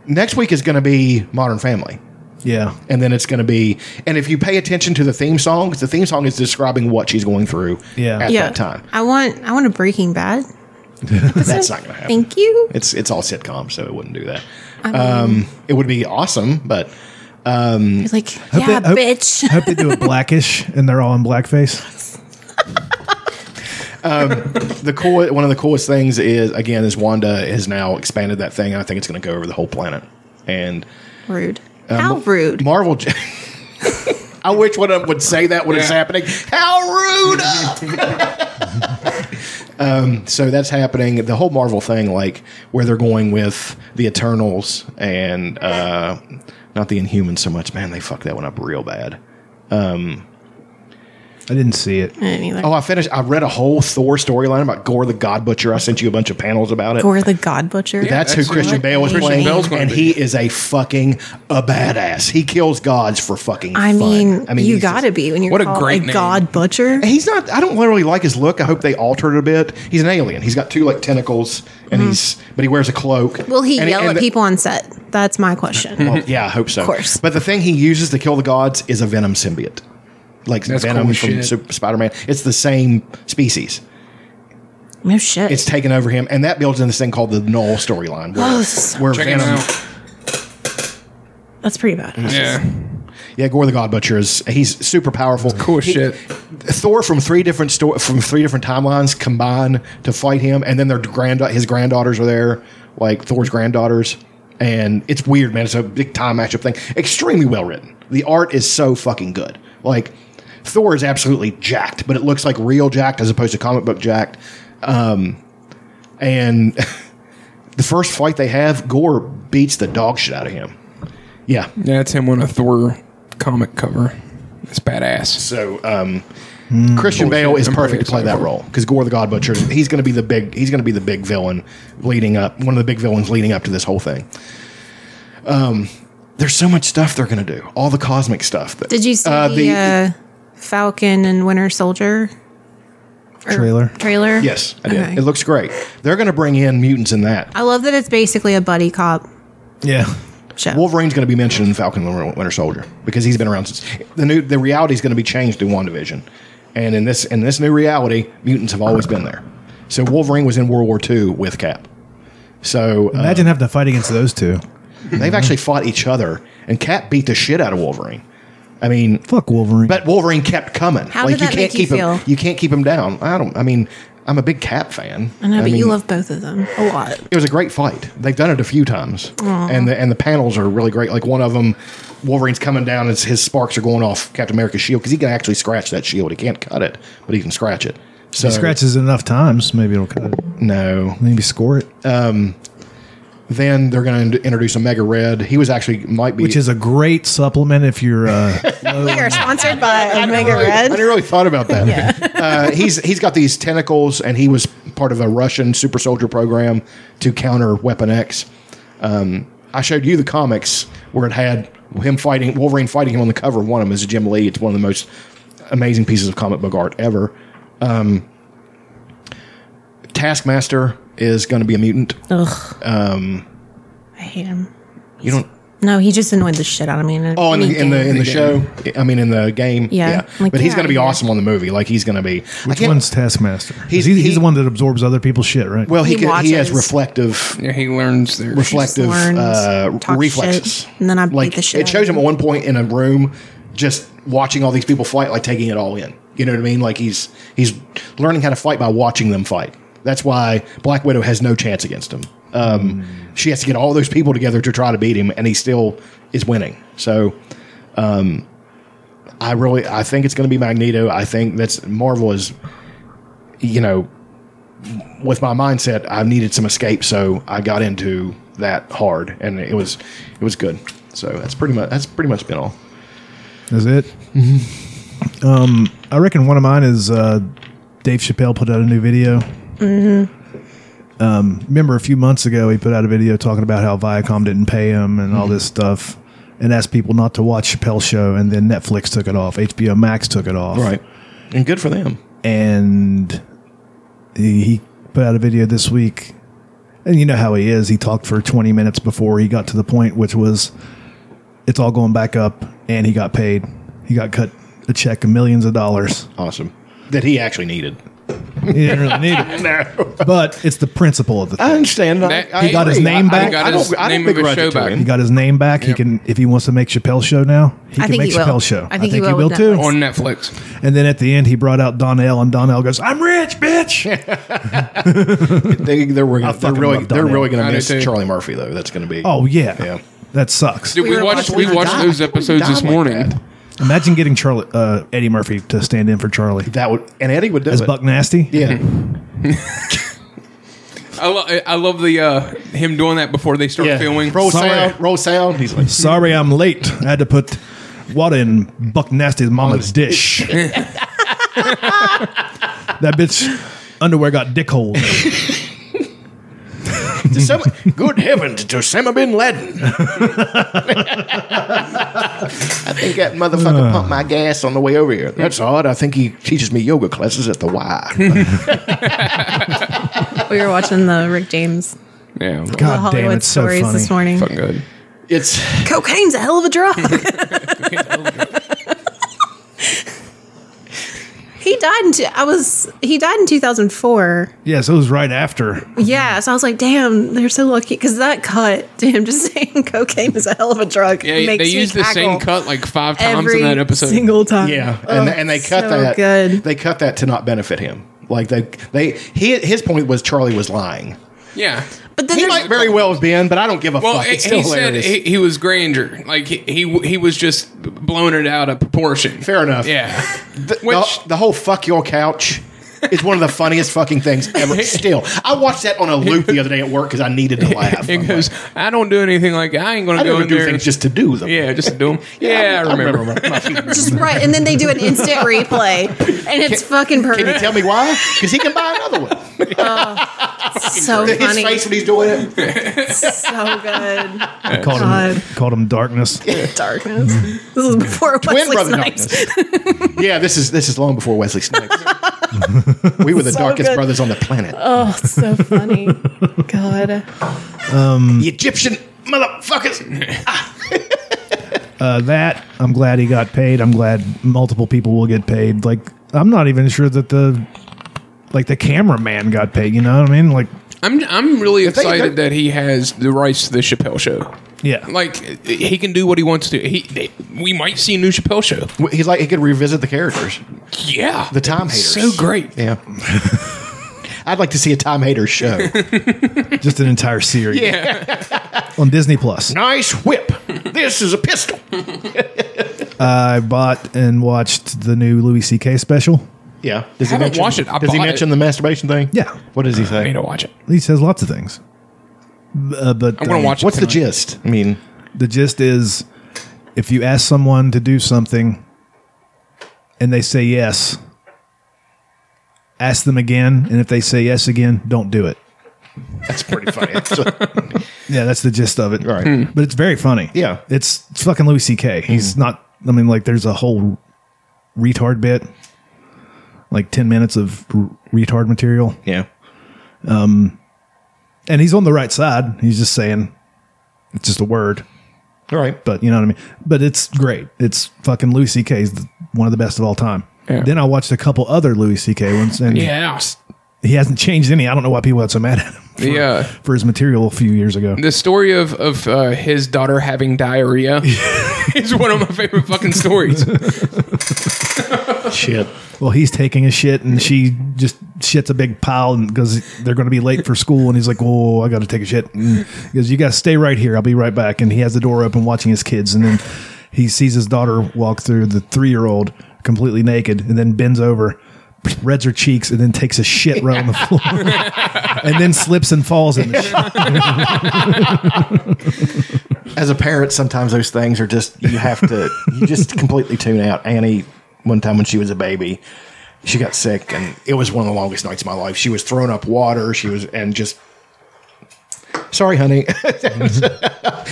next week is going to be Modern Family,
Yeah.
and then it's going to be. And if you pay attention to the theme song, 'cause the theme song is describing what she's going through
Yeah.
at
yeah.
that time.
I want I want a Breaking Bad.
That's not going to happen.
Thank you.
It's it's all sitcom, so it wouldn't do that. um, it would be awesome, but
It's like
Hope
yeah,
they- hope-
bitch.
I hope they do a blackish and they're all in blackface.
the cool one of the coolest things is again is Wanda has now expanded that thing, and I think it's going to go over the whole planet. And
rude.
Uh,
How rude.
Marvel. j- I wish one of them would say that when it's
Yeah.
happening. How rude! um, so that's happening. The whole Marvel thing, like where they're going with the Eternals and uh, not the Inhumans so much. Man, they fucked that one up real bad.
I didn't see it.
I didn't either.
Oh, I finished. I read a whole Thor storyline about Gore the God Butcher. I sent you a bunch of panels about it.
Gore the God Butcher.
That's,
that's
who Christian
what
Bale was
Christian
playing,
Bale's gonna
and
be.
he is a fucking a badass. He kills gods for fucking.
I
fun.
mean, you
he's
gotta
just-
be when you're
What a
called
great name.
God Butcher.
He's not. I don't really like his look. I hope they alter it a bit. He's an alien. He's got two like tentacles, and he's but he wears a cloak.
Mm-hmm. Will he
And-
yell
and
at
the-
people on set? That's my question.
Well, yeah, I hope so. Of
course.
But the thing he uses to kill the gods is a venom symbiote, like
That's
venom
cool
from
shit.
Spider Man. It's the same species.
no shit.
It's taken over him, and that builds in this thing called the Null storyline, where,
Oh, this-
where
Check it
venom.
out.
That's pretty bad.
Mm-hmm.
Yeah.
Yeah, Gore the God Butcher is he's super powerful.
Cool
He-
shit.
Thor from three different sto- from three different timelines combine to fight him, and then their grand his granddaughters are there, like Thor's granddaughters, and it's weird, man. It's a big time matchup thing. Extremely well written. The art is so fucking good. Like Thor is absolutely jacked, but it looks like real jacked as opposed to comic book jacked. Um, and the first fight they have, Gore beats the dog shit out of him. Yeah,
Yeah, that's him on a Thor comic cover. That's badass.
So um, Christian Bale is
Hmm. I'm
perfect
really
to play that
excited.
role because Gore the God Butcher he's going to be the big he's going to be the big villain leading up one of the big villains leading up to this whole thing. Um, there's so much stuff they're going to do, all the cosmic stuff. That,
Did you see
Uh,
the,
the-
uh, Falcon and Winter Soldier or
Trailer.
Trailer.
Yes, I did.
Okay.
It looks great. They're going to bring in mutants in that.
I love that it's basically a buddy cop
Yeah.
show.
Wolverine's going to be mentioned in Falcon and the Winter Soldier because he's been around since the new the reality is going to be changed through WandaVision, and in this in this new reality, mutants have always been there. So Wolverine was in World War II with Cap. So uh,
Imagine having to fight against those two. Mm-hmm.
They've actually fought each other, and Cap beat the shit out of Wolverine. I mean,
Fuck Wolverine.
but Wolverine kept coming.
How did that make you
keep him.
feel?
You can't keep him down. I don't. I mean, I'm a big Cap fan.
I know, but
mean,
you love both of them a lot.
It was a great fight. They've done it a few times, and the and the panels are really great. Like one of them, Wolverine's coming down, and his sparks are going off Captain America's shield because he can actually scratch that shield. He can't cut it, but he can scratch it. So
he scratches it enough times, maybe it'll cut it.
no,
Maybe score it.
Uh, then they're going to introduce a Mega Red. He was actually might be
which is a great supplement if you're uh,
We are sponsored by Omega
I
Red.
never really thought about that. uh, he's he's got these tentacles, and he was part of a Russian super soldier program to counter Weapon X. Um, I showed you the comics where it had him fighting Wolverine fighting him on the cover. of One of them is Jim Lee. It's one of the most amazing pieces of comic book art ever. Um, Taskmaster is going to be a mutant.
Ugh. Um, I hate him.
You don't.
No, he just annoyed the shit out of me. In
Oh, in the in the in
game.
the show. I mean, in the game.
Yeah. Like,
but he's
yeah,
going to be
yeah.
awesome on the movie. Like he's going to be. I
which
can't-
one's Taskmaster? He's,
He's-
he's,
he-
the one that absorbs other people's shit, right?
Well, he
He
can, he has
watches.
reflective
Yeah, he learns their
reflective
learns,
uh,
talks
reflexes.
shit, and then I beat
like
the shit
it
out
shows
of
him at one point in a room, just watching all these people fight, like taking it all in. You know what I mean? Like he's he's learning how to fight by watching them fight. That's why Black Widow has no chance against him. Um, She has to get all those people together to try to beat him, and he still is winning. So. Um, I really, I think it's going to be Magneto. I think that's Marvel is, you know, with my mindset, I needed some escape, so I got into that hard, and it was it was good. So that's pretty much that's pretty much been all.
Is it? Um,
Mm-hmm.
I reckon one of mine is uh, Dave Chappelle put out a new video. Mm-hmm.
Mm-hmm. Mm-hmm.
Um, remember a few months ago he put out a video talking about how Viacom didn't pay him and all this stuff, and asked people not to watch Chappelle's show, and then Netflix took it off, HBO Max took it off,
Right. And good for them.
and he, he put out a video this week. And you know how he is. He talked for 20 minutes before he got to the point, which was it's all going back up, and he got paid. He got cut a check of millions of dollars.
Awesome. That he actually needed.
He didn't really need it. But it's the principle of the
I
thing.
understand.
That-
I,
He
I
got his
agree.
name
I-
back.
I,
Got
I
his
don't, I
name
don't
of his
begrudge
show
it to
back.
him.
He got his name back. He can, if he wants to make Chappelle's show now, he can
think
make
he will.
Chappelle's show.
I think he will with
too.
Netflix.
on Netflix.
And then at the end, he brought out Donnell, and Donnell goes, "I'm rich, bitch."
They, they're
I
working, they're
fucking
really,
love
they're
Donnell.
really going
I
to
do
miss
too.
Charlie Murphy though. That's going to be.
Oh yeah,
Yeah.
that sucks.
Dude, we,
were
watched
watching
we
him
watched
die.
those
He
episodes
died
this
like
morning.
that.
Imagine getting Charlie uh, Eddie Murphy to stand in for Charlie
That would and Eddie would do
as
it.
Buck Nasty.
Yeah.
I, lo- I- I love the uh, him doing that before they start
yeah.
filming.
Roll
Sorry.
sound. Roll sound. He's like.
Sorry, I'm late. I had to put water in Buck Nasty's mama's dish. that bitch underwear got dick holes.
Josama- good heavens, Osama bin Laden. I think that motherfucker pumped my gas on the way over here. That's odd. I think he teaches me yoga classes at the Y.
We were watching the Rick James
Yeah,
the
God damn,
Hollywood
it's so
stories
funny.
this morning.
fucking good.
it's
Cocaine's a hell of a drug.
He died in two, I was he died in 2004.
Yes, it was right after.
Yeah,
Mm-hmm.
so I was like, damn, they're so lucky because that cut to him just saying cocaine is a hell of a drug.
Yeah, they
me
used the same
cackle
cut like five times
every
in that episode.
single time.
and,
Oh,
and they cut
so
that.
Good.
They cut that to not benefit him. Like they, they, he, his point was Charlie was lying.
yeah.
But then
He
there's
might very well have been, but I don't give a
Well,
fuck.
he-
It's still
he said
hilarious.
he, he was grandeur. Like he, he he was just blowing it out of proportion.
Fair enough.
Yeah.
The,
Which-
the, the whole fuck your couch is one of the funniest fucking things ever. Still, I watched that on a loop the other day at work because I needed to laugh.
It
I'm
goes.
like,
I don't do anything like I ain't gonna
I
go
don't
in
do
there.
things just to do them.
yeah, just to do them. Yeah, I remember.
just right, and then they do an instant replay, and it's fucking
Can you
perfect.
tell me why? Because he can buy another one.
so
His
funny,
face when he's doing it.
So good.
I called him,
God.
called him darkness.
Darkness. This is before
Twin
Wesley
brother
Snipes.
darkness. yeah, this is this is long before Wesley Snipes. we were the darkest
good.
brothers on the planet.
Oh, it's so funny. God.
the Egyptian motherfuckers.
Uh, that I'm glad he got paid. I'm glad multiple people will get paid. Like I'm not even sure that the like the cameraman got paid. You know what I mean? Like
I'm I'm really
thing-
excited that he has the rights to the Chappelle show.
yeah,
Like he can do what he wants to. He they, we might see a new Chappelle show.
He's like he could revisit the characters.
Yeah,
The Tom haters.
so great.
Yeah. I'd like to see a Tom Hader show.
just an entire series.
Yeah.
on Disney Plus.
nice whip. This is a pistol.
I bought and watched the new Louis C.K. special.
Yeah. Does
I haven't watched it. I
does he
bought it.
mention the masturbation thing?
Yeah.
What does he
I
say?
need to watch it.
He says lots of things. Uh, but
I'm gonna
uh,
watch it.
What's the
tonight.
gist? I mean,
The gist is, if you ask someone to do something, and they say yes, ask them again, and if they say yes again, don't do it.
that's pretty funny. actually.
Yeah, that's the gist of it.
Right. Hmm.
But it's very funny.
Yeah. Hmm.
It's it's fucking Louis C.K. He's not, I mean, like, there's a whole retard bit, like 10 minutes of r- retard material.
yeah.
And he's on the right side. He's just saying, it's just a word,
All right.
but you know what I mean? But it's great. It's fucking Louis C.K. is the- one of the best of all time.
Yeah.
Then I watched a couple other Louis C.K. ones, and
Yeah.
he hasn't changed any. I don't know why people got so mad at him for,
The uh,
for his material a few years ago.
the story of of uh, his daughter having diarrhea is one of my favorite fucking stories.
Shit.
Well, he's taking a shit, and she just shits a big pile, and because they're going to be late for school, and he's like, "Oh, I got to take a shit." And he goes, "You got to stay right here. I'll be right back." And he has the door open, watching his kids, and then he sees his daughter walk through the three-year-old completely naked, and then bends over, reds her cheeks, and then takes a shit right on the floor, and then slips and falls in the shit.
As a parent, sometimes those things are just you have to you just completely tune out. Annie, one time when she was a baby, she got sick, and it was one of the longest nights of my life. She was throwing up water. She was and just Sorry, honey. if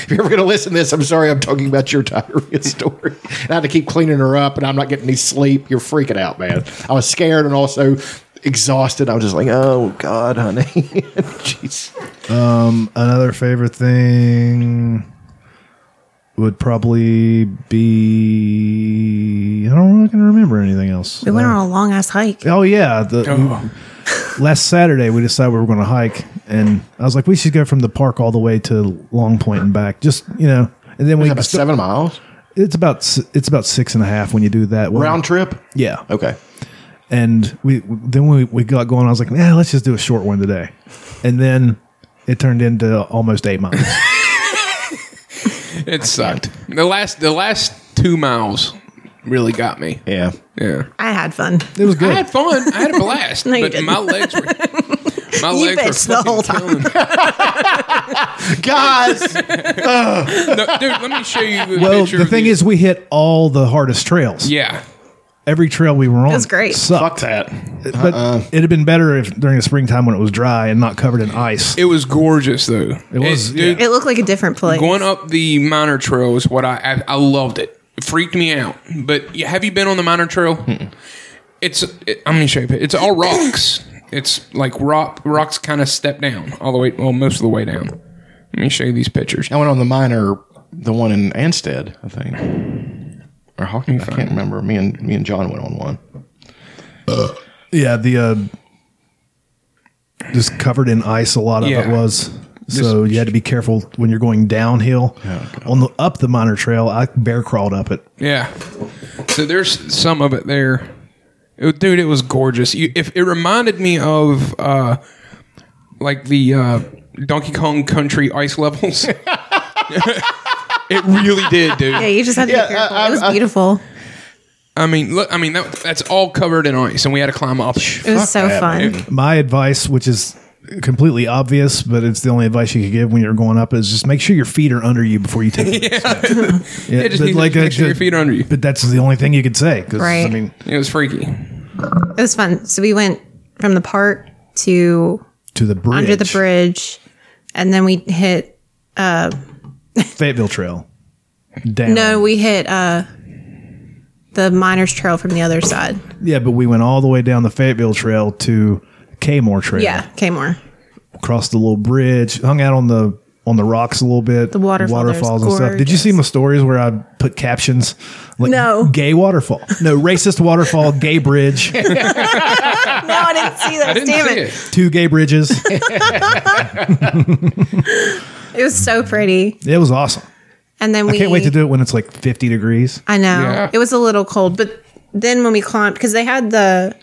you're ever going to listen to this, I'm sorry I'm talking about your diarrhea story. And I had to keep cleaning her up, and I'm not getting any sleep. You're freaking out, man. I was scared and also exhausted. I was just like, oh, God, honey. Jeez.
Another favorite thing would probably be I don't really can remember anything else.
We went on a long ass hike.
Oh yeah, the
Oh.
last Saturday we decided we were going to hike, and I was like, we should go from the park all the way to Long Point and back. Just you know, and then we
About seven miles
it's about s- it's about six and a half when you do that one.
round trip.
Yeah,
Okay.
and we then we, we got going. I was like, yeah, let's just do a short one today, and then it turned into almost eight miles.
It sucked. The last the last two miles really got me.
Yeah.
Yeah.
I had fun.
It was
I
good.
had fun. I had a blast.
you
but
didn't.
my legs were my legs were
bitched the
fucking
whole time.
killing me.
Guys,
No, dude, let me show you. A
Well,
picture
the
of
thing
these-
is, we hit all the hardest trails.
yeah,
Every trail we were on
was great.
Sucked.
fuck that.
But
Uh-uh.
it'd have been better if during the springtime when it was dry and not covered in ice.
it was gorgeous though. It
was,
dude,
It looked like a different place.
going up the minor trail is what I, I I loved it. It freaked me out. But you- have you been on the minor trail? It's it, I'm gonna show you. a pic- It's all rocks. it's like rock rocks kind of step down all the way. Well, most of the way down. Let me show you these pictures.
I went on the minor, the one in Anstead, I think, or Hawking. I can't remember. Me and me and John went on one.
yeah, the uh, just covered in ice. A lot of it
Yeah.
was. So you had to be careful when you're going downhill.
Oh,
On the up the minor trail, I bear crawled up it.
Yeah. So there's some of it there. It- dude, it was gorgeous. You, if it reminded me of uh, like the uh, Donkey Kong Country ice levels. it really did,
yeah,
dude.
you just had to
Yeah,
be careful.
I-
it was
I- I-
beautiful.
I mean, look. I mean, that, that's all covered in ice, and we had to climb up.
It was so
that,
fun.
My advice, which is completely obvious, but it's the only advice you could give when you're going up, is just make sure your feet are under you before you take it. Yeah,
Yeah, just
but
need to
like,
make
uh,
sure your
ju-
feet are under you.
But that's the only thing you could say. 'cause, I
Right.
mean,
It was freaky.
It was fun. So we went from the park to
to the bridge.
under the bridge, and then we hit.
Fayetteville Trail. Down.
No, we hit uh, the miners trail from the other side.
Yeah, but we went all the way down the Fayetteville Trail to Kmore Trail.
Yeah, Kmore.
Crossed the little bridge, hung out on the on the rocks a little bit. The
waterfall there is
Did you
gorgeous.
see my stories where I put captions like
No.
gay waterfall. No, racist waterfall, gay bridge,
No, I didn't see that.
I didn't
Damn
see
it.
it.
two gay bridges.
It was so pretty.
It was awesome.
And then we
I can't wait to do it when it's like 50 degrees.
I know
Yeah.
it was a little cold, but then when we climbed, because they had the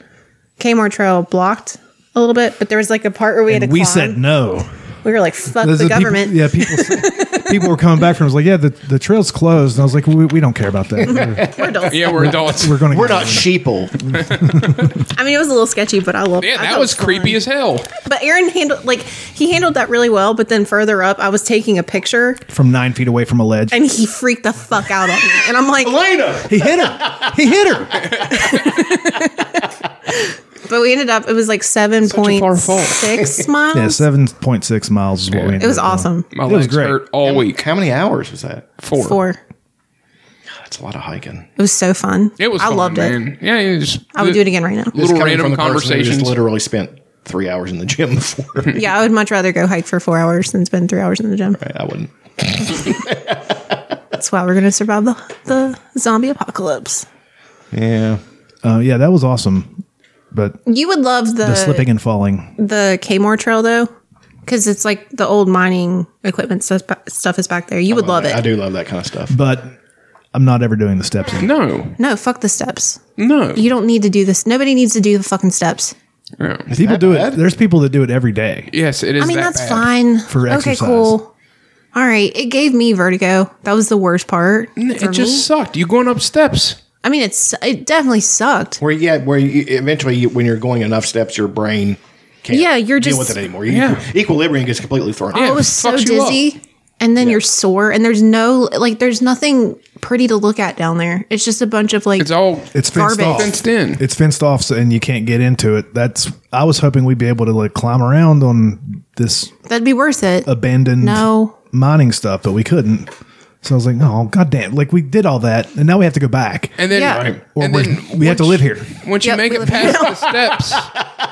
Kmore trail blocked a little bit, but there was like a part where we had
And
to
we
climb.
said no.
we were like, "Fuck
Those
the
are people-
government."
yeah, people s- people were coming back from. it was like, yeah, the, the trail's closed, and I was like, we, we don't care about that. We're,
We're adults.
Yeah, we're adults.
we're going. to
We're not sheeple.
I mean, it was a little sketchy, but I love.
yeah, that was creepy as hell.
But Aaron handled like he handled that really well. But then further up, I was taking a picture,
from nine feet away from a ledge.
and he freaked the fuck out on me, and I'm like,
Elena.
He hit her. He hit her.
but we ended up it was like seven point six miles.
Yeah, seven point six miles is what we. Ended
it was
up doing.
awesome.
My
It was
legs
great.
hurt all week.
How many hours was that?
Four.
Four.
That's a lot of hiking.
It was so fun.
It was.
I
fun,
loved it.
man. Yeah, you just,
I would do it again right now.
This
Little
coming
random
from the person who
conversations.
Just literally spent three hours in the gym before.
Yeah, I would much rather go hike for four hours than spend three hours in the gym.
I wouldn't.
That's why we're gonna survive the, the zombie apocalypse.
Yeah.
Uh, yeah, that was awesome. But the
You would love the
slipping and falling.
the Kmore trail though, because it's like the old mining equipment stuff, stuff is back there. You
Oh,
would love it.
I do love that kind of stuff.
But I'm not ever doing the steps. again.
No,
No, fuck the steps.
no.
You don't need to do this. Nobody needs to do the fucking steps.
Yeah.
People do
bad?
it. There's people that do it every day.
Yes, it is.
I mean,
that
that's
bad.
fine.
For exercise.
All right. It gave me vertigo. That was the worst part. for
It just
me.
sucked. You going up steps.
I mean, it's it definitely sucked.
Where yeah, where you, eventually you, when you're going enough steps, your brain can't
Yeah, you're
deal
just-
with it anymore. You,
Yeah.
Equilibrium gets completely thrown.
Yeah.
I
off.
was so
fucks you up.
dizzy. and then you're sore and there's no like there's nothing pretty to look at down there it's just a bunch of like
It's all
It's fenced
Garbage.
off.
Fenced in.
It's fenced off, so, and you can't get into it. That's. I was hoping we'd be able to like climb around on this
that'd be worth it
abandoned
No.
mining stuff, but we couldn't. So I was like, no, goddamn! Like we did all that, and now we have to go back,
and then
Yeah.
and
or we're-
then
we have to
once-
live here.
Once you
Yep,
make
we
it
live
past the steps,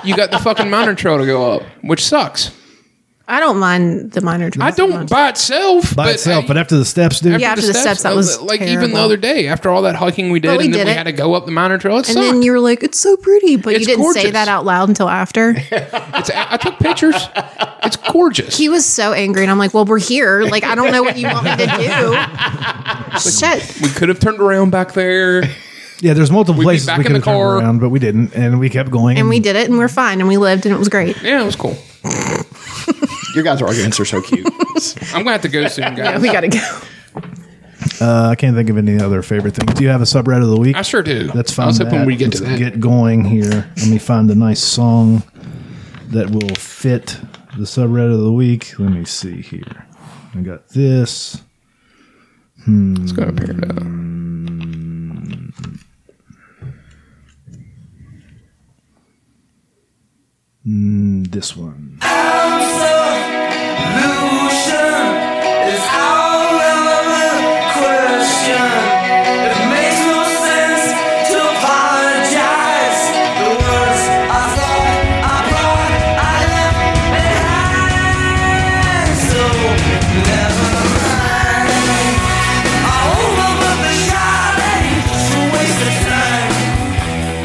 you got the fucking minor trail to go up, which sucks.
i don't mind the minor
I don't by itself.
by
but
itself,
I-
but after the steps, dude.
Yeah, after the steps, that
uh,
was
like even
terrible.
the other day after all that hiking we did,
we
and then
did
we
it.
had to go up the minor trail. It
and
sucked.
then you're like it's so pretty but
It's
you didn't say
gorgeous.
that out loud until after
It's, I took pictures. It's gorgeous.
he was so angry and i'm like well we're here like i don't know what you want me to do shit
we could have turned around back there.
Yeah, there's multiple
be
places
back
we
in
could have
the
turned
car.
around, but we didn't, and we kept going.
and we did it and we're fine and we lived and it was great
Yeah, it was cool.
Your guys' arguments are so cute.
I'm gonna have to go soon, guys.
we gotta go
Uh, I can't think of any other favorite things. Do you have a subreddit of the week?
I sure do.
Let's find.
I was hoping
that.
we get
Let's
to that.
Get going here. Let me find a nice song that will fit the subreddit of the week. Let me see here. I got this.
Let's go pair it up.
Hmm, This one.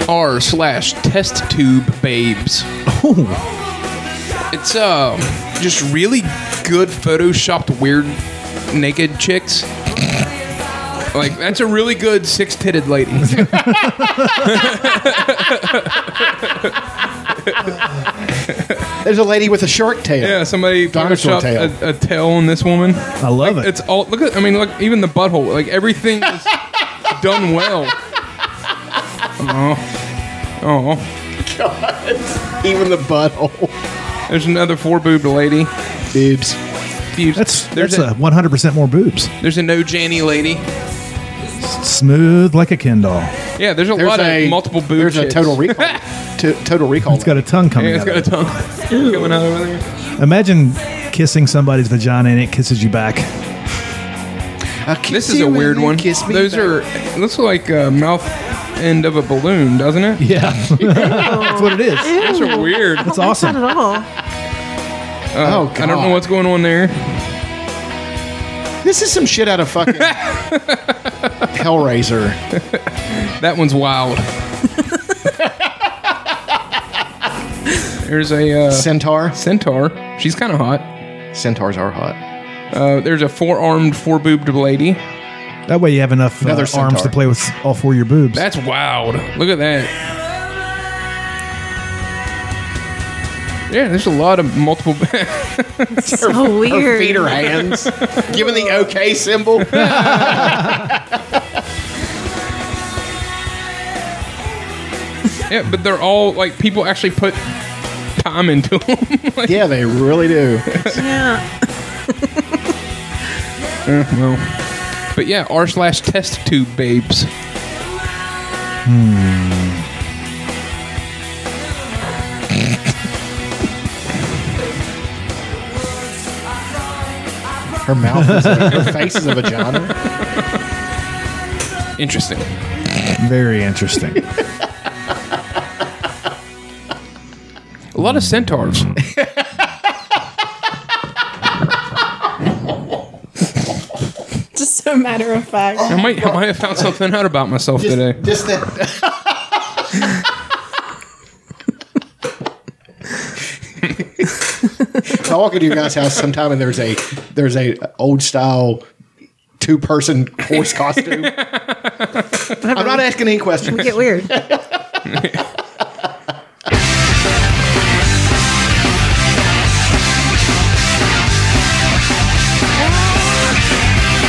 R slash test tube babes. It's uh just really good photoshopped weird naked chicks. Like that's a really good six titted lady.
There's a lady with a shark tail.
yeah, somebody
Dinosaur
photoshopped a, a tail on this woman.
I love it.
It's all look at I mean look even the butthole like everything is done well. Oh, oh.
Even the butthole.
There's another four boobed lady.
Boobs.
Fuse-
that's
there's
that's a 100 percent more boobs.
a, there's a no Janny lady.
Smooth like a Ken doll.
Yeah, there's a
There's
lot
a
of multiple boobs.
There's a total recall. to, total recall.
It's got a tongue coming.
Yeah,
out of
it's got a
it.
tongue coming out over there.
Imagine kissing somebody's vagina and it kisses you back.
I'll kiss
This is
you
a
and
weird
you
one.
kiss me
Those
back.
are looks like a mouth end of a balloon, doesn't it?
Yeah, that's what it is.
Those are weird. Uh,
That's awesome.
at all
Oh,
I don't
God.
know what's going on there.
This is some shit out of fucking Hellraiser.
That one's wild. there's a uh,
Centaur.
centaur. She's kind of hot.
Centaurs are hot.
Uh, there's a four-armed, four-boobed lady.
That way you have enough uh,
Another
arms
centaur.
to play with all four of your boobs.
That's wild. Look at that. Yeah, there's a lot of multiple.
so weird
Feet or hands. Giving the okay symbol.
yeah, but they're all like people actually put time into them. like,
yeah, they really do.
yeah
well, but yeah, r slash test tube babes.
Her mouth is a, her face is a vagina.
Interesting.
Very interesting.
A lot of centaurs.
just so matter of fact
I might, I might have found something out about myself today.
Just that. I walk into your guys' house sometime and there's a there's a old style two person horse costume. I'm not asking any questions.
get weird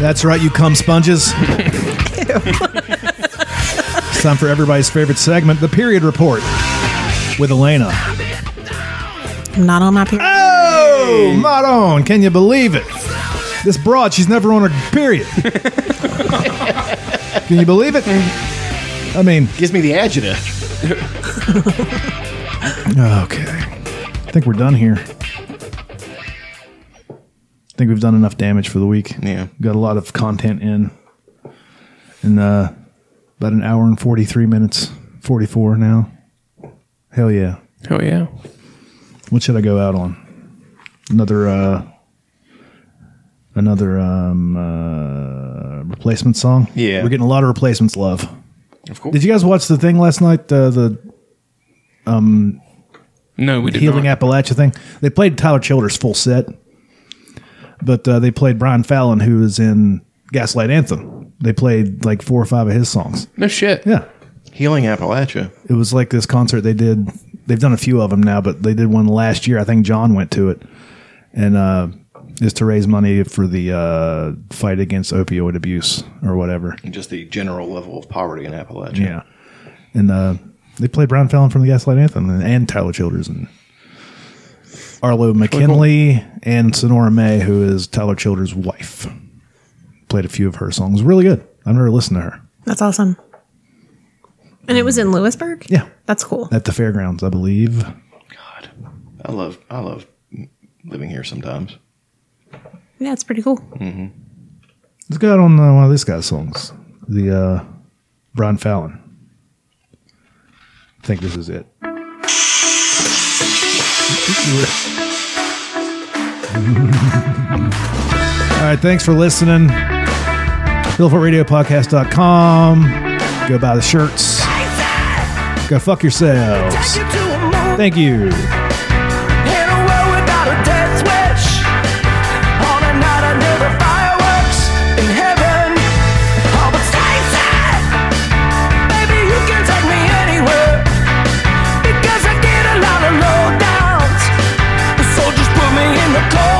That's right, you cum sponges. It's time for everybody's favorite segment, the period report with Elena.
I'm not on my period.
Oh, not on. Can you believe it? This broad, she's never on her period. Can you believe it? I mean,
Gives me the adjective.
okay. I think we're done here. I think we've done enough damage for the week.
Yeah.
Got a lot of content in. In uh, about an hour and 43 minutes. 44 now. Hell yeah.
Oh yeah.
What should I go out on? Another uh another um uh replacement song?
Yeah.
We're getting a lot of replacements love.
Of course.
Did you guys watch the thing last night? Uh, the
No, we did
Healing
not.
Appalachia thing? They played Tyler Childers full set. But uh, they played Brian Fallon who is in Gaslight Anthem. They played like four or five of his songs.
No shit.
Yeah.
Healing Appalachia.
it was like this concert they did they've done a few of them now but they did one last year i think john went to it and uh is to raise money for the uh fight against opioid abuse or whatever
Just the general level of poverty in Appalachia.
yeah and uh they played brown fallon from the gaslight anthem and, and tyler childers and arlo mckinley and sonora may who is tyler childers wife played a few of her songs really good i've never listened to her
That's awesome.
And it was in Lewisburg?
yeah
That's cool.
at the fairgrounds i believe
God, I love I love living here sometimes.
Yeah, it's pretty cool.
Let's go out on uh, one of this guy's songs, the uh, Brian Fallon. I think this is it. All right, thanks for listening. BillfootRadioPodcast.com. Go buy the shirts. Go fuck yourselves.
Take it to a moon
Thank you.
in a world without a dead switch. On a night under the fireworks in heaven. Oh, but Stacy, baby, you can take me anywhere. Because I get a lot of low downs. So just put me in the cold Oh,